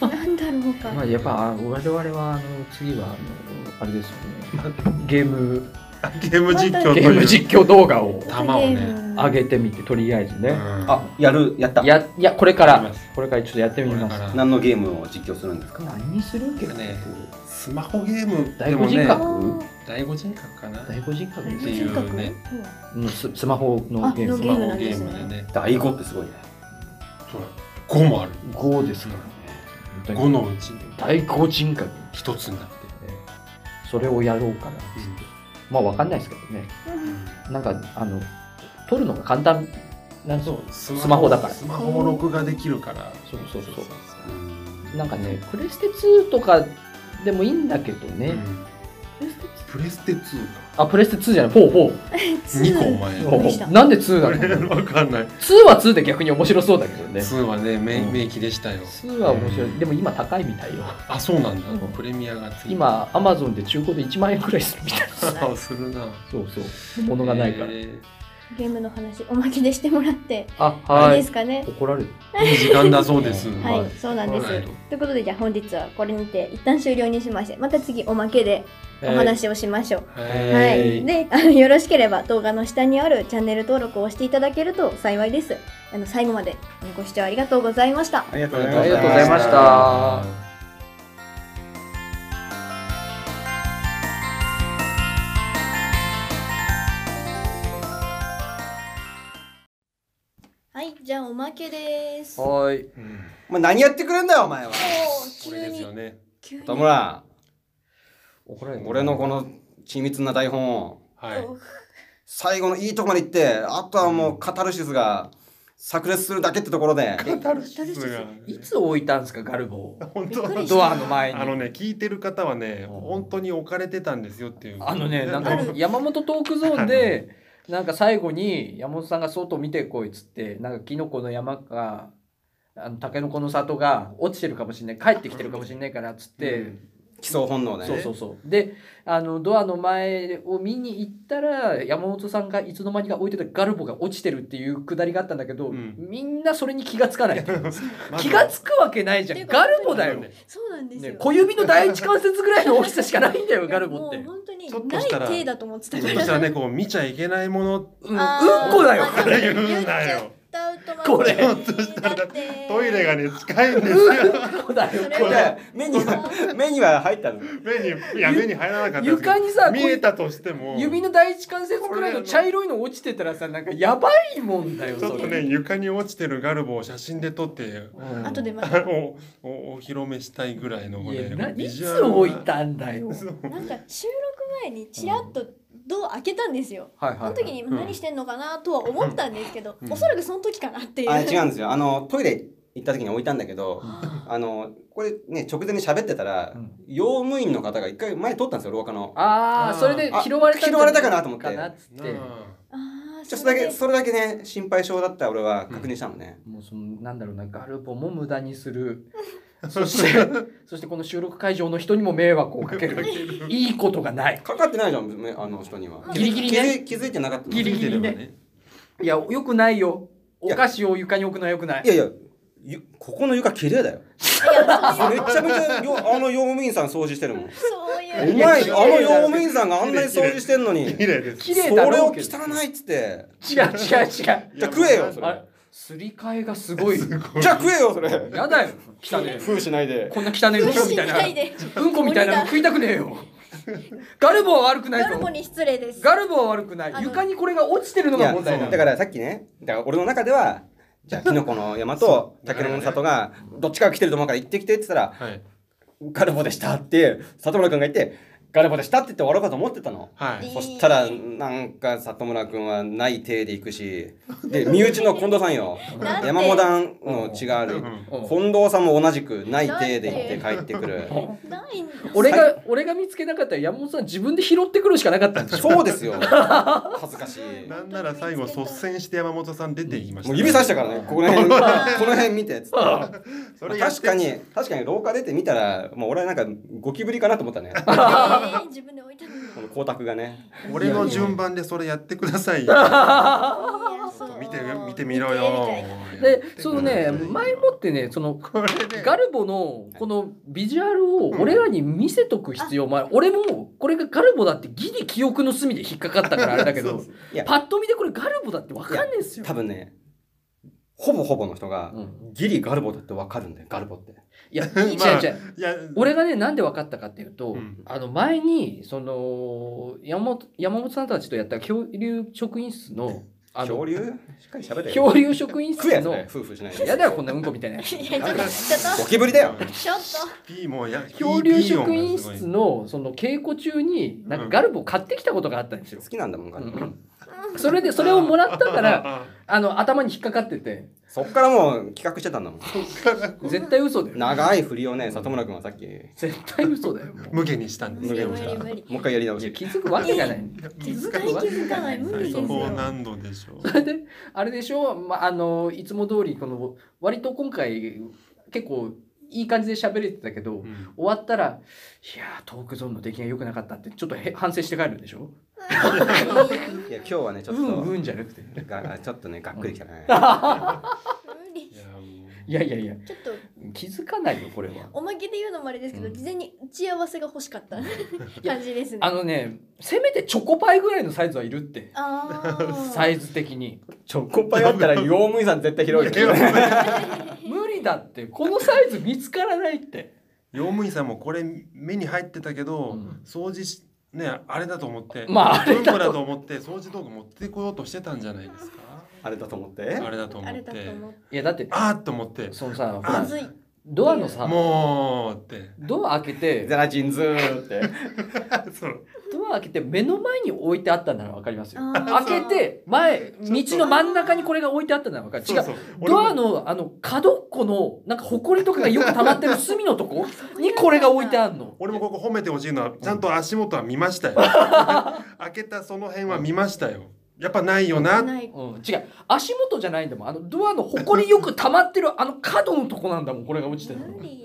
[SPEAKER 1] なんだろうか。
[SPEAKER 2] まあやっぱあ我々はあの次はあのあれですよねゲーム
[SPEAKER 4] ゲーム
[SPEAKER 1] 実
[SPEAKER 4] 実
[SPEAKER 1] 況
[SPEAKER 4] 況
[SPEAKER 2] ゲーム実況動画を
[SPEAKER 4] 玉を
[SPEAKER 1] ゲー
[SPEAKER 4] ね。
[SPEAKER 1] ム
[SPEAKER 2] 上げてみてとりあえずね、
[SPEAKER 3] あ、やる、やった。
[SPEAKER 2] やいやこれか
[SPEAKER 4] やり
[SPEAKER 2] ら
[SPEAKER 4] ます
[SPEAKER 2] これからちょっとやってみます
[SPEAKER 4] これから
[SPEAKER 3] 何のゲームを実況するんですか
[SPEAKER 2] 何にするけどね
[SPEAKER 4] スマホゲーム
[SPEAKER 2] 第
[SPEAKER 4] で
[SPEAKER 2] 5
[SPEAKER 4] も
[SPEAKER 2] 時
[SPEAKER 4] ね
[SPEAKER 2] 間、
[SPEAKER 4] 第五人格かな。
[SPEAKER 2] 第5時間
[SPEAKER 4] って
[SPEAKER 2] で
[SPEAKER 4] いうね
[SPEAKER 2] うんススマホの
[SPEAKER 1] あ
[SPEAKER 2] ゲー
[SPEAKER 1] のゲ
[SPEAKER 2] ム
[SPEAKER 4] ス
[SPEAKER 1] ー
[SPEAKER 4] マ
[SPEAKER 1] ム
[SPEAKER 4] ホ
[SPEAKER 1] なん
[SPEAKER 4] ゲ
[SPEAKER 1] で
[SPEAKER 4] ー
[SPEAKER 1] すね
[SPEAKER 4] ムでね。
[SPEAKER 3] 第5ってすごいね。
[SPEAKER 4] そう5もある。
[SPEAKER 2] 5ですからね
[SPEAKER 4] 5のうち
[SPEAKER 2] 第5人格
[SPEAKER 4] 一つになって
[SPEAKER 2] それをやろうかなっつって、まあわかんないですけどねなんかあの撮るのが簡単なんそう
[SPEAKER 4] る。
[SPEAKER 2] スマホだから
[SPEAKER 4] スマホを録画できるから。
[SPEAKER 2] そうそうそう
[SPEAKER 4] う
[SPEAKER 2] なんかねプレステ2とかでもいいんだけどね、
[SPEAKER 4] んプレステ2か。
[SPEAKER 2] あプレステ2じゃない4
[SPEAKER 4] 2個お前。
[SPEAKER 1] びっくりした
[SPEAKER 2] 4なんで2なの
[SPEAKER 4] わかんない。
[SPEAKER 2] 2は2で逆に面白そうだけどね
[SPEAKER 4] 2はね、め
[SPEAKER 2] うん
[SPEAKER 4] 名機でしたよ。
[SPEAKER 2] 2は面白いでも今高いみたいよ
[SPEAKER 4] あ、そうなんだ
[SPEAKER 2] うん。
[SPEAKER 4] プレミアがついて。
[SPEAKER 2] 今アマゾンで中古で1万円くらいするみたいな
[SPEAKER 4] あ、するな。
[SPEAKER 2] そうそう物がないから、
[SPEAKER 4] えー
[SPEAKER 1] ゲームの話おまけでしてもらって、
[SPEAKER 2] あ
[SPEAKER 1] い、い
[SPEAKER 2] は
[SPEAKER 1] で
[SPEAKER 2] い
[SPEAKER 1] すかね。
[SPEAKER 2] 怒られる
[SPEAKER 4] いい時間だそう です。
[SPEAKER 2] は
[SPEAKER 1] はい、
[SPEAKER 2] はい
[SPEAKER 1] そうなんです。
[SPEAKER 4] はい
[SPEAKER 1] ということでじゃあ本日はこれにて一旦終了にしまして、また次おまけでお話をしましょう。は、
[SPEAKER 4] はい
[SPEAKER 1] であのよろしければ動画の下にあるチャンネル登録をしていただけると幸いです。あの最後までご視聴ありがとうございました。
[SPEAKER 3] ありがと
[SPEAKER 4] あり
[SPEAKER 2] ありがとうございました
[SPEAKER 1] はい、じゃあおまけです。
[SPEAKER 2] はーい
[SPEAKER 4] うん
[SPEAKER 3] お前何やってくれんだよ、お前は。
[SPEAKER 4] これですよね。
[SPEAKER 1] 急に
[SPEAKER 3] 田村、
[SPEAKER 2] 怒られる
[SPEAKER 3] 俺のこの緻密な台本を、
[SPEAKER 4] はい。
[SPEAKER 3] 最後のいいとこまで行って、あとはもうカタルシスが炸裂するだけってところで。
[SPEAKER 4] タル
[SPEAKER 1] シスが
[SPEAKER 2] いつ置いたんですかガルボを
[SPEAKER 4] 本当
[SPEAKER 1] びっくりした
[SPEAKER 2] ドアの前に
[SPEAKER 4] あのね聞いてる方はね
[SPEAKER 2] うん
[SPEAKER 4] 本当に置かれてたんですよっていう
[SPEAKER 2] あのね、なん
[SPEAKER 1] あ
[SPEAKER 2] か
[SPEAKER 1] る
[SPEAKER 2] 山本トークゾーンで、なんか最後に山本さんが外見てこいっつって、なんかキノコの山か、あのタケノコの里が落ちてるかもしれない、帰ってきてるかもしれないからっつって、
[SPEAKER 4] うん
[SPEAKER 3] 基礎本能ね。
[SPEAKER 2] そうそうそう。で、あのドアの前を見に行ったら、山本さんがいつの間にか置いてたガルボが落ちてるっていうくだりがあったんだけど、
[SPEAKER 4] うん
[SPEAKER 2] みんなそれに気がつかない。
[SPEAKER 4] まず
[SPEAKER 2] 気がつくわけないじゃ
[SPEAKER 1] てい
[SPEAKER 2] ん。
[SPEAKER 1] うか
[SPEAKER 2] ガルボだ
[SPEAKER 4] あ
[SPEAKER 2] よ
[SPEAKER 4] の。ね
[SPEAKER 1] そうなんですよ。
[SPEAKER 2] ね、小指の第一関節ぐらいの大きさしかないんだよ、ガルボっ
[SPEAKER 1] も
[SPEAKER 2] て。
[SPEAKER 1] う
[SPEAKER 2] うん
[SPEAKER 1] 本当に
[SPEAKER 4] ちょっ
[SPEAKER 1] な
[SPEAKER 4] と
[SPEAKER 1] い
[SPEAKER 4] したら
[SPEAKER 1] 手だと思ってた
[SPEAKER 4] そ
[SPEAKER 1] か
[SPEAKER 4] した
[SPEAKER 1] ら。
[SPEAKER 4] らねこう見ちゃいけないもの
[SPEAKER 2] うん
[SPEAKER 1] あー
[SPEAKER 2] こだよ。
[SPEAKER 1] まあ
[SPEAKER 4] 言うな
[SPEAKER 1] 言っちゃ
[SPEAKER 4] よ
[SPEAKER 1] ったウトマ
[SPEAKER 2] これ
[SPEAKER 4] ちょっとしたらトイレがね近いんですよ
[SPEAKER 2] うんこだよ。
[SPEAKER 1] それ
[SPEAKER 3] こ
[SPEAKER 2] こ
[SPEAKER 1] は
[SPEAKER 2] だよ
[SPEAKER 3] れ、目には、目には入ったの。
[SPEAKER 4] 目にいや目に入らなかったですけど
[SPEAKER 2] 床にさ
[SPEAKER 4] 見えたとしても
[SPEAKER 2] 指
[SPEAKER 4] ち
[SPEAKER 2] の第一関節くらいの茶色いの落ちてたらさなんかやばいもんだよ
[SPEAKER 4] ょっとね床に落ちてるガルボを写真で撮って
[SPEAKER 2] それうん
[SPEAKER 1] 後でまた
[SPEAKER 4] おおお披露目したいぐらいの
[SPEAKER 2] いやな
[SPEAKER 4] ね
[SPEAKER 2] い
[SPEAKER 4] ビジュア
[SPEAKER 2] つ
[SPEAKER 4] ルが
[SPEAKER 2] 置いたんだよ
[SPEAKER 4] そう
[SPEAKER 1] なんか収録前にちらっとドア開けたんですよ。
[SPEAKER 2] はい
[SPEAKER 1] その時に今何してんのかなとは思ったんですけど、
[SPEAKER 4] うん
[SPEAKER 1] おそらくその時かなっていう。
[SPEAKER 3] あ違うんですよあのトイレ行った時に置いたんだけどあのこれね直前に喋ってたら、
[SPEAKER 2] うん
[SPEAKER 3] 用務員の方が一回前通ったんですよ廊下の
[SPEAKER 2] あ
[SPEAKER 4] あ
[SPEAKER 2] あ
[SPEAKER 4] ー
[SPEAKER 2] それで拾われたんじゃ
[SPEAKER 3] あ拾われたかなと思って
[SPEAKER 2] かなっつって
[SPEAKER 4] なあ
[SPEAKER 1] ああ、
[SPEAKER 3] ちょっとだけ
[SPEAKER 1] で
[SPEAKER 3] それだけね心配性だった俺は確認したのね、
[SPEAKER 2] もうそのなんだろうなガルボも無駄にす るそしてそしてこの収録会場の人にも迷惑をかけ るいいことがない
[SPEAKER 3] かかってないじゃんめあの人には
[SPEAKER 2] ギリギリね
[SPEAKER 3] 気づ気づいてなかったの
[SPEAKER 2] ギリギリねいやよくないよお菓子を床に置くのはよくない
[SPEAKER 3] いやいやゆここの床綺麗だよめちゃめちゃよあの用務員さん掃除してるもんお
[SPEAKER 1] そういう。
[SPEAKER 3] 前あの用務員さんがあんなに掃除してんのに
[SPEAKER 4] 綺麗です
[SPEAKER 2] 綺
[SPEAKER 3] そ
[SPEAKER 2] 麗
[SPEAKER 3] れ
[SPEAKER 2] だろ
[SPEAKER 3] を
[SPEAKER 2] う
[SPEAKER 3] 汚
[SPEAKER 2] けど
[SPEAKER 3] いっつって
[SPEAKER 2] 違う違う違う
[SPEAKER 3] じゃあ食えよそ
[SPEAKER 2] あ
[SPEAKER 3] れ
[SPEAKER 2] れすり替えがす ごい
[SPEAKER 3] じゃあ食えよそれ
[SPEAKER 2] やだよ汚ねえ
[SPEAKER 3] 封しないで
[SPEAKER 2] こんな汚ねえうんこみたい
[SPEAKER 1] ないで。
[SPEAKER 2] なうんこみたいなの食いたくねえよガルボは悪くない
[SPEAKER 1] ガルボ
[SPEAKER 2] ぞ
[SPEAKER 1] に失礼です。
[SPEAKER 2] ガルボは悪くな
[SPEAKER 1] あ
[SPEAKER 2] い
[SPEAKER 1] の
[SPEAKER 2] 床にこれが落ちてるの
[SPEAKER 3] いや
[SPEAKER 2] が問題な
[SPEAKER 4] そ
[SPEAKER 2] ん
[SPEAKER 4] う
[SPEAKER 3] だからさっきねだから俺の中ではじゃあキノコの山と
[SPEAKER 4] そう
[SPEAKER 3] タケノコの里がどっちかが来てると思うから行ってきてって言ったら
[SPEAKER 4] はい
[SPEAKER 3] 「ガルボでした」って里村君が言って「ガルボでした」って言って終わろうかと思ってたの。
[SPEAKER 4] はい
[SPEAKER 3] そしたらなんか里村君はない体で行くしで身内の近藤さんよ
[SPEAKER 1] なんて
[SPEAKER 3] 山モダンの血がある近藤さんも同じくない体で行って帰ってくる
[SPEAKER 1] ないんだ。
[SPEAKER 2] 俺が俺が見つけなかったら山本さん自分で拾ってくるしかなかったんでしょ
[SPEAKER 3] そうです よ恥ずかしい
[SPEAKER 4] なんなら最後率先して山本さん出ていきました
[SPEAKER 3] も
[SPEAKER 4] ね、
[SPEAKER 3] う指さしたからねここら 辺この辺見てっつって
[SPEAKER 4] そ
[SPEAKER 3] まあ
[SPEAKER 4] れ
[SPEAKER 3] 確かに確かに廊下出てみたらもう俺はなんかゴキブリかなと思ったね
[SPEAKER 1] えー自分で置いたのに。
[SPEAKER 3] この光沢がね。
[SPEAKER 4] 俺の順番でそれやってくださいよ。見て見てみろよ。
[SPEAKER 2] でそのね
[SPEAKER 4] うん
[SPEAKER 2] 前もってねその
[SPEAKER 4] これで
[SPEAKER 2] ガルボのこのビジュアルを俺らに見せとく必要もある、俺もこれがガルボだってギリ記憶の隅で引っかかったからあれだけ
[SPEAKER 4] そう
[SPEAKER 2] ど
[SPEAKER 4] そう
[SPEAKER 3] いや、
[SPEAKER 2] パッと見でこれガルボだってわかんないですよ
[SPEAKER 3] 多分ね、ほぼほぼの人が
[SPEAKER 2] う、
[SPEAKER 3] ギリガルボだってわかるんだよ、ガルボって。
[SPEAKER 2] いや
[SPEAKER 4] まあ
[SPEAKER 2] 違う違う、
[SPEAKER 4] いや
[SPEAKER 2] 俺がねなんで分かったかっていうと、
[SPEAKER 4] うん
[SPEAKER 2] あの前にその山本山本さんたちとやった恐竜職員室のあの
[SPEAKER 3] 恐竜しっかり喋れよ。
[SPEAKER 2] 恐竜職員
[SPEAKER 3] 食え
[SPEAKER 2] 室
[SPEAKER 3] やつ
[SPEAKER 2] の
[SPEAKER 3] ね、夫婦しないで。
[SPEAKER 2] やだよこんなうんこみたいなやつ
[SPEAKER 1] いやちょっとちょっ
[SPEAKER 3] ゴキブリだよ。
[SPEAKER 1] とちょっと
[SPEAKER 4] ピーもや
[SPEAKER 2] 恐竜職員室
[SPEAKER 4] の
[SPEAKER 2] のその稽古中になんかガルボ買ってきたことがあったんですよ
[SPEAKER 3] 好、きなんだもん、ガルボ。
[SPEAKER 2] うんそれでそれをもらったから
[SPEAKER 4] ら
[SPEAKER 2] あの頭に引っかかってて
[SPEAKER 3] そっからもう企画してたんだもん。
[SPEAKER 2] 絶対嘘だよ
[SPEAKER 3] 長い振りをね、里村君はさっき、
[SPEAKER 2] 絶対嘘だよもう
[SPEAKER 4] 無限にしたんです
[SPEAKER 3] 無限
[SPEAKER 4] よ
[SPEAKER 3] にし。た。
[SPEAKER 1] 無理無理
[SPEAKER 3] もう一回やり直
[SPEAKER 2] いや
[SPEAKER 3] し。
[SPEAKER 2] 気づくわけがない
[SPEAKER 1] 絶対気づかない無理ですよ
[SPEAKER 4] 高難度でしょう。
[SPEAKER 2] それであれでしょ、まあ、あのいつも通りこの割と今回結構いい感じで喋れてたけど、
[SPEAKER 4] うん
[SPEAKER 2] 終わったら「いやートークゾーンの出来が良くなかった」ってちょっとへ反省して帰るんでしょ
[SPEAKER 3] いや、今日はね、ちょ
[SPEAKER 2] う
[SPEAKER 3] っ
[SPEAKER 2] んう
[SPEAKER 3] と、
[SPEAKER 2] んじゃなくて
[SPEAKER 3] がちょっとね、がっくりきたね。
[SPEAKER 1] 無理
[SPEAKER 4] いやもう
[SPEAKER 2] いやいやいや
[SPEAKER 1] ちょっと
[SPEAKER 2] 気づかないよこれは
[SPEAKER 1] おまけで言うのもあれですけど、
[SPEAKER 2] うん
[SPEAKER 1] 事前に打ち合わせが欲しか った感じですね
[SPEAKER 2] あのねせめてチョコパイぐらいのサイズはいるって
[SPEAKER 1] あー
[SPEAKER 2] サイズ的に
[SPEAKER 3] チョコパイあったら、用務員さん絶対広いよ。
[SPEAKER 2] 無理だってこのサイズ見つからないって
[SPEAKER 4] 用務員さんもこれ目に入ってたけど、
[SPEAKER 2] うん
[SPEAKER 4] 掃除しねあれだと思って、
[SPEAKER 2] まああれだ
[SPEAKER 4] 文
[SPEAKER 2] と
[SPEAKER 4] 庫だと思って掃除道具持ってこようとしてたんじゃないですか。
[SPEAKER 3] あれだと思って。
[SPEAKER 4] あれだと思
[SPEAKER 1] あ
[SPEAKER 4] っ
[SPEAKER 1] れだと
[SPEAKER 4] て。
[SPEAKER 1] 思う
[SPEAKER 2] いやだって
[SPEAKER 4] あーっと思って、
[SPEAKER 2] そのさほ
[SPEAKER 1] ま
[SPEAKER 2] ら
[SPEAKER 1] ずい
[SPEAKER 2] ドアのさ
[SPEAKER 4] もう って。
[SPEAKER 2] ドア開けて
[SPEAKER 3] ゼラチンズーって。
[SPEAKER 4] そう
[SPEAKER 2] ドア開けて目の前に置いてあったならわかりますよ
[SPEAKER 1] あー
[SPEAKER 2] 開けて前
[SPEAKER 4] ちょっと
[SPEAKER 2] 道の真ん中にこれが置いてあったならわかる違
[SPEAKER 4] そう
[SPEAKER 2] う
[SPEAKER 4] そう
[SPEAKER 2] ドア
[SPEAKER 4] 俺も
[SPEAKER 2] のあの角っこのなんか埃とかがよく溜まってる隅のとこにこれが置いてあるの。
[SPEAKER 4] 俺もここ褒めてほしいのはちゃんと足元は見ま したよ。開けたその辺は見ましたよ。やっぱないよな。
[SPEAKER 1] ない
[SPEAKER 2] うん、違う足元じゃないんだもんあのドアの埃よく溜まってるあの角のとこなんだもんこれが落ちてるの
[SPEAKER 1] 無理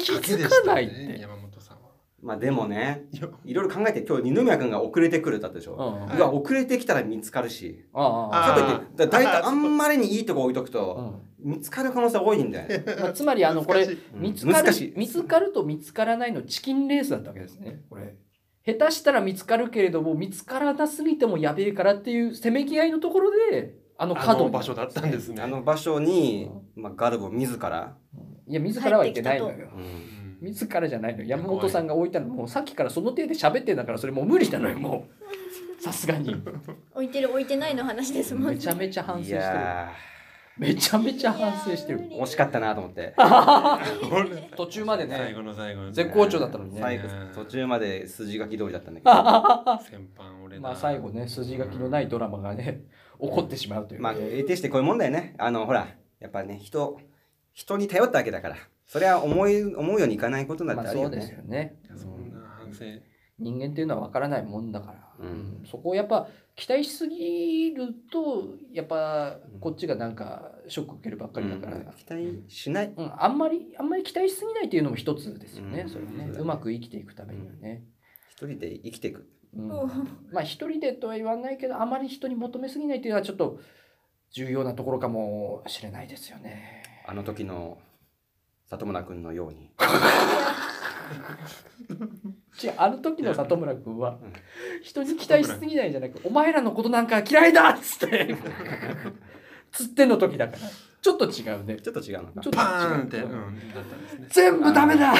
[SPEAKER 2] 気
[SPEAKER 4] 賭けで
[SPEAKER 2] づ
[SPEAKER 4] し
[SPEAKER 2] か
[SPEAKER 4] た
[SPEAKER 2] ないっ
[SPEAKER 4] ね
[SPEAKER 2] て、
[SPEAKER 4] 山本さんは。
[SPEAKER 3] まあでもね、
[SPEAKER 4] いや
[SPEAKER 3] いろいろ考えて今日二宮君が遅れてくれたでし
[SPEAKER 2] う
[SPEAKER 3] ょ。
[SPEAKER 2] ん、あ
[SPEAKER 4] いう
[SPEAKER 3] わ、遅れてきたら見つかるし。
[SPEAKER 2] あ
[SPEAKER 4] あ
[SPEAKER 3] か
[SPEAKER 4] ー
[SPEAKER 3] といって、だ大体
[SPEAKER 4] あー
[SPEAKER 3] あんまりにいいとこ置いとく
[SPEAKER 2] う
[SPEAKER 3] と、
[SPEAKER 2] ん
[SPEAKER 3] 見つかる可能性多いんだよね。
[SPEAKER 2] まあ、つまりあのこ
[SPEAKER 4] 難
[SPEAKER 2] れ
[SPEAKER 4] しい
[SPEAKER 3] うん
[SPEAKER 2] 見つかる
[SPEAKER 3] 難しい
[SPEAKER 2] 見つかると見つからないのチキンレースだったわけですねこれ下手したら見つかるけれども見つからなすぎてもやべえからっていうせめぎ合いのところであの
[SPEAKER 4] あ
[SPEAKER 2] 角
[SPEAKER 4] の
[SPEAKER 2] に
[SPEAKER 4] 場所だったんですね。
[SPEAKER 3] あの場所に、まあ、ガルボ自ら、
[SPEAKER 2] いや自らは行ってないのよ
[SPEAKER 3] うん
[SPEAKER 4] うん
[SPEAKER 2] 自らじゃないのよ山本さんが置いたのもうさっきからその手で喋ってんだからそれもう無理なのよもうさすがに
[SPEAKER 1] 置いてる置いてないの話ですもん
[SPEAKER 2] めちゃめちゃ反省
[SPEAKER 3] い
[SPEAKER 2] してる
[SPEAKER 3] や
[SPEAKER 2] めちゃめちゃ反省してる
[SPEAKER 3] ー惜しかったなと思って
[SPEAKER 2] 途中まで
[SPEAKER 4] 最
[SPEAKER 2] ね
[SPEAKER 4] 後の最後の
[SPEAKER 2] 絶好調だったのにね
[SPEAKER 3] 最
[SPEAKER 4] 後
[SPEAKER 3] 後
[SPEAKER 4] ね
[SPEAKER 3] 途中まで筋書き通りだったんだけど
[SPEAKER 4] 先般俺だ
[SPEAKER 2] まあ最後ね筋書きのないドラマがね起こってしまうという、
[SPEAKER 3] まあ得てしてこういうもんだよねあのほらやっぱね人人に頼ったわけだからそれは思い思うようにいかないことだって
[SPEAKER 2] まあ
[SPEAKER 3] ある
[SPEAKER 2] そ
[SPEAKER 3] よ
[SPEAKER 2] うです
[SPEAKER 3] ね、
[SPEAKER 2] よね
[SPEAKER 4] いやそんな反省
[SPEAKER 2] 人間っていうのは分からないもんだから、
[SPEAKER 3] うん
[SPEAKER 2] そこをやっぱ期待しすぎるとやっぱこっちがなんかショック受けるばっかりだから、
[SPEAKER 3] うん期待しない
[SPEAKER 2] うん、あんまりあんまり期待しすぎないというのも一つですよね、
[SPEAKER 3] うん
[SPEAKER 2] それはね
[SPEAKER 3] そうだね
[SPEAKER 2] うまく生きていくためにはね、
[SPEAKER 3] 一人で生きていく
[SPEAKER 2] うん
[SPEAKER 1] うん
[SPEAKER 2] まあ一人でとは言わないけどあまり人に求めすぎないというのはちょっと重要なところかもしれないですよね
[SPEAKER 3] あの時の里村君のように
[SPEAKER 2] 違うあの時の里村君は
[SPEAKER 3] うん
[SPEAKER 2] 人に期待しすぎないじゃなく「お前らのことなんか嫌いだ!」っつって つっての時だからちょっと違うね
[SPEAKER 3] ちょっと違うのか
[SPEAKER 2] ちょっと違う
[SPEAKER 4] パーンって、うん、だったんですね
[SPEAKER 2] 全部ダメだ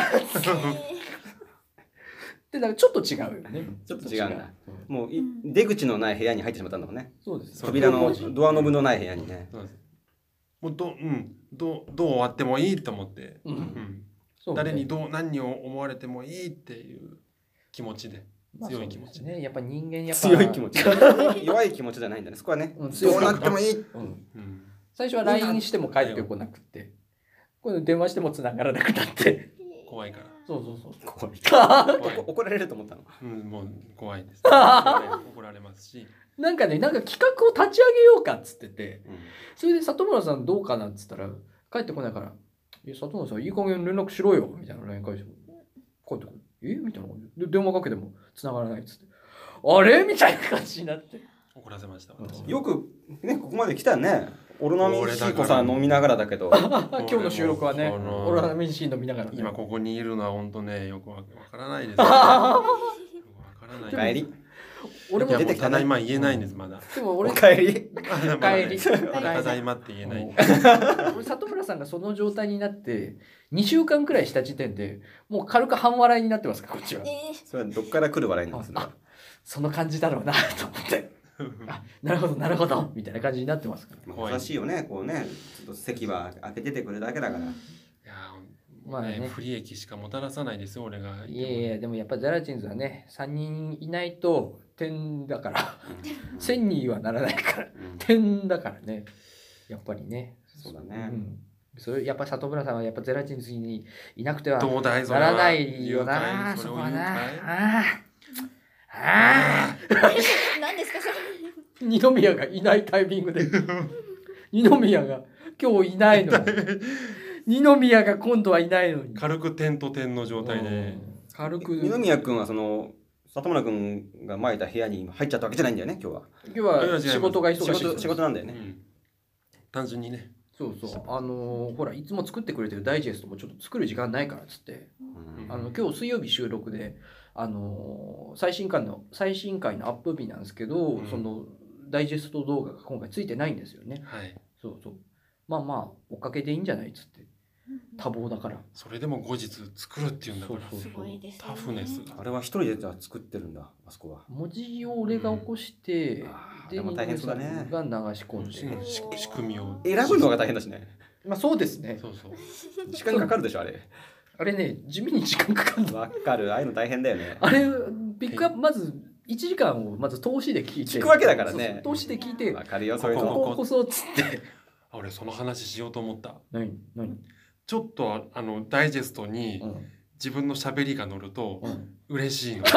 [SPEAKER 2] でだからちょっと違うよね
[SPEAKER 3] ちょっと違うんだ
[SPEAKER 2] うん
[SPEAKER 3] もうい出口のない部屋に入ってしまったんだもんね
[SPEAKER 2] そうです
[SPEAKER 4] そう
[SPEAKER 3] 扉のドアノブのない部屋にね
[SPEAKER 4] そうですもうどうんどうどう終わってもいいと思って、
[SPEAKER 2] うん
[SPEAKER 4] うん
[SPEAKER 2] そうね
[SPEAKER 4] 誰にどう何を思われてもいいっていう気持ちで
[SPEAKER 2] まあ
[SPEAKER 4] 強い気持ち
[SPEAKER 2] そうですねやっぱ人間やっぱ
[SPEAKER 3] 強い気持ち弱い気持ちじゃないんだねそこはね
[SPEAKER 2] うん強い
[SPEAKER 3] どうなってもいい
[SPEAKER 2] うん
[SPEAKER 4] うん
[SPEAKER 2] 最初は LINE しても帰ってこなくてこの電話しても繋がらなくなって
[SPEAKER 4] 怖いから
[SPEAKER 2] そうそうそう
[SPEAKER 3] 怖い
[SPEAKER 4] 怖い、
[SPEAKER 3] 怒られると思ったの
[SPEAKER 4] うん、もう怖いです 怒られますし
[SPEAKER 2] なんかねなんか企画を立ち上げようかっつっててそれで里村さんどうかなっつったら帰ってこないから「え里村さんいい加減連絡しろよ」みたいな LINE 返しても帰ってこない「えみたいな感じでで電話かけても繋がらないっつってあれみたいな感じにな って。
[SPEAKER 4] 怒らせました私
[SPEAKER 3] よく、ね、ここまで来たね。オロナミンシーコさん飲みながらだけど。
[SPEAKER 2] 今日の収録はね、
[SPEAKER 4] これも
[SPEAKER 2] オロナミンシー飲みながらね、
[SPEAKER 4] 今ここにいるのは本当ねよくわわからない ですよくわからない
[SPEAKER 3] おかえり。
[SPEAKER 2] 俺も
[SPEAKER 4] いや
[SPEAKER 3] 出
[SPEAKER 4] も
[SPEAKER 3] て
[SPEAKER 4] う
[SPEAKER 3] き
[SPEAKER 4] た
[SPEAKER 3] たね
[SPEAKER 4] だいま言えないんですまだ
[SPEAKER 2] でも俺
[SPEAKER 3] おかえり。
[SPEAKER 4] まだね
[SPEAKER 2] おかえり
[SPEAKER 4] まだただいまって言えない
[SPEAKER 2] 俺里村さんがその状態になって2週間くらいした時点でもう軽く半笑いになってますからこっちは
[SPEAKER 3] それはどっから来る笑いなんですね。
[SPEAKER 2] あその感じだろうなと思って あなるほどなるほどみたいな感じになってますから
[SPEAKER 3] まあ優しいよね、こうね。ちょっと席は開けててくれるだけだから。
[SPEAKER 4] いや
[SPEAKER 2] まあ
[SPEAKER 4] ね
[SPEAKER 2] ね
[SPEAKER 4] 不利益しかもたらさないですよ俺が
[SPEAKER 2] いやいやでもやっぱゼラチンズはね3人いないと点だから1000人はならないから
[SPEAKER 3] うん
[SPEAKER 2] 点だからねやっぱりね
[SPEAKER 3] そうだ
[SPEAKER 2] う
[SPEAKER 3] ね。
[SPEAKER 2] んそれやっぱ里村さんはやっぱゼラチンズにいなくては
[SPEAKER 4] どうだいそ
[SPEAKER 2] な
[SPEAKER 4] れは
[SPEAKER 2] らないよな
[SPEAKER 4] 誘拐
[SPEAKER 2] そ
[SPEAKER 4] れを
[SPEAKER 2] こは
[SPEAKER 4] 誘
[SPEAKER 2] な
[SPEAKER 4] 拐
[SPEAKER 2] ああああ
[SPEAKER 1] 何ですかそれ
[SPEAKER 2] 二宮がいないタイミング で二宮が今日いないのに二宮が今度はいないのに
[SPEAKER 4] 軽く点と点の状態
[SPEAKER 2] う
[SPEAKER 4] で
[SPEAKER 2] ん軽く
[SPEAKER 3] 二宮君はその、里村君がまいた部屋に入っちゃったわけじゃないんだよね、今日は。
[SPEAKER 2] 今日は仕事が忙しい
[SPEAKER 3] 仕事、仕事なんだよ
[SPEAKER 4] う
[SPEAKER 3] ね。
[SPEAKER 4] ん単純にね
[SPEAKER 2] そうそうあのーほらいつも作ってくれてるダイジェストもちょっと作る時間ないからっつって
[SPEAKER 3] うん
[SPEAKER 2] あの今日水曜日収録であのー最新回の最新回のアップ日なんですけど、
[SPEAKER 4] うん
[SPEAKER 2] そのダイジェスト動画が今回ついてないんですよね
[SPEAKER 4] はい
[SPEAKER 2] そうそうまあまあ追っかけでいいんじゃないっつって多忙だから
[SPEAKER 4] それでも後日作るっていうんだから
[SPEAKER 2] そうそう
[SPEAKER 1] すごいですよね
[SPEAKER 4] タフネス
[SPEAKER 3] あれは一人でじゃあ作ってるんだ、あそこは。
[SPEAKER 2] 文字を俺が起こして、
[SPEAKER 3] あー
[SPEAKER 2] で
[SPEAKER 3] でも大変そうだね
[SPEAKER 2] 二宮さんが流し込んで、
[SPEAKER 4] うんし仕組みを
[SPEAKER 3] 選ぶのが大変だしね。
[SPEAKER 2] まあそうですね
[SPEAKER 4] そうそう
[SPEAKER 3] 時間かかるでしょ、あれ。
[SPEAKER 2] あれね地味に時間かかるの
[SPEAKER 3] わかる、ああいうの大変だよね。
[SPEAKER 2] あれピックアップまず1時間をまず投資で聞いて
[SPEAKER 3] 聞くわけだからね
[SPEAKER 2] そうそう投資で聞いて
[SPEAKER 3] わかるよ、そういう
[SPEAKER 2] こ
[SPEAKER 3] の。
[SPEAKER 2] こをこそっつって
[SPEAKER 4] あ俺その話しようと思った
[SPEAKER 2] 何何
[SPEAKER 4] ちょっとああのダイジェストに
[SPEAKER 2] うん
[SPEAKER 4] 自分の喋りが乗ると
[SPEAKER 2] うん
[SPEAKER 4] 嬉しいの、
[SPEAKER 1] わ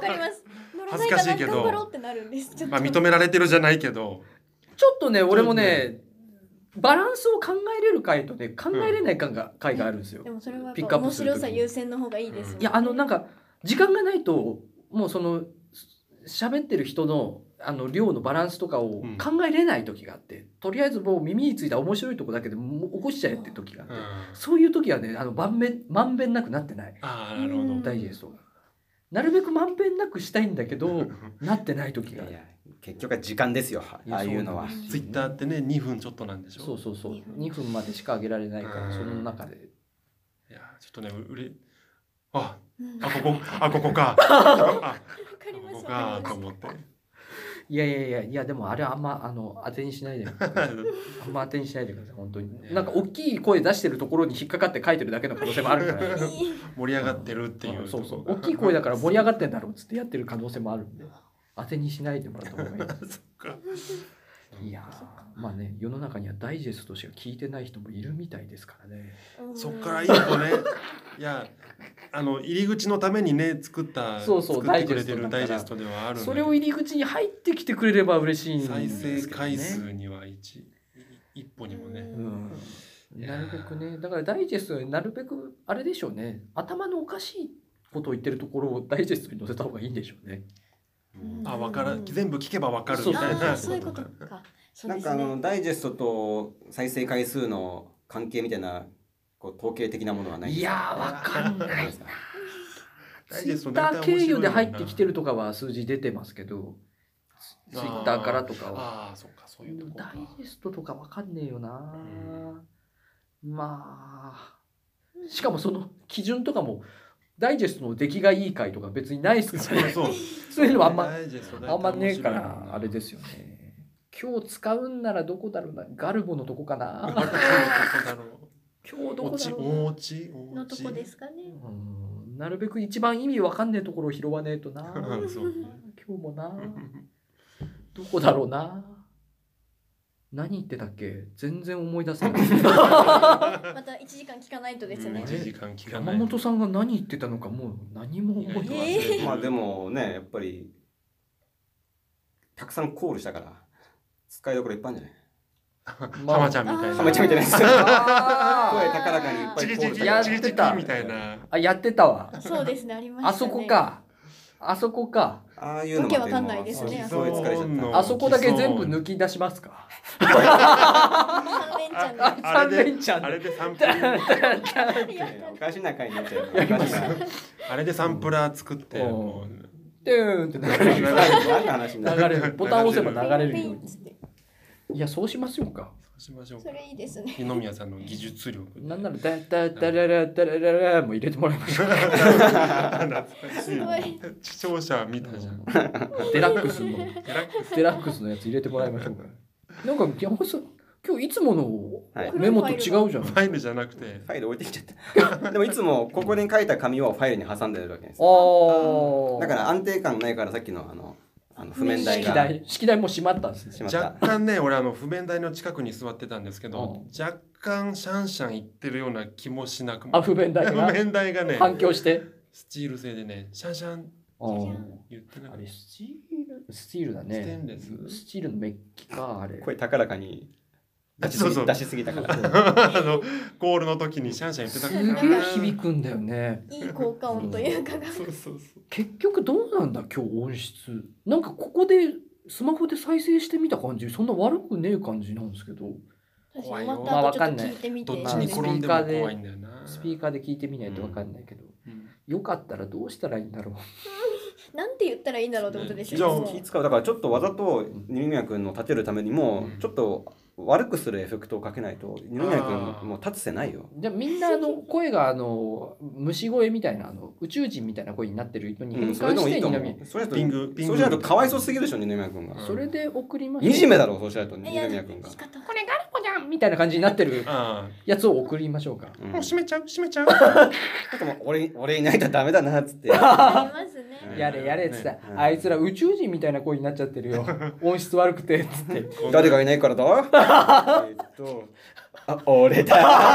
[SPEAKER 1] かります
[SPEAKER 4] 恥ずかしいけど
[SPEAKER 1] 乗らないかな頑張ろうってなるんですちょっと
[SPEAKER 4] まあ認められてるじゃないけど
[SPEAKER 2] ちょっとね俺もねバランスを考えれる回とね考えれない回が,、回があるんですよ
[SPEAKER 1] でもそれは
[SPEAKER 2] ピ
[SPEAKER 1] や
[SPEAKER 2] ッ
[SPEAKER 1] っぱ
[SPEAKER 2] クアップ
[SPEAKER 1] 面
[SPEAKER 2] する
[SPEAKER 1] 白
[SPEAKER 2] 時
[SPEAKER 1] さ
[SPEAKER 2] に
[SPEAKER 1] 優先の方がいいですよね
[SPEAKER 2] いやあのなんか時間がないともうそのし喋ってる人のあの量のバランスとかを
[SPEAKER 4] うん
[SPEAKER 2] 考えれない時があって、とりあえずもう耳についた面白いとこだけでもう起こしちゃえって時があって、
[SPEAKER 4] うん
[SPEAKER 2] そういう時はねあのまんべんまんべんなくなってない
[SPEAKER 4] ああなるほど、
[SPEAKER 1] うん
[SPEAKER 2] ダイジェストが。なるべくまんべんなくしたいんだけどなってない時
[SPEAKER 3] い
[SPEAKER 2] が
[SPEAKER 3] やいや、結局は時間ですよ、ああいうのは。
[SPEAKER 4] ツイッターってね2分ちょっとなんでしょ
[SPEAKER 2] そうそうそう
[SPEAKER 1] 二分
[SPEAKER 2] 2分までしか上げられないから
[SPEAKER 4] うん
[SPEAKER 2] その中で
[SPEAKER 4] いやちょっとねううれあ
[SPEAKER 1] うん
[SPEAKER 4] あ
[SPEAKER 1] わか
[SPEAKER 4] ここあこ こかあ
[SPEAKER 1] り
[SPEAKER 4] こ
[SPEAKER 1] ま
[SPEAKER 4] こ
[SPEAKER 1] すわ
[SPEAKER 4] か
[SPEAKER 1] か
[SPEAKER 4] と
[SPEAKER 1] りま
[SPEAKER 4] 思って
[SPEAKER 2] いやいやいやいやでもあれはあんまあの当てにし ないであんま当てにしないでください本当になんか大きい声出してるところに引っかかって書いてるだけの可能性もあるから
[SPEAKER 1] すいい
[SPEAKER 4] 盛り上がってるっていう
[SPEAKER 2] そうそう大きい声だから盛り上がってんだろうっつってやってる可能性もあるんで当てにしないでもらった方がいいです
[SPEAKER 4] か
[SPEAKER 2] いやーまあね世の中にはダイジェストしか聞いてない人もいるみたいですからね
[SPEAKER 1] うん
[SPEAKER 4] そっから一歩ねいやあの入り口のためにね作った
[SPEAKER 2] そうそう
[SPEAKER 4] 作ってくれてる
[SPEAKER 2] ダ
[SPEAKER 4] ダ
[SPEAKER 2] イ
[SPEAKER 4] イ
[SPEAKER 2] ジ
[SPEAKER 4] ジ
[SPEAKER 2] ェ
[SPEAKER 4] ェ
[SPEAKER 2] ス
[SPEAKER 4] ストではあるんだけど
[SPEAKER 2] それを入り口に入ってきてくれれば嬉しいん
[SPEAKER 4] 再
[SPEAKER 2] ですけど、ね、
[SPEAKER 4] 生回数には一い一歩にもね
[SPEAKER 2] うんなるべくねだからダイジェストになるべくあれでしょうね頭のおかしいことを言ってるところをダイジェストに載せた方がいいんでしょうね
[SPEAKER 1] うん
[SPEAKER 4] あわから全部聞けばわかる
[SPEAKER 2] そう
[SPEAKER 4] み
[SPEAKER 2] そう
[SPEAKER 4] たい
[SPEAKER 1] あ
[SPEAKER 4] な
[SPEAKER 1] ーそういうことかそう
[SPEAKER 3] な
[SPEAKER 1] で
[SPEAKER 3] んか
[SPEAKER 1] す
[SPEAKER 3] あ
[SPEAKER 1] ね
[SPEAKER 3] のダイジェストと再生回数の関係みたいなこう統計的なものはない
[SPEAKER 2] いやーわかん
[SPEAKER 3] な
[SPEAKER 2] ないい
[SPEAKER 3] ですか
[SPEAKER 4] ダイ
[SPEAKER 2] ツ
[SPEAKER 4] ジ
[SPEAKER 2] イ
[SPEAKER 4] ェスト
[SPEAKER 2] ッ
[SPEAKER 4] 大
[SPEAKER 2] タ
[SPEAKER 4] 体
[SPEAKER 2] ー
[SPEAKER 4] 面
[SPEAKER 2] 経
[SPEAKER 4] 白い
[SPEAKER 2] 由
[SPEAKER 4] よな
[SPEAKER 2] で入ってきてるとかは数字出てますけどツイッターからとかは
[SPEAKER 4] ああそっかそういうとこ
[SPEAKER 2] ダ
[SPEAKER 4] か
[SPEAKER 2] イジェストとかわかんねえよな、まあしかもその基準とかもダイジェストの出来がいい回とか別にないですか
[SPEAKER 4] そ
[SPEAKER 2] ら
[SPEAKER 4] う
[SPEAKER 2] ね
[SPEAKER 4] そう
[SPEAKER 2] そういうのはあんま
[SPEAKER 4] ダイジェスト大体
[SPEAKER 2] あんまねえか
[SPEAKER 4] 面白いよ
[SPEAKER 2] らあれですよね今日使うんならどこだろうなガルボのとこか
[SPEAKER 4] あ
[SPEAKER 2] な
[SPEAKER 4] どこだろう
[SPEAKER 2] 今日どこ
[SPEAKER 4] おう
[SPEAKER 2] だ
[SPEAKER 4] ち
[SPEAKER 2] ろう
[SPEAKER 4] おうちおうち
[SPEAKER 1] のとこですかね
[SPEAKER 2] なうんなるべく一番意味わかんねえところを拾わねえとな
[SPEAKER 4] うんそう
[SPEAKER 2] 今日も などこだろうな何言ってたっけ全然思い出せない
[SPEAKER 1] また一時間聞かないとです
[SPEAKER 4] うん
[SPEAKER 1] ね
[SPEAKER 4] 一時間聞かな
[SPEAKER 2] 山
[SPEAKER 4] い
[SPEAKER 2] 本さんが何言ってたのかもう何も覚えてない
[SPEAKER 1] えー
[SPEAKER 3] まあでもねやっぱりたくさんコールしたから使いどころいっぱいあるんじゃない
[SPEAKER 2] まあ
[SPEAKER 4] 浜ちゃんみたいな
[SPEAKER 3] ハマちゃんみたいなやつ
[SPEAKER 2] あ
[SPEAKER 3] 声
[SPEAKER 1] ー
[SPEAKER 3] 高らかにいっぱ
[SPEAKER 4] チ
[SPEAKER 3] い
[SPEAKER 4] キ
[SPEAKER 3] コ
[SPEAKER 4] チキ
[SPEAKER 3] ール
[SPEAKER 4] チ
[SPEAKER 3] し
[SPEAKER 4] キ
[SPEAKER 3] た
[SPEAKER 2] や
[SPEAKER 3] か
[SPEAKER 2] っ
[SPEAKER 4] チ
[SPEAKER 2] て
[SPEAKER 4] キ
[SPEAKER 2] た
[SPEAKER 4] チキみたいな
[SPEAKER 2] あやってたわ
[SPEAKER 1] そうですねありましたね
[SPEAKER 2] あそこかあそこか
[SPEAKER 3] ああいうのまで
[SPEAKER 1] わけわかんないですね
[SPEAKER 3] もうすごい疲れちゃった。
[SPEAKER 2] あそこだけ全部抜き出しますか
[SPEAKER 1] 三連チャン
[SPEAKER 4] あ
[SPEAKER 1] が
[SPEAKER 4] あ
[SPEAKER 2] 三
[SPEAKER 4] れ
[SPEAKER 2] 連チ
[SPEAKER 4] で
[SPEAKER 2] ャン
[SPEAKER 4] あれでサンプル
[SPEAKER 3] おかしな回になっちゃうから。おかし な。
[SPEAKER 4] あれでサンプラー作って
[SPEAKER 2] うん
[SPEAKER 4] もう
[SPEAKER 2] でーんって流れる
[SPEAKER 3] 何の話になる
[SPEAKER 2] 流れるボタンを押せば流れる
[SPEAKER 1] ピ
[SPEAKER 2] よ
[SPEAKER 1] ン
[SPEAKER 2] う
[SPEAKER 1] ピンっ
[SPEAKER 2] に
[SPEAKER 1] つって
[SPEAKER 2] いやそうしましょうか
[SPEAKER 4] そうしましょう
[SPEAKER 1] そ
[SPEAKER 4] か
[SPEAKER 1] れいいですね
[SPEAKER 4] 二宮さんの技術力
[SPEAKER 2] なんならだだだららだらららも入れてもらいま しょう
[SPEAKER 1] すごい
[SPEAKER 4] 視聴者みたいじゃん
[SPEAKER 2] デラックスの
[SPEAKER 4] デラックス
[SPEAKER 2] デラックスのやつ入れてもらいましょうかなんか山本さん今日いつも
[SPEAKER 3] は
[SPEAKER 2] の
[SPEAKER 3] い
[SPEAKER 2] メモと違うじゃん、
[SPEAKER 4] ファイルじゃなくて
[SPEAKER 3] ファイル置いてきちゃった。でもいつもここに書いた紙をファイルに挟んでるわけです。
[SPEAKER 2] ああ
[SPEAKER 3] だから安定感ないからさっきのあのあの譜面台
[SPEAKER 2] 式
[SPEAKER 3] が
[SPEAKER 2] 台式台も閉まったんですね
[SPEAKER 3] しまった。
[SPEAKER 4] 若干ね俺あの譜面台の近くに座ってたんですけど
[SPEAKER 2] う
[SPEAKER 4] 若干シャンシャン言ってるような気もしなく
[SPEAKER 2] あ
[SPEAKER 4] も
[SPEAKER 2] 不便だ
[SPEAKER 4] 譜
[SPEAKER 2] が
[SPEAKER 4] 面台がね
[SPEAKER 2] 反響して
[SPEAKER 4] スチール製でねシャンシャン
[SPEAKER 2] あー
[SPEAKER 4] 言ってな
[SPEAKER 2] あ
[SPEAKER 4] かっ
[SPEAKER 2] れスチールスチールだ
[SPEAKER 4] たステ
[SPEAKER 2] ね
[SPEAKER 4] ンレス
[SPEAKER 2] スチールのメッキかあれ
[SPEAKER 3] 声高らかに出しす
[SPEAKER 4] そう
[SPEAKER 3] ぎ
[SPEAKER 4] そう
[SPEAKER 3] 出しすぎたから。
[SPEAKER 4] あのゴールの時にシャンシャン言ってた
[SPEAKER 2] す
[SPEAKER 4] か
[SPEAKER 2] げ
[SPEAKER 4] ら
[SPEAKER 2] え
[SPEAKER 4] な
[SPEAKER 2] 響くんだよね
[SPEAKER 1] いい効果音というかが
[SPEAKER 4] そうそうそう
[SPEAKER 2] 結局どうなんだ今日音質なんかここでスマホで再生してみた感じそんな悪くねえ感じなんですけど
[SPEAKER 1] 私
[SPEAKER 4] 怖い
[SPEAKER 1] ま
[SPEAKER 4] よ
[SPEAKER 1] た後ちょっと聞いてみて
[SPEAKER 4] どっち
[SPEAKER 2] まあ
[SPEAKER 4] に転んでも怖いんだよな
[SPEAKER 2] スピーカーで聞いてみないとわかんないけど、
[SPEAKER 4] うん
[SPEAKER 2] よかったらどうしたらいいんだろう
[SPEAKER 1] なんて言ったらいいんだろうってことです
[SPEAKER 4] じゃあ
[SPEAKER 1] よね
[SPEAKER 3] 気使うだからちょっとわざと二宮君の立てるためにも
[SPEAKER 4] うん
[SPEAKER 3] ちょっと悪くするエフェクトをかけないと二宮君もう立つせないよ。
[SPEAKER 2] じゃあみんなあの声があの虫声みたいなあの宇宙人みたいな声になってるのに
[SPEAKER 3] う
[SPEAKER 2] 変
[SPEAKER 3] ん、それ
[SPEAKER 2] 換
[SPEAKER 3] でも
[SPEAKER 2] し
[SPEAKER 3] い
[SPEAKER 2] て
[SPEAKER 3] いと思
[SPEAKER 2] 南、
[SPEAKER 3] う。それだと
[SPEAKER 4] ピングピング
[SPEAKER 3] そうしないとかわいそうすぎるでしょ二宮君が。
[SPEAKER 4] うん
[SPEAKER 2] それで送りましょう
[SPEAKER 3] 惨めだろうそうしないと二
[SPEAKER 1] いや
[SPEAKER 3] 宮君が
[SPEAKER 1] 仕。方ない
[SPEAKER 2] これガルコじゃんみたいな感じになってる
[SPEAKER 4] あ
[SPEAKER 2] やつを送りましょうか
[SPEAKER 3] う
[SPEAKER 4] あ
[SPEAKER 3] ん
[SPEAKER 4] もう閉めちゃう閉めちゃう
[SPEAKER 3] ちょっともう俺俺いないとダメだなっつって。
[SPEAKER 1] あります
[SPEAKER 3] う
[SPEAKER 1] ね
[SPEAKER 3] ん
[SPEAKER 2] やれやれっつって、
[SPEAKER 3] うん
[SPEAKER 2] あいつら宇宙人みたいな声になっちゃってる よ音質悪くてっつって
[SPEAKER 3] 誰がいないからだえっとあ俺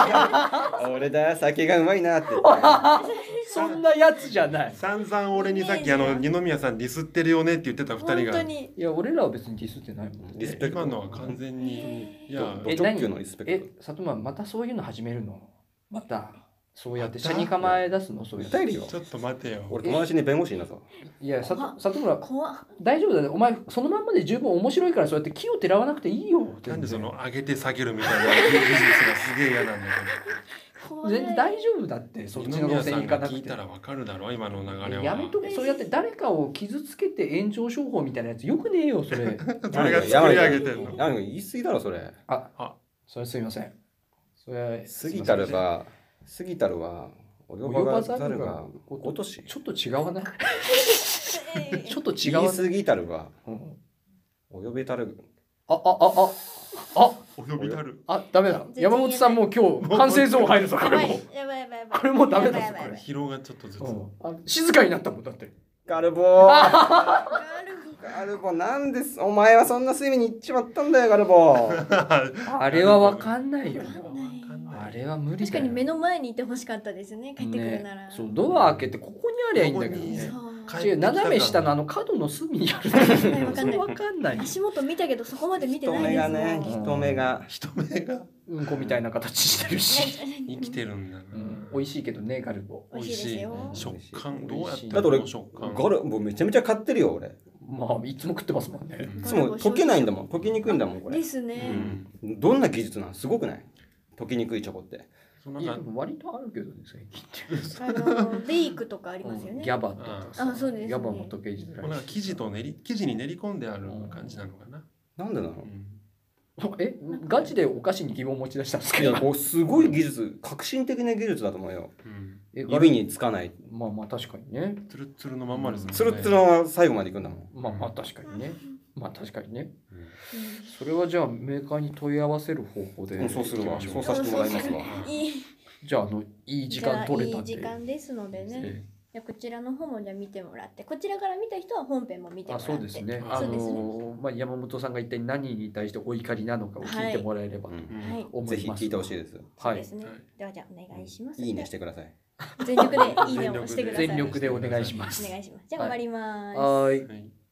[SPEAKER 3] だ俺だ酒がうまいなって言って
[SPEAKER 2] そんなやつじゃない
[SPEAKER 4] 散々俺にさっきあの二宮さんディスってるよねって言ってた二
[SPEAKER 1] 本
[SPEAKER 4] 人
[SPEAKER 1] 当
[SPEAKER 4] が
[SPEAKER 1] に
[SPEAKER 2] いや俺らは別にディスってないもん
[SPEAKER 3] リスペクト
[SPEAKER 4] 今のは完全にいや
[SPEAKER 3] ど
[SPEAKER 2] え
[SPEAKER 3] ド直球のリスペ
[SPEAKER 2] え
[SPEAKER 3] ク
[SPEAKER 2] 里村またそういうの始めるのまたそうやって車
[SPEAKER 4] また
[SPEAKER 2] に構え出すのそう
[SPEAKER 3] ト
[SPEAKER 2] やっ
[SPEAKER 3] 訴え
[SPEAKER 2] て
[SPEAKER 3] るよ
[SPEAKER 4] ちょっと待てよ
[SPEAKER 3] 俺友達に弁護士になぞ
[SPEAKER 2] いやさ里村
[SPEAKER 1] 怖っ
[SPEAKER 2] 大丈夫だねお前そのまんまで十分面白いからそうやって木をてらわなくていいよ
[SPEAKER 4] なんでそ
[SPEAKER 2] 全然
[SPEAKER 4] の上げて下げるみたいなビジネスがすげえ嫌なんだ
[SPEAKER 1] 怖
[SPEAKER 2] 全然
[SPEAKER 1] い
[SPEAKER 2] 大丈夫だってそっ
[SPEAKER 4] け
[SPEAKER 2] ち
[SPEAKER 4] ど二
[SPEAKER 2] の
[SPEAKER 4] 宮
[SPEAKER 2] 路
[SPEAKER 4] さ
[SPEAKER 2] 線
[SPEAKER 4] ん
[SPEAKER 2] 行か
[SPEAKER 4] が
[SPEAKER 2] な
[SPEAKER 4] 聞
[SPEAKER 2] く
[SPEAKER 4] い
[SPEAKER 2] て
[SPEAKER 4] たらわかるだろ今の流れは
[SPEAKER 2] やめとけそうやって誰かを傷つけて炎上商法みたいなやつよくねえよそ れ
[SPEAKER 4] それが作り上げてんの
[SPEAKER 3] なんか言い過ぎだろそれ
[SPEAKER 2] あ
[SPEAKER 4] あ
[SPEAKER 2] それすいませんそれ
[SPEAKER 3] 過ぎたるが過ぎたるは及ばがざるが
[SPEAKER 2] 及ばざるが
[SPEAKER 3] 落とし
[SPEAKER 2] ちょっと違わない
[SPEAKER 1] え
[SPEAKER 2] ちょっと違
[SPEAKER 3] 言いう
[SPEAKER 2] な
[SPEAKER 3] 過ぎたるが
[SPEAKER 2] うん
[SPEAKER 3] 及べたる
[SPEAKER 2] ああああ
[SPEAKER 4] お呼びたる
[SPEAKER 2] ああダメだ
[SPEAKER 1] 全然
[SPEAKER 2] 山本さんもう今日完成ゾーン入るぞこ
[SPEAKER 1] やば
[SPEAKER 2] れも
[SPEAKER 1] いやばいやばいやばい
[SPEAKER 2] これもうダメだぞ
[SPEAKER 1] やばいやばい
[SPEAKER 4] 疲労がちょっとずつ
[SPEAKER 2] うんあ静かになったもんだって
[SPEAKER 3] ガルボー
[SPEAKER 1] ガールフ
[SPEAKER 3] ガルボーなんですお前はそんな睡眠に行っちまったんだよガルボー
[SPEAKER 2] あれはわかんないよ
[SPEAKER 1] ィーない
[SPEAKER 2] あれは無理だよ
[SPEAKER 1] 確かに目の前にいてほしかったですね帰ってくるなら、
[SPEAKER 2] ね、そうドア開けてここにありゃいいんだけどね
[SPEAKER 1] そう
[SPEAKER 2] 違う斜め下のあの角の隅にあるわ
[SPEAKER 1] かんない
[SPEAKER 2] わかんない
[SPEAKER 1] 足元見たけどそこまで見て
[SPEAKER 3] 人
[SPEAKER 1] ない
[SPEAKER 3] 目
[SPEAKER 1] で
[SPEAKER 3] が
[SPEAKER 1] す
[SPEAKER 3] ね
[SPEAKER 1] もん
[SPEAKER 3] 人目が
[SPEAKER 4] 人目が
[SPEAKER 2] うんこみたいな形してるし、
[SPEAKER 4] 生きてるんだな
[SPEAKER 2] うん、美味しいけどねガルボ
[SPEAKER 1] 美味しいですよ
[SPEAKER 4] 食感どうやって
[SPEAKER 3] だって俺
[SPEAKER 4] この食
[SPEAKER 3] ガ
[SPEAKER 4] 感
[SPEAKER 3] ルボーめちゃめちゃ買ってるよ俺
[SPEAKER 2] まあいつも食ってますもんね
[SPEAKER 3] いつも溶けないんだもん溶けにくいんだもんこれ
[SPEAKER 1] ですね、
[SPEAKER 3] どんな技術なんすごくない溶けにくいチョコって。
[SPEAKER 4] その
[SPEAKER 2] いや
[SPEAKER 4] な
[SPEAKER 2] で
[SPEAKER 4] んか
[SPEAKER 2] も割とあるけどね最近って
[SPEAKER 1] あのベイクとかありますよ
[SPEAKER 2] うん
[SPEAKER 1] ね
[SPEAKER 2] ギャバとかさ
[SPEAKER 1] あそうですね
[SPEAKER 2] ギャバも溶けづ
[SPEAKER 4] こう
[SPEAKER 2] ら
[SPEAKER 4] なん
[SPEAKER 2] い
[SPEAKER 4] か
[SPEAKER 2] し
[SPEAKER 4] 生地と練り生地に練り込んである感じなのかな
[SPEAKER 3] なんでな
[SPEAKER 4] う
[SPEAKER 3] の
[SPEAKER 4] ん
[SPEAKER 2] えガチでお菓子に疑問を持ち出したんです
[SPEAKER 3] い
[SPEAKER 2] け
[SPEAKER 3] や
[SPEAKER 2] ど
[SPEAKER 3] こうすごい技術革新的な技術だと思うよ
[SPEAKER 4] うん
[SPEAKER 2] えガル
[SPEAKER 3] 指につかない
[SPEAKER 2] まあまあ確かにね
[SPEAKER 4] つるつるのまんまですもんね
[SPEAKER 3] ツルッツルは最後までいくんだもん
[SPEAKER 2] まあまあ確かにねまあ確かにね
[SPEAKER 4] うん
[SPEAKER 2] それはじゃあメーカーに問い合わせる方法で
[SPEAKER 3] うんそうするわ
[SPEAKER 2] 行きましょ
[SPEAKER 3] そうさせてもらいますわ
[SPEAKER 1] うんいい
[SPEAKER 2] じゃああのいい時間取れたん
[SPEAKER 1] じ
[SPEAKER 2] で
[SPEAKER 1] ゃあいい時間ですのでね、
[SPEAKER 2] え
[SPEAKER 1] じゃあこちらの方もじゃあ見てもらってこちらから見た人は本編も見ても
[SPEAKER 2] え
[SPEAKER 1] ら
[SPEAKER 2] あ
[SPEAKER 1] って
[SPEAKER 2] そうですねあ
[SPEAKER 1] そ
[SPEAKER 2] の
[SPEAKER 1] うですね
[SPEAKER 2] ーまあ山本さんが一体何に対してお怒りなのかを聞いてもらえればと
[SPEAKER 3] うん
[SPEAKER 1] はい、
[SPEAKER 2] 思
[SPEAKER 3] ぜ
[SPEAKER 2] い
[SPEAKER 3] ひ
[SPEAKER 2] ます
[SPEAKER 3] 聞いてほしいです
[SPEAKER 1] そう
[SPEAKER 2] は
[SPEAKER 1] で
[SPEAKER 2] い
[SPEAKER 1] すね、
[SPEAKER 4] はい
[SPEAKER 1] ではじゃあお願いします
[SPEAKER 3] いいねしてください
[SPEAKER 1] 全力でいいねを押してください
[SPEAKER 2] 全力でお願いします
[SPEAKER 1] お願いしますじゃあ
[SPEAKER 2] は
[SPEAKER 1] 終
[SPEAKER 2] い
[SPEAKER 1] わります、
[SPEAKER 2] はーい
[SPEAKER 4] はい